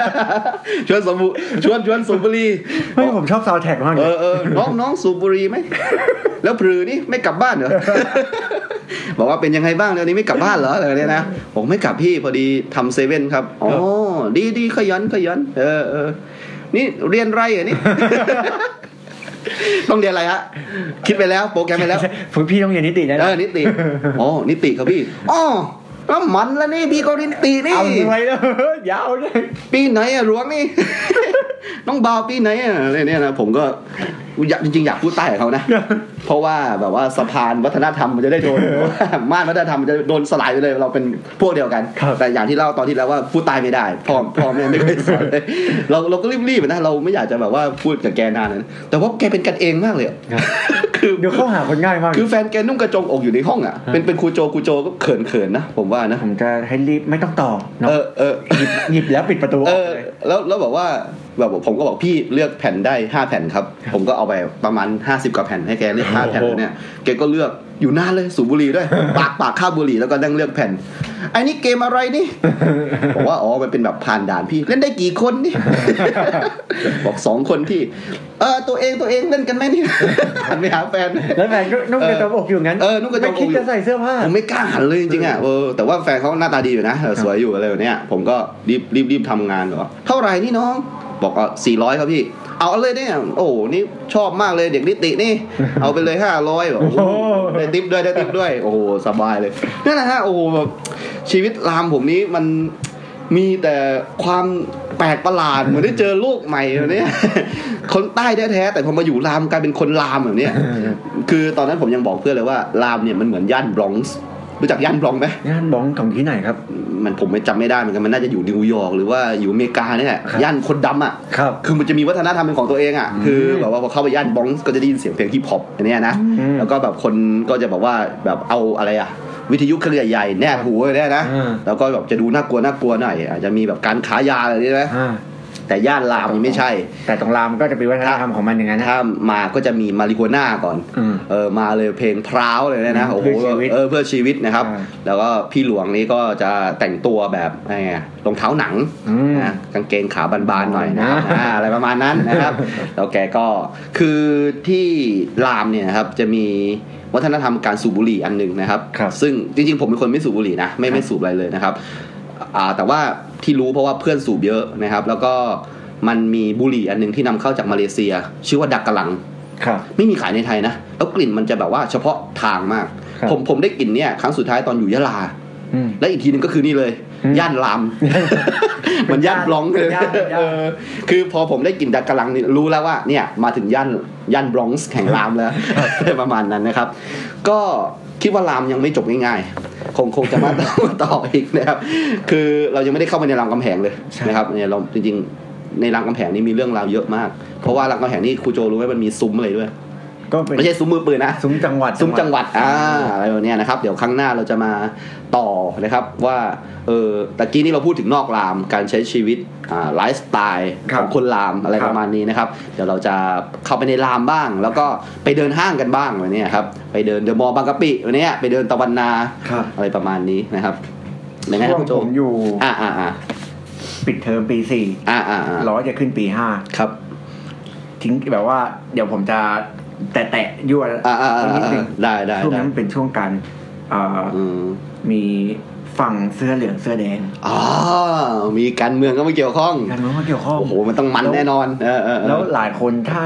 Speaker 3: ชวนสมบุชวนชวนสูบบุหรี่
Speaker 4: ไม่ผมชอบซาวแท็กมากเล
Speaker 3: เอย อเออน้องน้องสูบบุหรี่ไหม แล้วพรือนี่ไม่กลับบ้าน เหรอ บอกว่าเป็นยังไงบ้างเดี๋ยวนี้ไม่กลับบ้านเหรออะไรเนี่ยนะผมไม่กลับพี่พอดีทำเซเว่นครับอ๋อดีดีขยันขยันเออเออนี่เรียนไร เหรอ่ะนี่ ต้องเรียนอะไรฮะคิดไปแล้วโปรแกรมไปแล้ว
Speaker 4: ผมพี่ต้องเรียนนิตินะ
Speaker 3: เออนิ ติ อ๋อ นิติครับพี่ อ๋อแล้วมันแล้วนี่พี่ก็นิตินี่
Speaker 4: เอาอะไรเนอะยาวเลย
Speaker 3: ปีไหนอะหลวงนี่ น้องบ่าวปีไหนอะอะไรเนี่ยนะผมก็อยากจริงๆ อยากพูดใต้กับเขา นะ เพราะว่าแบบว่าสะพานวัฒนธรรมมันจะได้โดน ม่านวัฒนธรรมมันจะโดนสลายไปเลย เราเป็นพวกเดียวกัน
Speaker 4: ครับ
Speaker 3: แต่อย่างที่เล่าตอนที่แล้วว่าพูดใต้ไม่ได้พ่อ พ่อแม่ไม่เคยสอน เลยเราเราก็รีบๆนะเราไม่อยากจะแบบว่าพูดกับแกนานนะแต่ว่าแกเป็นกันเองมากเลยอะ คือ
Speaker 4: เดี๋ยวเข้าหาคนง่ายมาก
Speaker 3: คือแฟนแกนุ่งกระโจงอกอยู่ในห้องอ่ะ เป็นเป็นครูโจครูโจก็เขินเขินๆนะ ผมว่านะ
Speaker 4: ผมจะให้รีบไม่ต้องต่อเนอะ
Speaker 3: เออเออ
Speaker 4: หยิบหยิบแล้วปิดประตูอ
Speaker 3: เอ
Speaker 4: อ
Speaker 3: อ
Speaker 4: กเลย
Speaker 3: แล้วแล้วบอกว่าแบบผมก็บอกพี่เลือกแผ่นได้ 5 แผ่นครับ ผมก็เอาไปประมาณ 50กว่าแผ่นให้แกเลือก5แผ่น
Speaker 4: โอ้
Speaker 3: แล้
Speaker 4: โห
Speaker 3: วเนี่ยแกก็เลือกอยู่นานเลยสูบบุหรี่ ด้วย ปากปากคาบบุหรี่แล้วก็นั่งเลือกแผ่นไอ้นี่เกมอะไร นี่ บอกว่าอ๋อมันเป็นแบบผ่านด่านพี่เล่นได้กี่คน นี่ บอกสองคนพี่ เออตัวเองตัวเองเล่นกันไหม นี่ หันไปหาแฟน
Speaker 4: แล้วแฟนก็นุ่งกระจมอกอยู่งั้น
Speaker 3: เออนุ่งกระจมอกอยู่
Speaker 4: ไม่คิดจะใส่เสื้อผ้า
Speaker 3: ผมไม่กล้าหันเลยจริงๆอ่ะเออแต่ว่าแฟนเขาหน้าตาดีอยู่นะเออสวยอยู่อะไรแบบเนี้ยผมก็รีบรีบรีบทำงานบอกว่าเท่าไหร่นี่น้อง บอกอ่ะสี่ร้อยครับพี่ เอาเลยเนี่ยโอ้โหนี่ชอบมากเลยเด็กนิตินี่ เอาไปเลยห้าร้อยแบบโอ้โห
Speaker 4: โอ้โห
Speaker 3: ได้ติปด้วยได้ติปด้วย โอ้โหสบายเลยนั่นแหละฮะโอ้โหแบบชีวิตรามผมนี้มันมีแต่ความแปลกประหลาดเหมือนได้เจอโลกใหม่แบบเนี้ย คนใต้แท้ๆแต่พอมาอยู่รามกลายเป็นคนรามแบบเนี้ย คือตอนนั้นผมยังบอกเพื่อนเลยว่ารามเนี่ยมันเหมือนย่านบรอนซ์รู้จักย่านบรอนซ์ไหม
Speaker 4: งานบ้องของที่ไหนครับ
Speaker 3: มันผมไม่จำไม่ได้เหมือนกันมันน่าจะอยู่นิวยอร์กหรือว่าอยู่อเมริกาเนี่ยแหละ
Speaker 4: ครับ
Speaker 3: ย่านคนดำอ่ะ
Speaker 4: ครับ
Speaker 3: คือมันจะมีวัฒนธรรมเป็นของตัวเองอ่ะคือแบบว่าพอเข้าไปย่านบรอนซ์ก็จะได้ยินเสียงเพลงฮิปฮอปอันเนี้ยนะ
Speaker 4: อืม
Speaker 3: แล้วก็แบบคนก็จะแบบว่าแบบเอาอะไรอ่ะ วิทยุเครือใหญ่ๆแนบหูไว้เนี่ยนะ
Speaker 4: อืม
Speaker 3: แล้วก็แบบจะดูน่ากลัวน่ากลัวหน่อยอาจจะมีแบบการขายยาอะไรนี่นะ
Speaker 4: อ่า
Speaker 3: แต่ย่านรามนี่ไม่ใช่
Speaker 4: แต่ตรงรามก็จะเป็นวัฒนธรรมของมันอย่างนั้นนะ
Speaker 3: ถ้ามาก็จะมีมาริโกน่าก่อน
Speaker 4: อืม
Speaker 3: เออ มาเลยเพลงพร้าวเลยนะ
Speaker 4: อืม
Speaker 3: โอ้โห
Speaker 4: เพื่อชีวิต
Speaker 3: เออ เพื่อชีวิตนะครับ
Speaker 4: อ่า
Speaker 3: แล้วก็พี่หลวงนี่ก็จะแต่งตัวแบบไงอะรองเท้าหนัง
Speaker 4: อืม
Speaker 3: นะกางเกงขาบานๆหน่อยนะครับ
Speaker 4: นะ
Speaker 3: อ่าอะไรประมาณนั้น นะครับ แล้วแกก็ คือที่รามเนี่ยนะครับ จะมีวัฒนธรรมการสูบบุหรี่อันหนึ่งนะครับ
Speaker 4: ครับ
Speaker 3: ซึ่งจริงๆ ผมเป็นคนไม่สูบบุหรี่นะ ไม่ไม่สูบอะไรเลยนะครับ อ่าแต่ว่าที่รู้เพราะว่าเพื่อนสูบเยอะนะครับ แล้วก็มันมีบุหรี่อันหนึงที่นำเข้าจากมาเลเซีย ชื่อว่าดักกะลัง
Speaker 4: ครับ
Speaker 3: ไม่มีขายในไทยนะ แล้วกลิ่นมันจะแบบว่าเฉพาะทางมาก
Speaker 4: ครับ
Speaker 3: ผมผมได้กลิ่นเนี่ยครั้งสุดท้ายตอนอยู่ยะลา
Speaker 4: อืม
Speaker 3: และอีกทีหนึงก็คือนี่เลย
Speaker 4: อืม
Speaker 3: ย่านราม มันย่านบล็องก์เลย
Speaker 4: ย่านย่าน
Speaker 3: เออคือพอผมได้กลิ่นดักกะลังนี่รู้แล้วว่าเนี่ยมาถึงย่านย่านบล็องก์แห่งรามแล้ว ประมาณนั้นนะครับ ก็คิดว่ารามยังไม่จบง่ายๆ คงคงจะมา ต่ออีกนะครับ คือเรายังไม่ได้เข้าไปในรามคำแหงเลย
Speaker 4: ใช่
Speaker 3: นะครับเนี่ยเราจริงๆในรามคำแหงนี่มีเรื่องราวเยอะมาก เพราะว่ารามคำแหงนี่ครูโจรู้ไหมมันมีซุ้มอะไรด้วย
Speaker 4: ก็เป็น
Speaker 3: ไม่ใช่ซุ้มมือปืนนะ
Speaker 4: ซุ้มจังหวัด
Speaker 3: ซุ้มจังหวัด อ่า อะไรแบบเนี้ยนะครับ เดี๋ยวครั้งหน้าเราจะมาต่อนะครับว่า เออตะกี้นี่เราพูดถึงนอกราม การใช้ชีวิต อ่า ไลฟ์สไตล์
Speaker 4: ครั
Speaker 3: ข
Speaker 4: บ
Speaker 3: องคนรามอะไร
Speaker 4: ครับ
Speaker 3: ประมาณนี้นะครับ เดี๋ยวเราจะเข้าไปในรามบ้าง แล้วก็ไปเดินห้างกันบ้างวันนี้ครับ ไปเดินเดอะมอลล์บางกะปิวันนี้ไปเดินตะวันนา
Speaker 4: ครับ
Speaker 3: อะไรประมาณนี้นะครับยังไงค
Speaker 4: ช่
Speaker 3: รับ
Speaker 4: วง
Speaker 3: คุณโจ
Speaker 4: ผมอยู่
Speaker 3: อ่าอ่าอ่า
Speaker 4: ปิดเทอมปีสี่
Speaker 3: อ่าอ่าอ่า
Speaker 4: ร้อยจะขึ้นปีห้า
Speaker 3: ครับ
Speaker 4: ทิ้งแบบว่า เดี๋ยวผมจะแตะแตะๆยั่ว
Speaker 3: อ่าอ่า
Speaker 4: ต
Speaker 3: อ่า
Speaker 4: รงนิดนึ
Speaker 3: อ่าง ได้ได้
Speaker 4: ช่วง
Speaker 3: ได้
Speaker 4: นั้นเป็นช่วงการเอ่อ
Speaker 3: อืม
Speaker 4: มีฝั่งเสื้อเหลืองเสื้อแดง
Speaker 3: อ๋อมีการเมืองก็มาเกี่ยวข้อง
Speaker 4: การเมืองมาเกี่ยวข้อง
Speaker 3: โอ้โห มันต้องมันแน่นอน เออเออเออ
Speaker 4: แล้วหลายคนถ้า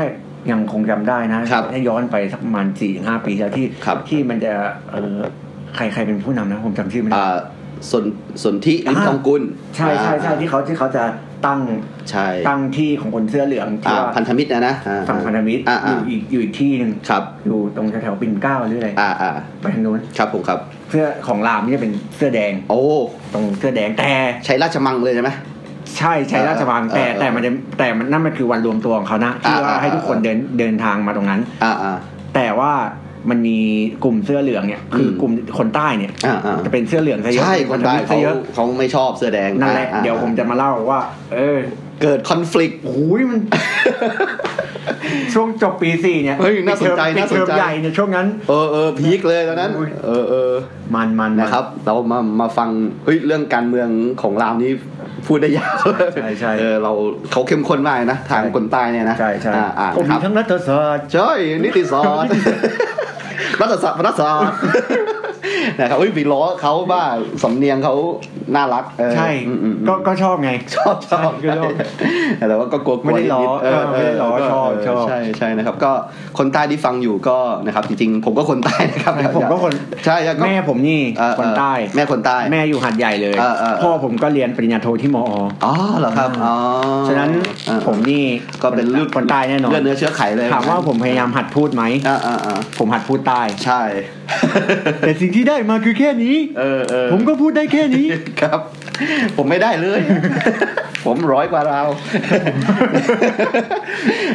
Speaker 4: ยังคงจำได้นะครับ ถ้าย้อนไปสักประมาณสี่ห้าปีแล้วที่
Speaker 3: ครับ
Speaker 4: ที่มันจะเออใครใครเป็นผู้นำนะ ผมจำชื่อไม่ได้
Speaker 3: อ่าสนสนธิลิม
Speaker 4: อ่า
Speaker 3: ทองกุล
Speaker 4: ใช่ใช่ใช่ที่เขาที่เขาจะตั้ง
Speaker 3: ใช่
Speaker 4: ตั้งที่ของคนเสื้อเหลืองที่
Speaker 3: อ่า
Speaker 4: ว่า
Speaker 3: พันธมิตรนะนะอ่า
Speaker 4: ฝั่งพันธมิตร
Speaker 3: อ่า
Speaker 4: อ
Speaker 3: อ่า
Speaker 4: ยู่อีกอยู่อีกที่หนึ่ง
Speaker 3: ครับ
Speaker 4: อยู่ตรงแถวๆปิ่นเกล้าหรืออะไร
Speaker 3: อ่าอ่า
Speaker 4: ไปทางนู้น
Speaker 3: ครับผมครับ
Speaker 4: เสื้อของรามนี่จะเป็นเสื้อแดง
Speaker 3: โอ้
Speaker 4: ตรงเสื้อแดงแต่
Speaker 3: ใช้ราชมังเลยใช่ไหม
Speaker 4: ใช่ใช้ราชบังแต่
Speaker 3: เออเออ
Speaker 4: แต่มันจะแต่มันนั่นมันคือวันรวมตัวของเขานะที่
Speaker 3: อ่า
Speaker 4: ว่าให้
Speaker 3: อ่า
Speaker 4: ทุกคนเดินเดินทางมาตรงนั้น
Speaker 3: อ่าอ่า
Speaker 4: แต่ว่ามันมีกลุ่มเสื้อเหลืองเนี่ย คือ
Speaker 3: ม
Speaker 4: กลุ่มคนใต้เนี่ย
Speaker 3: อ่าอ่า
Speaker 4: จะเป็นเสื้อเหลืองซะเยอะ
Speaker 3: ใช่คนใต้
Speaker 4: ซะ
Speaker 3: เขา
Speaker 4: เยอะ
Speaker 3: เขาไม่ชอบเสื้อแดง
Speaker 4: นั่นแหละ
Speaker 3: อ่าอ่า
Speaker 4: เดี๋ยวผมจะมาเล่าว่า เออ
Speaker 3: เกิดคอน FLICT
Speaker 4: โอ้ย มัน ช่วงจบปีสี่เนี่ย
Speaker 3: เฮ้ยน่าสนใจ
Speaker 4: ปิดเทอ
Speaker 3: น่าส
Speaker 4: ม
Speaker 3: นใจ
Speaker 4: ปิดเทอมใหญ่เนี่ยช่วงนั้น
Speaker 3: เออเออพีคเลยตอนนั้น
Speaker 4: อุ้ย
Speaker 3: เออเออ
Speaker 4: มันมัน
Speaker 3: นะครับ เรามามาฟังเฮ้ยเรื่องการเมืองของลาวนี้พูดได้ยาว
Speaker 4: ใช่ใช่ใช่
Speaker 3: เออเราเขาเข้มข้นมากนะทางคนใต้เนี่ยนะ
Speaker 4: ใช่ใช่
Speaker 3: อ่าอ่า
Speaker 4: ก็
Speaker 3: นะค
Speaker 4: มี
Speaker 3: รับ
Speaker 4: ทั้งรัฐศาสตร์
Speaker 3: ใช่นิติศาสตร์ รัฐศาสตร์รัฐศาสต ร์นะครับเฮ้ยไปล้อเขาบ้างสำเนียงเขาน่ารักเออ
Speaker 4: ใช่
Speaker 3: อืมอืม
Speaker 4: ก็ก็ชอบไง
Speaker 3: ชอบชอบ
Speaker 4: ใช่ก็ชอบ
Speaker 3: แต่ว่าก็กลัวๆ
Speaker 4: ไม่ได้ล้อ
Speaker 3: นิๆเ
Speaker 4: เออไม่ได้ล้อ
Speaker 3: ก็
Speaker 4: ชอบ
Speaker 3: เ
Speaker 4: ชอบ
Speaker 3: ใช่ใช่นะครับ ก็คนใต้ที่ฟังอยู่ก็นะครับ จริงๆ ผมก็คนใต้นะครับ
Speaker 4: ผมก็คน
Speaker 3: ใช่ใช่ก็
Speaker 4: แม่ผมนี่
Speaker 3: เออ
Speaker 4: คนใต้
Speaker 3: เออแม่คนใต้
Speaker 4: แม่อยู่หัดใหญ่เลย
Speaker 3: เออเออเออ
Speaker 4: พ่อผมก็เรียนปริญญาโทที่มอ
Speaker 3: อ๋อเหรอครับอ๋อ
Speaker 4: ฉะนั้น
Speaker 3: เออ
Speaker 4: ผมนี่
Speaker 3: ก็เป็น
Speaker 4: ค
Speaker 3: เลือด
Speaker 4: คนใต้แน่นอน
Speaker 3: เลือดเนื้อเชื้อไขเลย
Speaker 4: ถามว่าผมพยายามหัดพูดไหม
Speaker 3: อ่าอ่าอ่า
Speaker 4: ผมหัดพูดใต้
Speaker 3: ใช่
Speaker 4: แต่สิ่งที่ได้มาคือแค่นี้
Speaker 3: เออเออ
Speaker 4: ผมก็พูดได้แค่นี้
Speaker 3: ครับ ผมไม่ได้เลย ผมร้อยกว่า เรา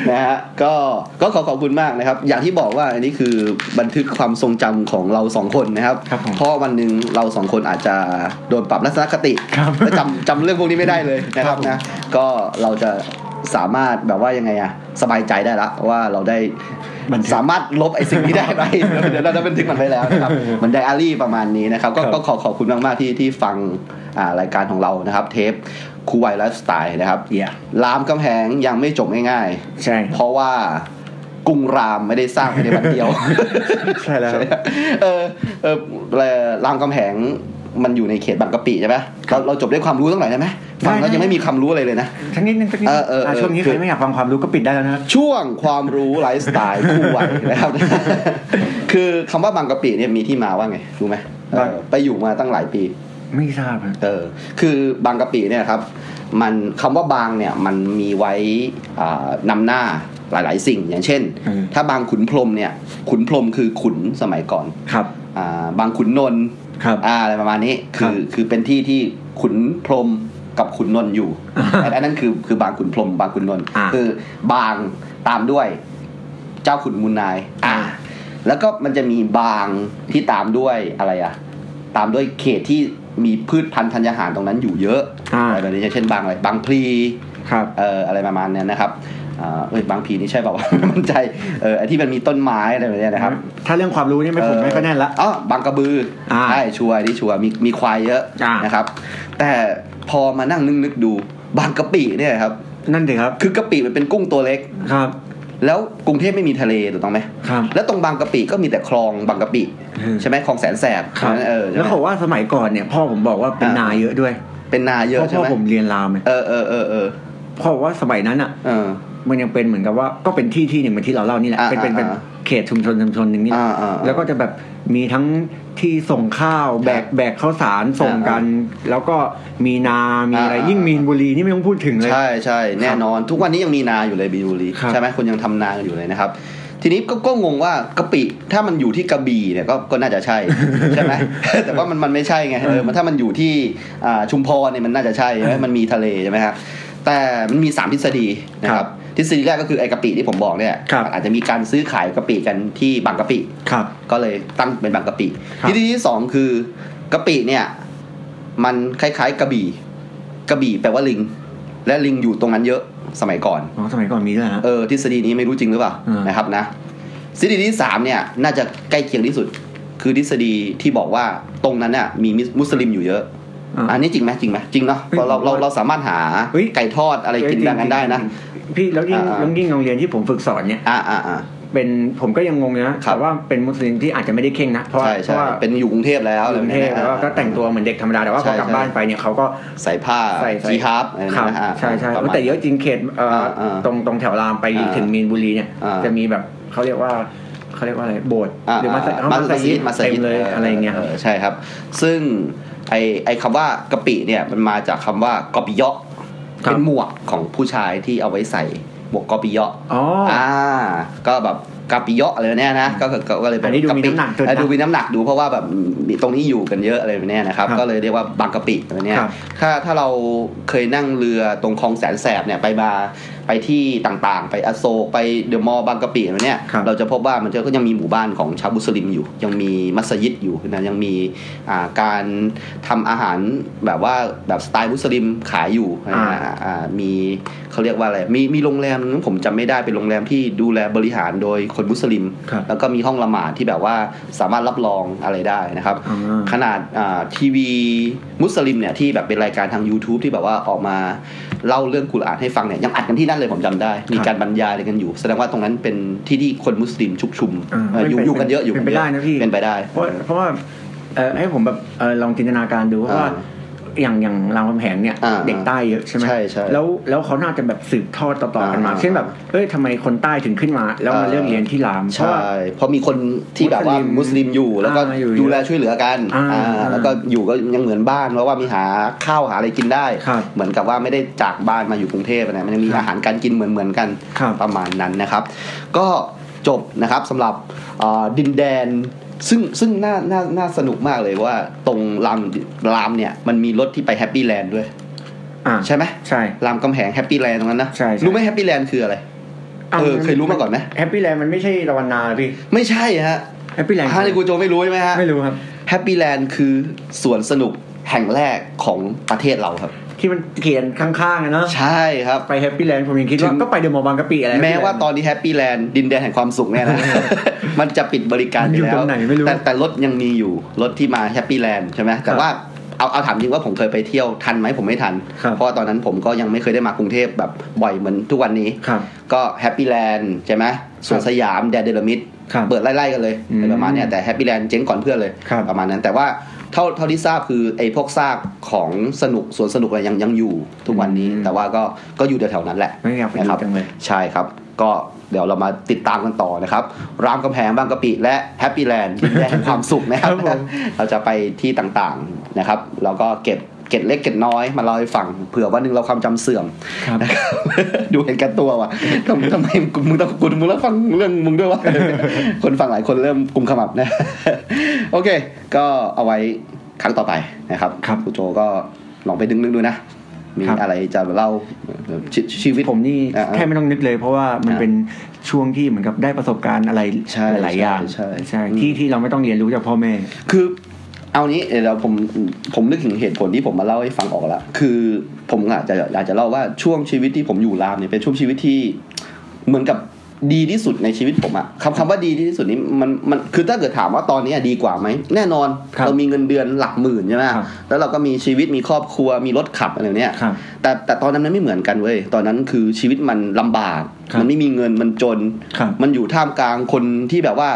Speaker 3: นะฮะก็ก็ขอขอบคุณมากนะครับ อย่างที่บอกว่าอันนี้คือบันทึกความทรงจำของเราสองคนนะครับ
Speaker 4: ครับผม
Speaker 3: เพราะวันหนึ่งเราสองคนอาจจะโดนปรับลักษณะคติ
Speaker 4: ครับ
Speaker 3: และจำจำเรื่องพวกนี้ไม่ได้เลยนะครับ
Speaker 4: ครับผม
Speaker 3: นะ ก็เราจะสามารถแบบว่ายังไงอะสบายใจได้ละว่าเราได้
Speaker 4: บันทึก
Speaker 3: สามารถลบไอ้สิ่งนี้ได้ ไหม เดี๋ยวเราจะบันทึกมันไว้แล้วนะครับ มันไดอารี่ประมาณนี้นะครับ ก็
Speaker 4: ครับ
Speaker 3: ก็ขอขอบคุณมาก ๆ ที่ที่ฟังอ่ารายการของเรานะครับ เทปคูไวไลฟ์สไตล์นะครับ
Speaker 4: Yeah
Speaker 3: รามกำแหงยังไม่จบง่าย
Speaker 4: ใช่
Speaker 3: ๆ เพราะว่ากรุงรามไม่ได้สร้างภายในวันเดียว
Speaker 4: ใช่แล้ว
Speaker 3: เออเออแล้วรามคำแหงมันอยู่ในเขตบางกะปิใช่ไหมเราเราจบด้วยความรู้ตั้งหน่อยได้ไหมฟังแล้ว
Speaker 4: ได้
Speaker 3: ยังไม่มีความรู้อะไรเลยนะ
Speaker 4: ทั้งนิดนึงทั้งนิด
Speaker 3: เอ
Speaker 4: นึ
Speaker 3: อเออเออ
Speaker 4: งะช่วงนี้ใครไม่อยากฟังความรู้ก็ปิดได้แล้วนะ
Speaker 3: ช่วงความรู้ไลฟ์สไตล์คู่วัยนะครับ คือคำว่าบางกะปิเนี่ยมีที่มาว่าไงรู้ไหมเออ
Speaker 4: ว่า
Speaker 3: ไปอยู่มาตั้งหลายปี
Speaker 4: ไม่ทราบอะ
Speaker 3: เออคือบางกะปิเนี่ยครับ มันคำว่าบางเนี่ยมันมีไว้อ่านำหน้าหลาย ๆ สิ่ง อย่างเช่น
Speaker 4: อืม
Speaker 3: ถ้าบางขุนพรหมเนี่ย ขุนพรหมคือขุนสมัยก่อน
Speaker 4: ครับ
Speaker 3: อ่าบางขุนนนท์
Speaker 4: ครับ
Speaker 3: อ่าอะไรประมาณนี้
Speaker 4: ครั
Speaker 3: คื
Speaker 4: บ
Speaker 3: อคือเป็นที่ที่ขุนพรหมกับขุนนนท์อยู่ แต่อันนั้นคือคือบางขุนพรหมบางขุนนนท์
Speaker 4: อ่า
Speaker 3: คือบางตามด้วยเจ้าขุนมูลนาย
Speaker 4: อ่า
Speaker 3: แล้วก็มันจะมีบางที่ตามด้วยอะไรอะตามด้วยเขตที่มีพืชพันธุ์ธัญญาหารตรงนั้นอยู่เยอะ
Speaker 4: อ่า
Speaker 3: อะไรแบบนี้อย่างเช่นบางอะไรบางพลี
Speaker 4: ครับ
Speaker 3: เอ่ออะไรประมาณเนี้ยนะครับอ่าเอ้ยบางพลีนี่ใช่เปล่าวะ ไม่มั่นใจเออไอที่มันมีต้นไม้อะไรแบบเนี้ยนะครับ
Speaker 4: ถ้าเรื่องความรู้นี่ไม่ผมไม่ค่อยแน่นละ
Speaker 3: อ๋อบางกระบืออา ใช่ชัวร์อันนี่ชัวร์มีมีควายเยอะ
Speaker 4: อ่าน
Speaker 3: นะครับ แต่พอมานั่งนึกนึกๆดูบางกะปิเนี่ยครับ
Speaker 4: นั่นสิครับ
Speaker 3: คือกะปิมันเป็นกุ้งตัวเล็ก
Speaker 4: ครับ
Speaker 3: แล้วกรุงเทพไม่มีทะเลถูกต้องไหม
Speaker 4: ครับ
Speaker 3: แล้วตรงบางกะปิก็มีแต่คลองบางกะปิ
Speaker 4: อืม
Speaker 3: ใช่ไหมคลองแสนแสบ
Speaker 4: ครับ
Speaker 3: เออใช่
Speaker 4: แล้
Speaker 3: ไหม
Speaker 4: วเขาว่าสมัยก่อนเนี่ย พ่อผมบอกว่าเป็นนาเยอะด้วย
Speaker 3: เป็นนาเย
Speaker 4: เพ
Speaker 3: อะ
Speaker 4: ราะ
Speaker 3: ใช่
Speaker 4: พ่อ
Speaker 3: ไหม
Speaker 4: ผมเรียนรามไง
Speaker 3: เออเออเออเออ
Speaker 4: พ่อบอกว่าสมัยนั้นอ่ะ
Speaker 3: เออ
Speaker 4: มันยังเป็นเหมือนกับว่าก็เป็นที่ที่หนึ่งเหมือนที่เราเล่านี่แหละ
Speaker 3: อ่า
Speaker 4: เป็นเป็นเป็น
Speaker 3: อ่า
Speaker 4: เขตชุมชนชุมชนหนึ่งนี่
Speaker 3: อ่าอ่าอ่า
Speaker 4: แล้วก็จะแบบมีทั้งที่ส่งข้าวแบกแบกข้าวสารส่งกัน แล้วก็มีนามีอะไร
Speaker 3: อ่าอ่า
Speaker 4: ยิ่งมีนบุรีนี่ไม่ต้องพูดถึงเลย
Speaker 3: ใช่ใช่แน่นอนทุกวันนี้ยังมีนาอยู่เลยบีนบุรี
Speaker 4: ครับ
Speaker 3: ใช่ไหมคนยังทำนากันอยู่เลยนะครับ ทีนี้ก็ก็งงว่ากะปิถ้ามันอยู่ที่กระบี่เนี่ยก็ก็น่าจะใช่ ใช่ไหม แต่ว่ามันมันไม่ใช่ไงเออมันถ้ามันอยู่ที่อ่าชุมพรเนี่ยมันน่าจะใช่ใช่ไหมมันมีทะเลใช่ไหมครับแต่มันมีสามทฤษฎีนะค
Speaker 4: ครั
Speaker 3: รับบ ทฤษฎีแรกก็คือไอ้กะปิที่ผมบอกเนี่ย
Speaker 4: ครับ
Speaker 3: มันอาจจะมีการซื้อขายกะปิกันที่บางกะปิ
Speaker 4: ครับ
Speaker 3: ก็เลยตั้งเป็นบางกะปิ
Speaker 4: ครับ
Speaker 3: ทฤษฎีที่สองคือกะปิเนี่ย มันคล้ายๆกระบี่กระบี่แปลว่าลิง และลิงอยู่ตรงนั้นเยอะสมัยก่อน
Speaker 4: อ๋อสมัยก่อนมีด้วยนะ
Speaker 3: เออทฤษฎีนี้ไม่รู้จริงหรือเปล่า
Speaker 4: อ่าน
Speaker 3: นะครับนะทฤษฎีที่สามเนี่ย น่าจะใกล้เคียงที่สุด คือทฤษฎีที่บอกว่าตรงนั้นน่ะมีมุสลิมอยู่เยอะ อันนี้จริงไหมจริงไหมจริงเนาะเราเราเราสามารถหา
Speaker 4: เฮ้ย
Speaker 3: ไก่ทอดอะไรกินแบบนั้นได้นะ
Speaker 4: พี่แล้วยิ่ง
Speaker 3: อ่า
Speaker 4: แล้วยิ่งโรงเรียนที่ผมฝึกสอนเนี่ย
Speaker 3: อ่าอ่าอ่า
Speaker 4: เป็นผมก็ยังงงนะ
Speaker 3: ครั
Speaker 4: แต่
Speaker 3: บ
Speaker 4: ว่าเป็นมุสลิมที่อาจจะไม่ได้เข่งนะ เพราะว่า
Speaker 3: ใช่
Speaker 4: เพ
Speaker 3: ใช่
Speaker 4: ราะว่า
Speaker 3: เป็นอยู่กรุงเทพแล้วอะไร
Speaker 4: ก
Speaker 3: แบ
Speaker 4: รุ
Speaker 3: บ
Speaker 4: ง
Speaker 3: นี้
Speaker 4: เทพ
Speaker 3: นะ
Speaker 4: แล้วก็แต่งตัวเหมือนเด็กธรรมดาแต่ว่า
Speaker 3: ใช่
Speaker 4: พอกลับ
Speaker 3: ใช่
Speaker 4: บ้านไปเนี่ยเขาก็
Speaker 3: ใส่ผ้า
Speaker 4: ใส่ใส่
Speaker 3: จีฮาร์ปอะไร
Speaker 4: ครับ
Speaker 3: นะฮะ
Speaker 4: ใช่ใช่แต่เยอะจริงเขตเอ่ออา
Speaker 3: อ่า
Speaker 4: ตรงตรงแถวรามไป
Speaker 3: อ่า
Speaker 4: ถึงมีนบุรีเนี่ย
Speaker 3: อ่า
Speaker 4: จะมีแบบเขาเรียกว่าเขาเรียกว่าอะไรโบสถ์
Speaker 3: า
Speaker 4: หรือมัสยิด
Speaker 3: มัสยิด
Speaker 4: มัสยิดเต็มเลยอะไรเงี้ยครับ
Speaker 3: ใช่ครับ ซึ่งไอไอคำว่ากะปิเนี่ยมันมาจากคำว่ากอปิเยาะ
Speaker 4: ครับ
Speaker 3: เป็นหมวกของผู้ชายที่เอาไว้ใส่หมวกกอปิเยาะ
Speaker 4: อ๋ออ
Speaker 3: อ่า ก็แบบกะปิเยาะอะไรเนี่ยนะก็ก็ก็เลยเป็
Speaker 4: อันนี้ดูมีน้ำหนัก
Speaker 3: ะปิ
Speaker 4: ด้วยนะ
Speaker 3: อ่ะดูมีน้ำหนักดูเพราะว่าแบบมีตรงนี้อยู่กันเยอะอะไรแบบเนี้ยนะครับ
Speaker 4: ครับ
Speaker 3: ก็เลยเรียกว่าบางกะปิอะไรเนี่ย
Speaker 4: ครับ
Speaker 3: ถ้าถ้าเราเคยนั่งเรือตรงคลองแสนแสบเนี่ยไปมาไปที่ต่างๆ ไปอโศกไปเดอะมอลล์บางกะปิอะไรเนี่ย
Speaker 4: ครับ
Speaker 3: เราจะพบว่ามันจะก็ยังมีหมู่บ้านของชาวมุสลิมอยู่ ยังมีมัสยิดอยู่นะยังมีอ่าการทำอาหารแบบว่าแบบสไตล์มุสลิมขายอยู่นะฮะอ่ามีเขาเรียกว่าอะไรมีมีโรงแรมนึงผมจำไม่ได้เป็นโรงแรมที่ดูแลบริหารโดยคนมุสลิม
Speaker 4: ครับ
Speaker 3: แล้วก็มีห้องละหมาดที่แบบว่าสามารถรับรองอะไรได้นะครับ
Speaker 4: อ่า
Speaker 3: ขนาดอ่าทีวีมุสลิมเนี่ยที่แบบเป็นรายการทาง YouTube ที่แบบว่าออกมาเล่าเรื่องกุรอานให้ฟังเนี่ยยังอัดกันที่นั่นเลยผมจำได้ มี
Speaker 4: ครับ
Speaker 3: การบรรยายอะไรกันอยู่ แสดงว่าตรงนั้นเป็นที่ที่คนมุสลิมชุกชุม
Speaker 4: อ่า
Speaker 3: เอ่ออยู่
Speaker 4: เป็
Speaker 3: อยู่กันเยอะอยู่
Speaker 4: เป็น
Speaker 3: กั
Speaker 4: ไป
Speaker 3: เย
Speaker 4: ได้นะพี่
Speaker 3: เป็นไปได้
Speaker 4: เพราะเพราะว่าเอ่อให้ผมแบบเอ่อลองจินตนาการดู
Speaker 3: อ่า
Speaker 4: ว่าอย่างอย่างรามคำแหงเนี่ย
Speaker 3: อ่า
Speaker 4: เด็กใต้เยอะใช่ไหม
Speaker 3: ใช่ใช่
Speaker 4: แล้วแล้วเขาน่าจะแบบสืบทอดต่อๆกันมา
Speaker 3: อ่า
Speaker 4: เช่นแบบเอ้ยทำไมคนใต้ถึงขึ้นมา แล้วมา
Speaker 3: อ่า
Speaker 4: เลือกเรียนที่รามเพราะ
Speaker 3: ใช่
Speaker 4: ว่า
Speaker 3: เพราะมีคนที่แบบว่ามุสลิมอยู่แล้วก็
Speaker 4: อ่าอยู่
Speaker 3: ดูแลช่วยเหลือกัน
Speaker 4: อ่า
Speaker 3: อ่า
Speaker 4: อ่า
Speaker 3: แล้วก็อยู่ก็ยังเหมือนบ้านเพราะว่ามีหาข้าวหาอะไรกินได้
Speaker 4: ครับ
Speaker 3: เหมือนกับว่าไม่ได้จากบ้านมาอยู่กรุงเทพนะมันยังมี
Speaker 4: ครับ
Speaker 3: อาหารการกินเหมือนเหมือนๆกัน
Speaker 4: ครับ
Speaker 3: ประมาณนั้นนะครับ ก็จบนะครับสำหรับอ่าดินแดนซึ่งซึ่งน่าน่าน่าสนุกมากเลยว่าตรงรามรามเนี่ยมันมีรถที่ไปแฮปปี้แลนด์ด้วย
Speaker 4: อ่า
Speaker 3: ใช่ไหม
Speaker 4: ใช่
Speaker 3: รามคำแหงแฮปปี้แลนด์ตรงนั้นนะ
Speaker 4: ใช่ใช่
Speaker 3: รู้ไหมแฮปปี้แลนด์คืออะไร เออเคยรู้มาก่อนไหม
Speaker 4: แฮปปี้แลนด์มันไม่ใช่รวันนาเหรอพี่
Speaker 3: ไม่ใช่ฮะ
Speaker 4: แฮปปี้แลนด์
Speaker 3: ฮาในกูโจไม่รู้ใช่ไหมฮะ
Speaker 4: ไม่รู้ครับ
Speaker 3: แฮปปี้แลนด์คือสวนสนุกแห่งแรกของประเทศเราครับ
Speaker 4: ที่มันเขียนข้างๆอะเนอะ
Speaker 3: ใช่ครับ
Speaker 4: ไปแฮปปี้แลนด์ผมยังคิดว่า
Speaker 3: ถึง
Speaker 4: ก็ไปเดอะมอลล์บางกะปิอะไร
Speaker 3: แม้ว่าตอนนี้แฮปปี้แลนด์ดินแดนแห่งความสุขเนี่ยนะ มันจะปิดบริการ
Speaker 4: มันอยู่
Speaker 3: ปแล้ว
Speaker 4: ตรงไหนไม่รู้
Speaker 3: แต่แต่รถยังมีอยู่ รถที่มาแฮปปี้แลนด์ใช่ไหมแต่ว่าเอาเอาถามจริงว่าผมเคยไปเที่ยวทันไหมผมไม่ทัน
Speaker 4: ครับ
Speaker 3: เพราะว่าตอนนั้นผมก็ยังไม่เคยได้มากรุงเทพแบบบ่อยเหมือนทุกวันนี้
Speaker 4: ครับ
Speaker 3: ก็แฮปปี้แลนด์ใช่ไหมสวนสยามแดนเดลมิด
Speaker 4: ครับ
Speaker 3: เปิดไล่ๆกันเลย
Speaker 4: อืม
Speaker 3: ประมาณเนี้ยแต่แฮปปี้แลนด์เจ๊งก่อนเพื่อนเลย
Speaker 4: ครับ
Speaker 3: ประมาณนั้น แต่ว่าเท่าเท่าที่ทราบคือไอ้พวกซากของสนุกสวนสนุกอะไรยังยังอยู่ทุกวันนี้
Speaker 4: อืม
Speaker 3: แต่ว่าก็ก็อยู่แถวๆนั้นแหละ
Speaker 4: ไม่อยากไป
Speaker 3: นะค
Speaker 4: ดู
Speaker 3: รับ
Speaker 4: จังเลย
Speaker 3: ใช่ครับ ก็เดี๋ยวเรามาติดตามกันต่อนะครับ รามกำแพงบางกะปิและแฮปปี้แลนด์ดินแดนแห่งความสุขนะครับ
Speaker 4: ครับผม
Speaker 3: เราจะไปที่ต่างๆนะครับแล้วก็เก็บเก็ดเล็กเก็ดน้อยมาเล่าให้ฟังเผื่อวันหนึ่งเราความจำเสื่อม
Speaker 4: ครับ
Speaker 3: ดูเห็นแกันตัวว่ะทำทำไมมึงต้องกูมึงแล้วฟังเรื่องมึงด้วยวะ คนฟังหลายคนเริ่มกุมขมับนะ โอเค ก็เอาไว้ครั้งต่อไปนะครับ
Speaker 4: ครับ
Speaker 3: ณโจก็ลองไปดึงนึงดูนะ มี
Speaker 4: ครับ
Speaker 3: อะไรจะเล่าชชีวิต
Speaker 4: ผมนี่
Speaker 3: อ่าๆ
Speaker 4: แค่ไม่ต้องนึกเลย เพราะว่ามัน
Speaker 3: อ่า
Speaker 4: เป็นช่วงที่เหมือนกับได้ประสบการณ์อะไร
Speaker 3: ใช่
Speaker 4: หลายๆอย่าง
Speaker 3: ใช่ใช่
Speaker 4: ที่ที่เราไม่ต้องเรียนรู้จากพ่อแม่
Speaker 3: คือเอานี้เดี๋ยวผมผมนึกถึงเหตุผลที่ผมมาเล่าให้ฟังออกละคือผมอาจจะอยากจะเล่าว่าช่วงชีวิตที่ผมอยู่รามเนี่ยเป็นช่วงชีวิตที่เหมือนกับดีที่สุดในชีวิตผมอะคำคำว่าดีที่สุดนี้มันมันคือถ้าเกิดถามว่าตอนนี้ดีกว่าไหมแน่นอน
Speaker 4: ครับ
Speaker 3: เรามีเงินเดือนหลักหมื่นใช่ไหม
Speaker 4: ครับ
Speaker 3: แล้วเราก็มีชีวิตมีครอบครัวมีรถขับอะไรแบบเนี้ย
Speaker 4: ครับ
Speaker 3: แต่แต่ตอนนั้นมันไม่เหมือนกันเว้ย ตอนนั้นคือชีวิตมันลำบาก
Speaker 4: ครับ
Speaker 3: มันไม่มีเงิน มันจน
Speaker 4: ครับ
Speaker 3: มันอยู่ท่ามกลางคนที่แบบว่า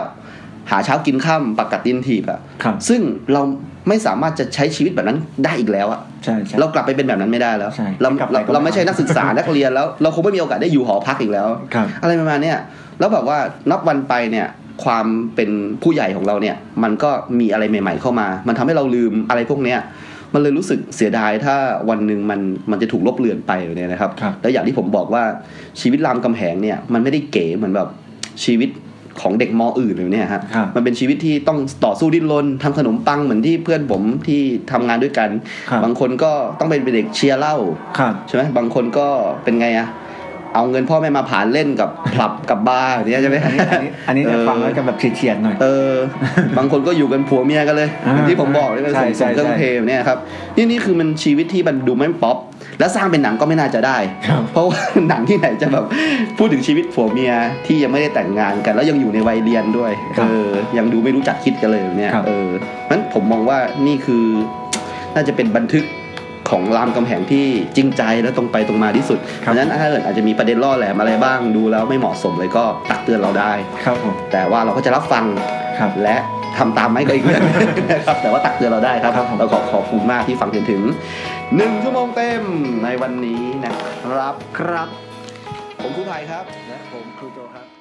Speaker 3: หาเช้ากินข้ามปากกัดดินถีบอะ
Speaker 4: ครับ
Speaker 3: ซึ่งเราไม่สามารถจะใช้ชีวิตแบบนั้นได้อีกแล้วอะ
Speaker 4: ใช่ใช่
Speaker 3: เรากลับไปเป็นแบบนั้นไม่ได้แล้ว
Speaker 4: ใช่
Speaker 3: เรา
Speaker 4: กลับไป
Speaker 3: เรา
Speaker 4: ก็ไม่
Speaker 3: เราไม่ใช่นักศึกษา นักเรียนแล้ว เราคงไม่มีโอกาสได้อยู่หอพักอีกแล้ว
Speaker 4: ครับ
Speaker 3: อะไรประมาณเนี้ยแล้วแบบว่านับวันไปเนี่ย ความเป็นผู้ใหญ่ของเราเนี่ย มันก็มีอะไรใหม่ ๆ เข้ามา มันทำให้เราลืมอะไรพวกเนี้ย มันเลยรู้สึกเสียดายถ้าวันหนึ่งมันมันจะถูกลบเลือนไปเนี่ยนะครับ
Speaker 1: ครับ
Speaker 3: แล้วอย่างที่ผมบอกว่าชีวิตรามกำแหงเนี่ยมันไม่ได้เก๋เหมือนแบบชีวิตของเด็กมออื่นเลยเนี่ยฮะ
Speaker 1: ครับ
Speaker 3: มันเป็นชีวิตที่ต้องต่อสู้ดิ้นรนทำขนมปังเหมือนที่เพื่อนผมที่ทำงานด้วยกัน
Speaker 1: ครับ
Speaker 3: งคนก็ต้องเป็นเด็กเชียร์เหล้า
Speaker 1: ครับ
Speaker 3: ใช่ไหมบางคนก็เป็นไงอะเอาเงินพ่อแม่มาผ่านเล่นกับคลับกับบาร์อย่างเนี้ยใช่ไหม
Speaker 1: อันนี้อันนี้อันนี้จะฟังแล้วจะแบบเฉียดๆหน่อย
Speaker 3: เออ บางคนก็อยู่กันผัวเมียกันเลย
Speaker 1: อ่า
Speaker 3: อย่างที่ผมบอกเลย
Speaker 1: ใช่
Speaker 3: ส่ง
Speaker 1: ใช่
Speaker 3: ส่งเครื่อง
Speaker 1: ใช่
Speaker 3: เพลงเนี่ยครับนี่นี่คือมันชีวิตที่มันดูไม่ป๊อปและสร้างเป็นหนังก็ไม่น่าจะได้
Speaker 1: ครับ
Speaker 3: เพราะว่า หนังที่ไหนจะแบบพูดถึงชีวิตผัวเมียที่ยังไม่ได้แต่งงานกัน แล้วยังอยู่ในวัยเรียนด้วย
Speaker 1: ค
Speaker 3: เอ
Speaker 1: รับ
Speaker 3: อยังดูไม่รู้จักคิดกันเลยเนี่ย
Speaker 1: ครับ
Speaker 3: เออนั้นผมมองว่านี่คือ น่าจะเป็นบันทึกของรามกำแหงที่จริงใจและตรงไปตรงมาที่สุด
Speaker 1: ค
Speaker 3: เพ
Speaker 1: รับ
Speaker 3: ราะฉะนั้นถ้าเกิดอาจจะมีประเด็นล่อแหลมอะไรบ้างดูแล้วไม่เหมาะสมเลยก็ตักเตือนเราได้
Speaker 1: ครับผม
Speaker 3: แต่ว่าเราก็จะรับฟัง
Speaker 1: ครับ
Speaker 3: และทำตามไหมก็อีกเรื่อง นะครับแต่ว่าตักเตือนเราได้ครับ
Speaker 1: ครับผม
Speaker 3: เราขอขอบคุณมากที่ฟังจนถึงหนึ่งชั่วโมงเต็มในวันนี้นะครับ
Speaker 4: ครับ
Speaker 3: ผมครูภัยครับ และผมครูโจครับ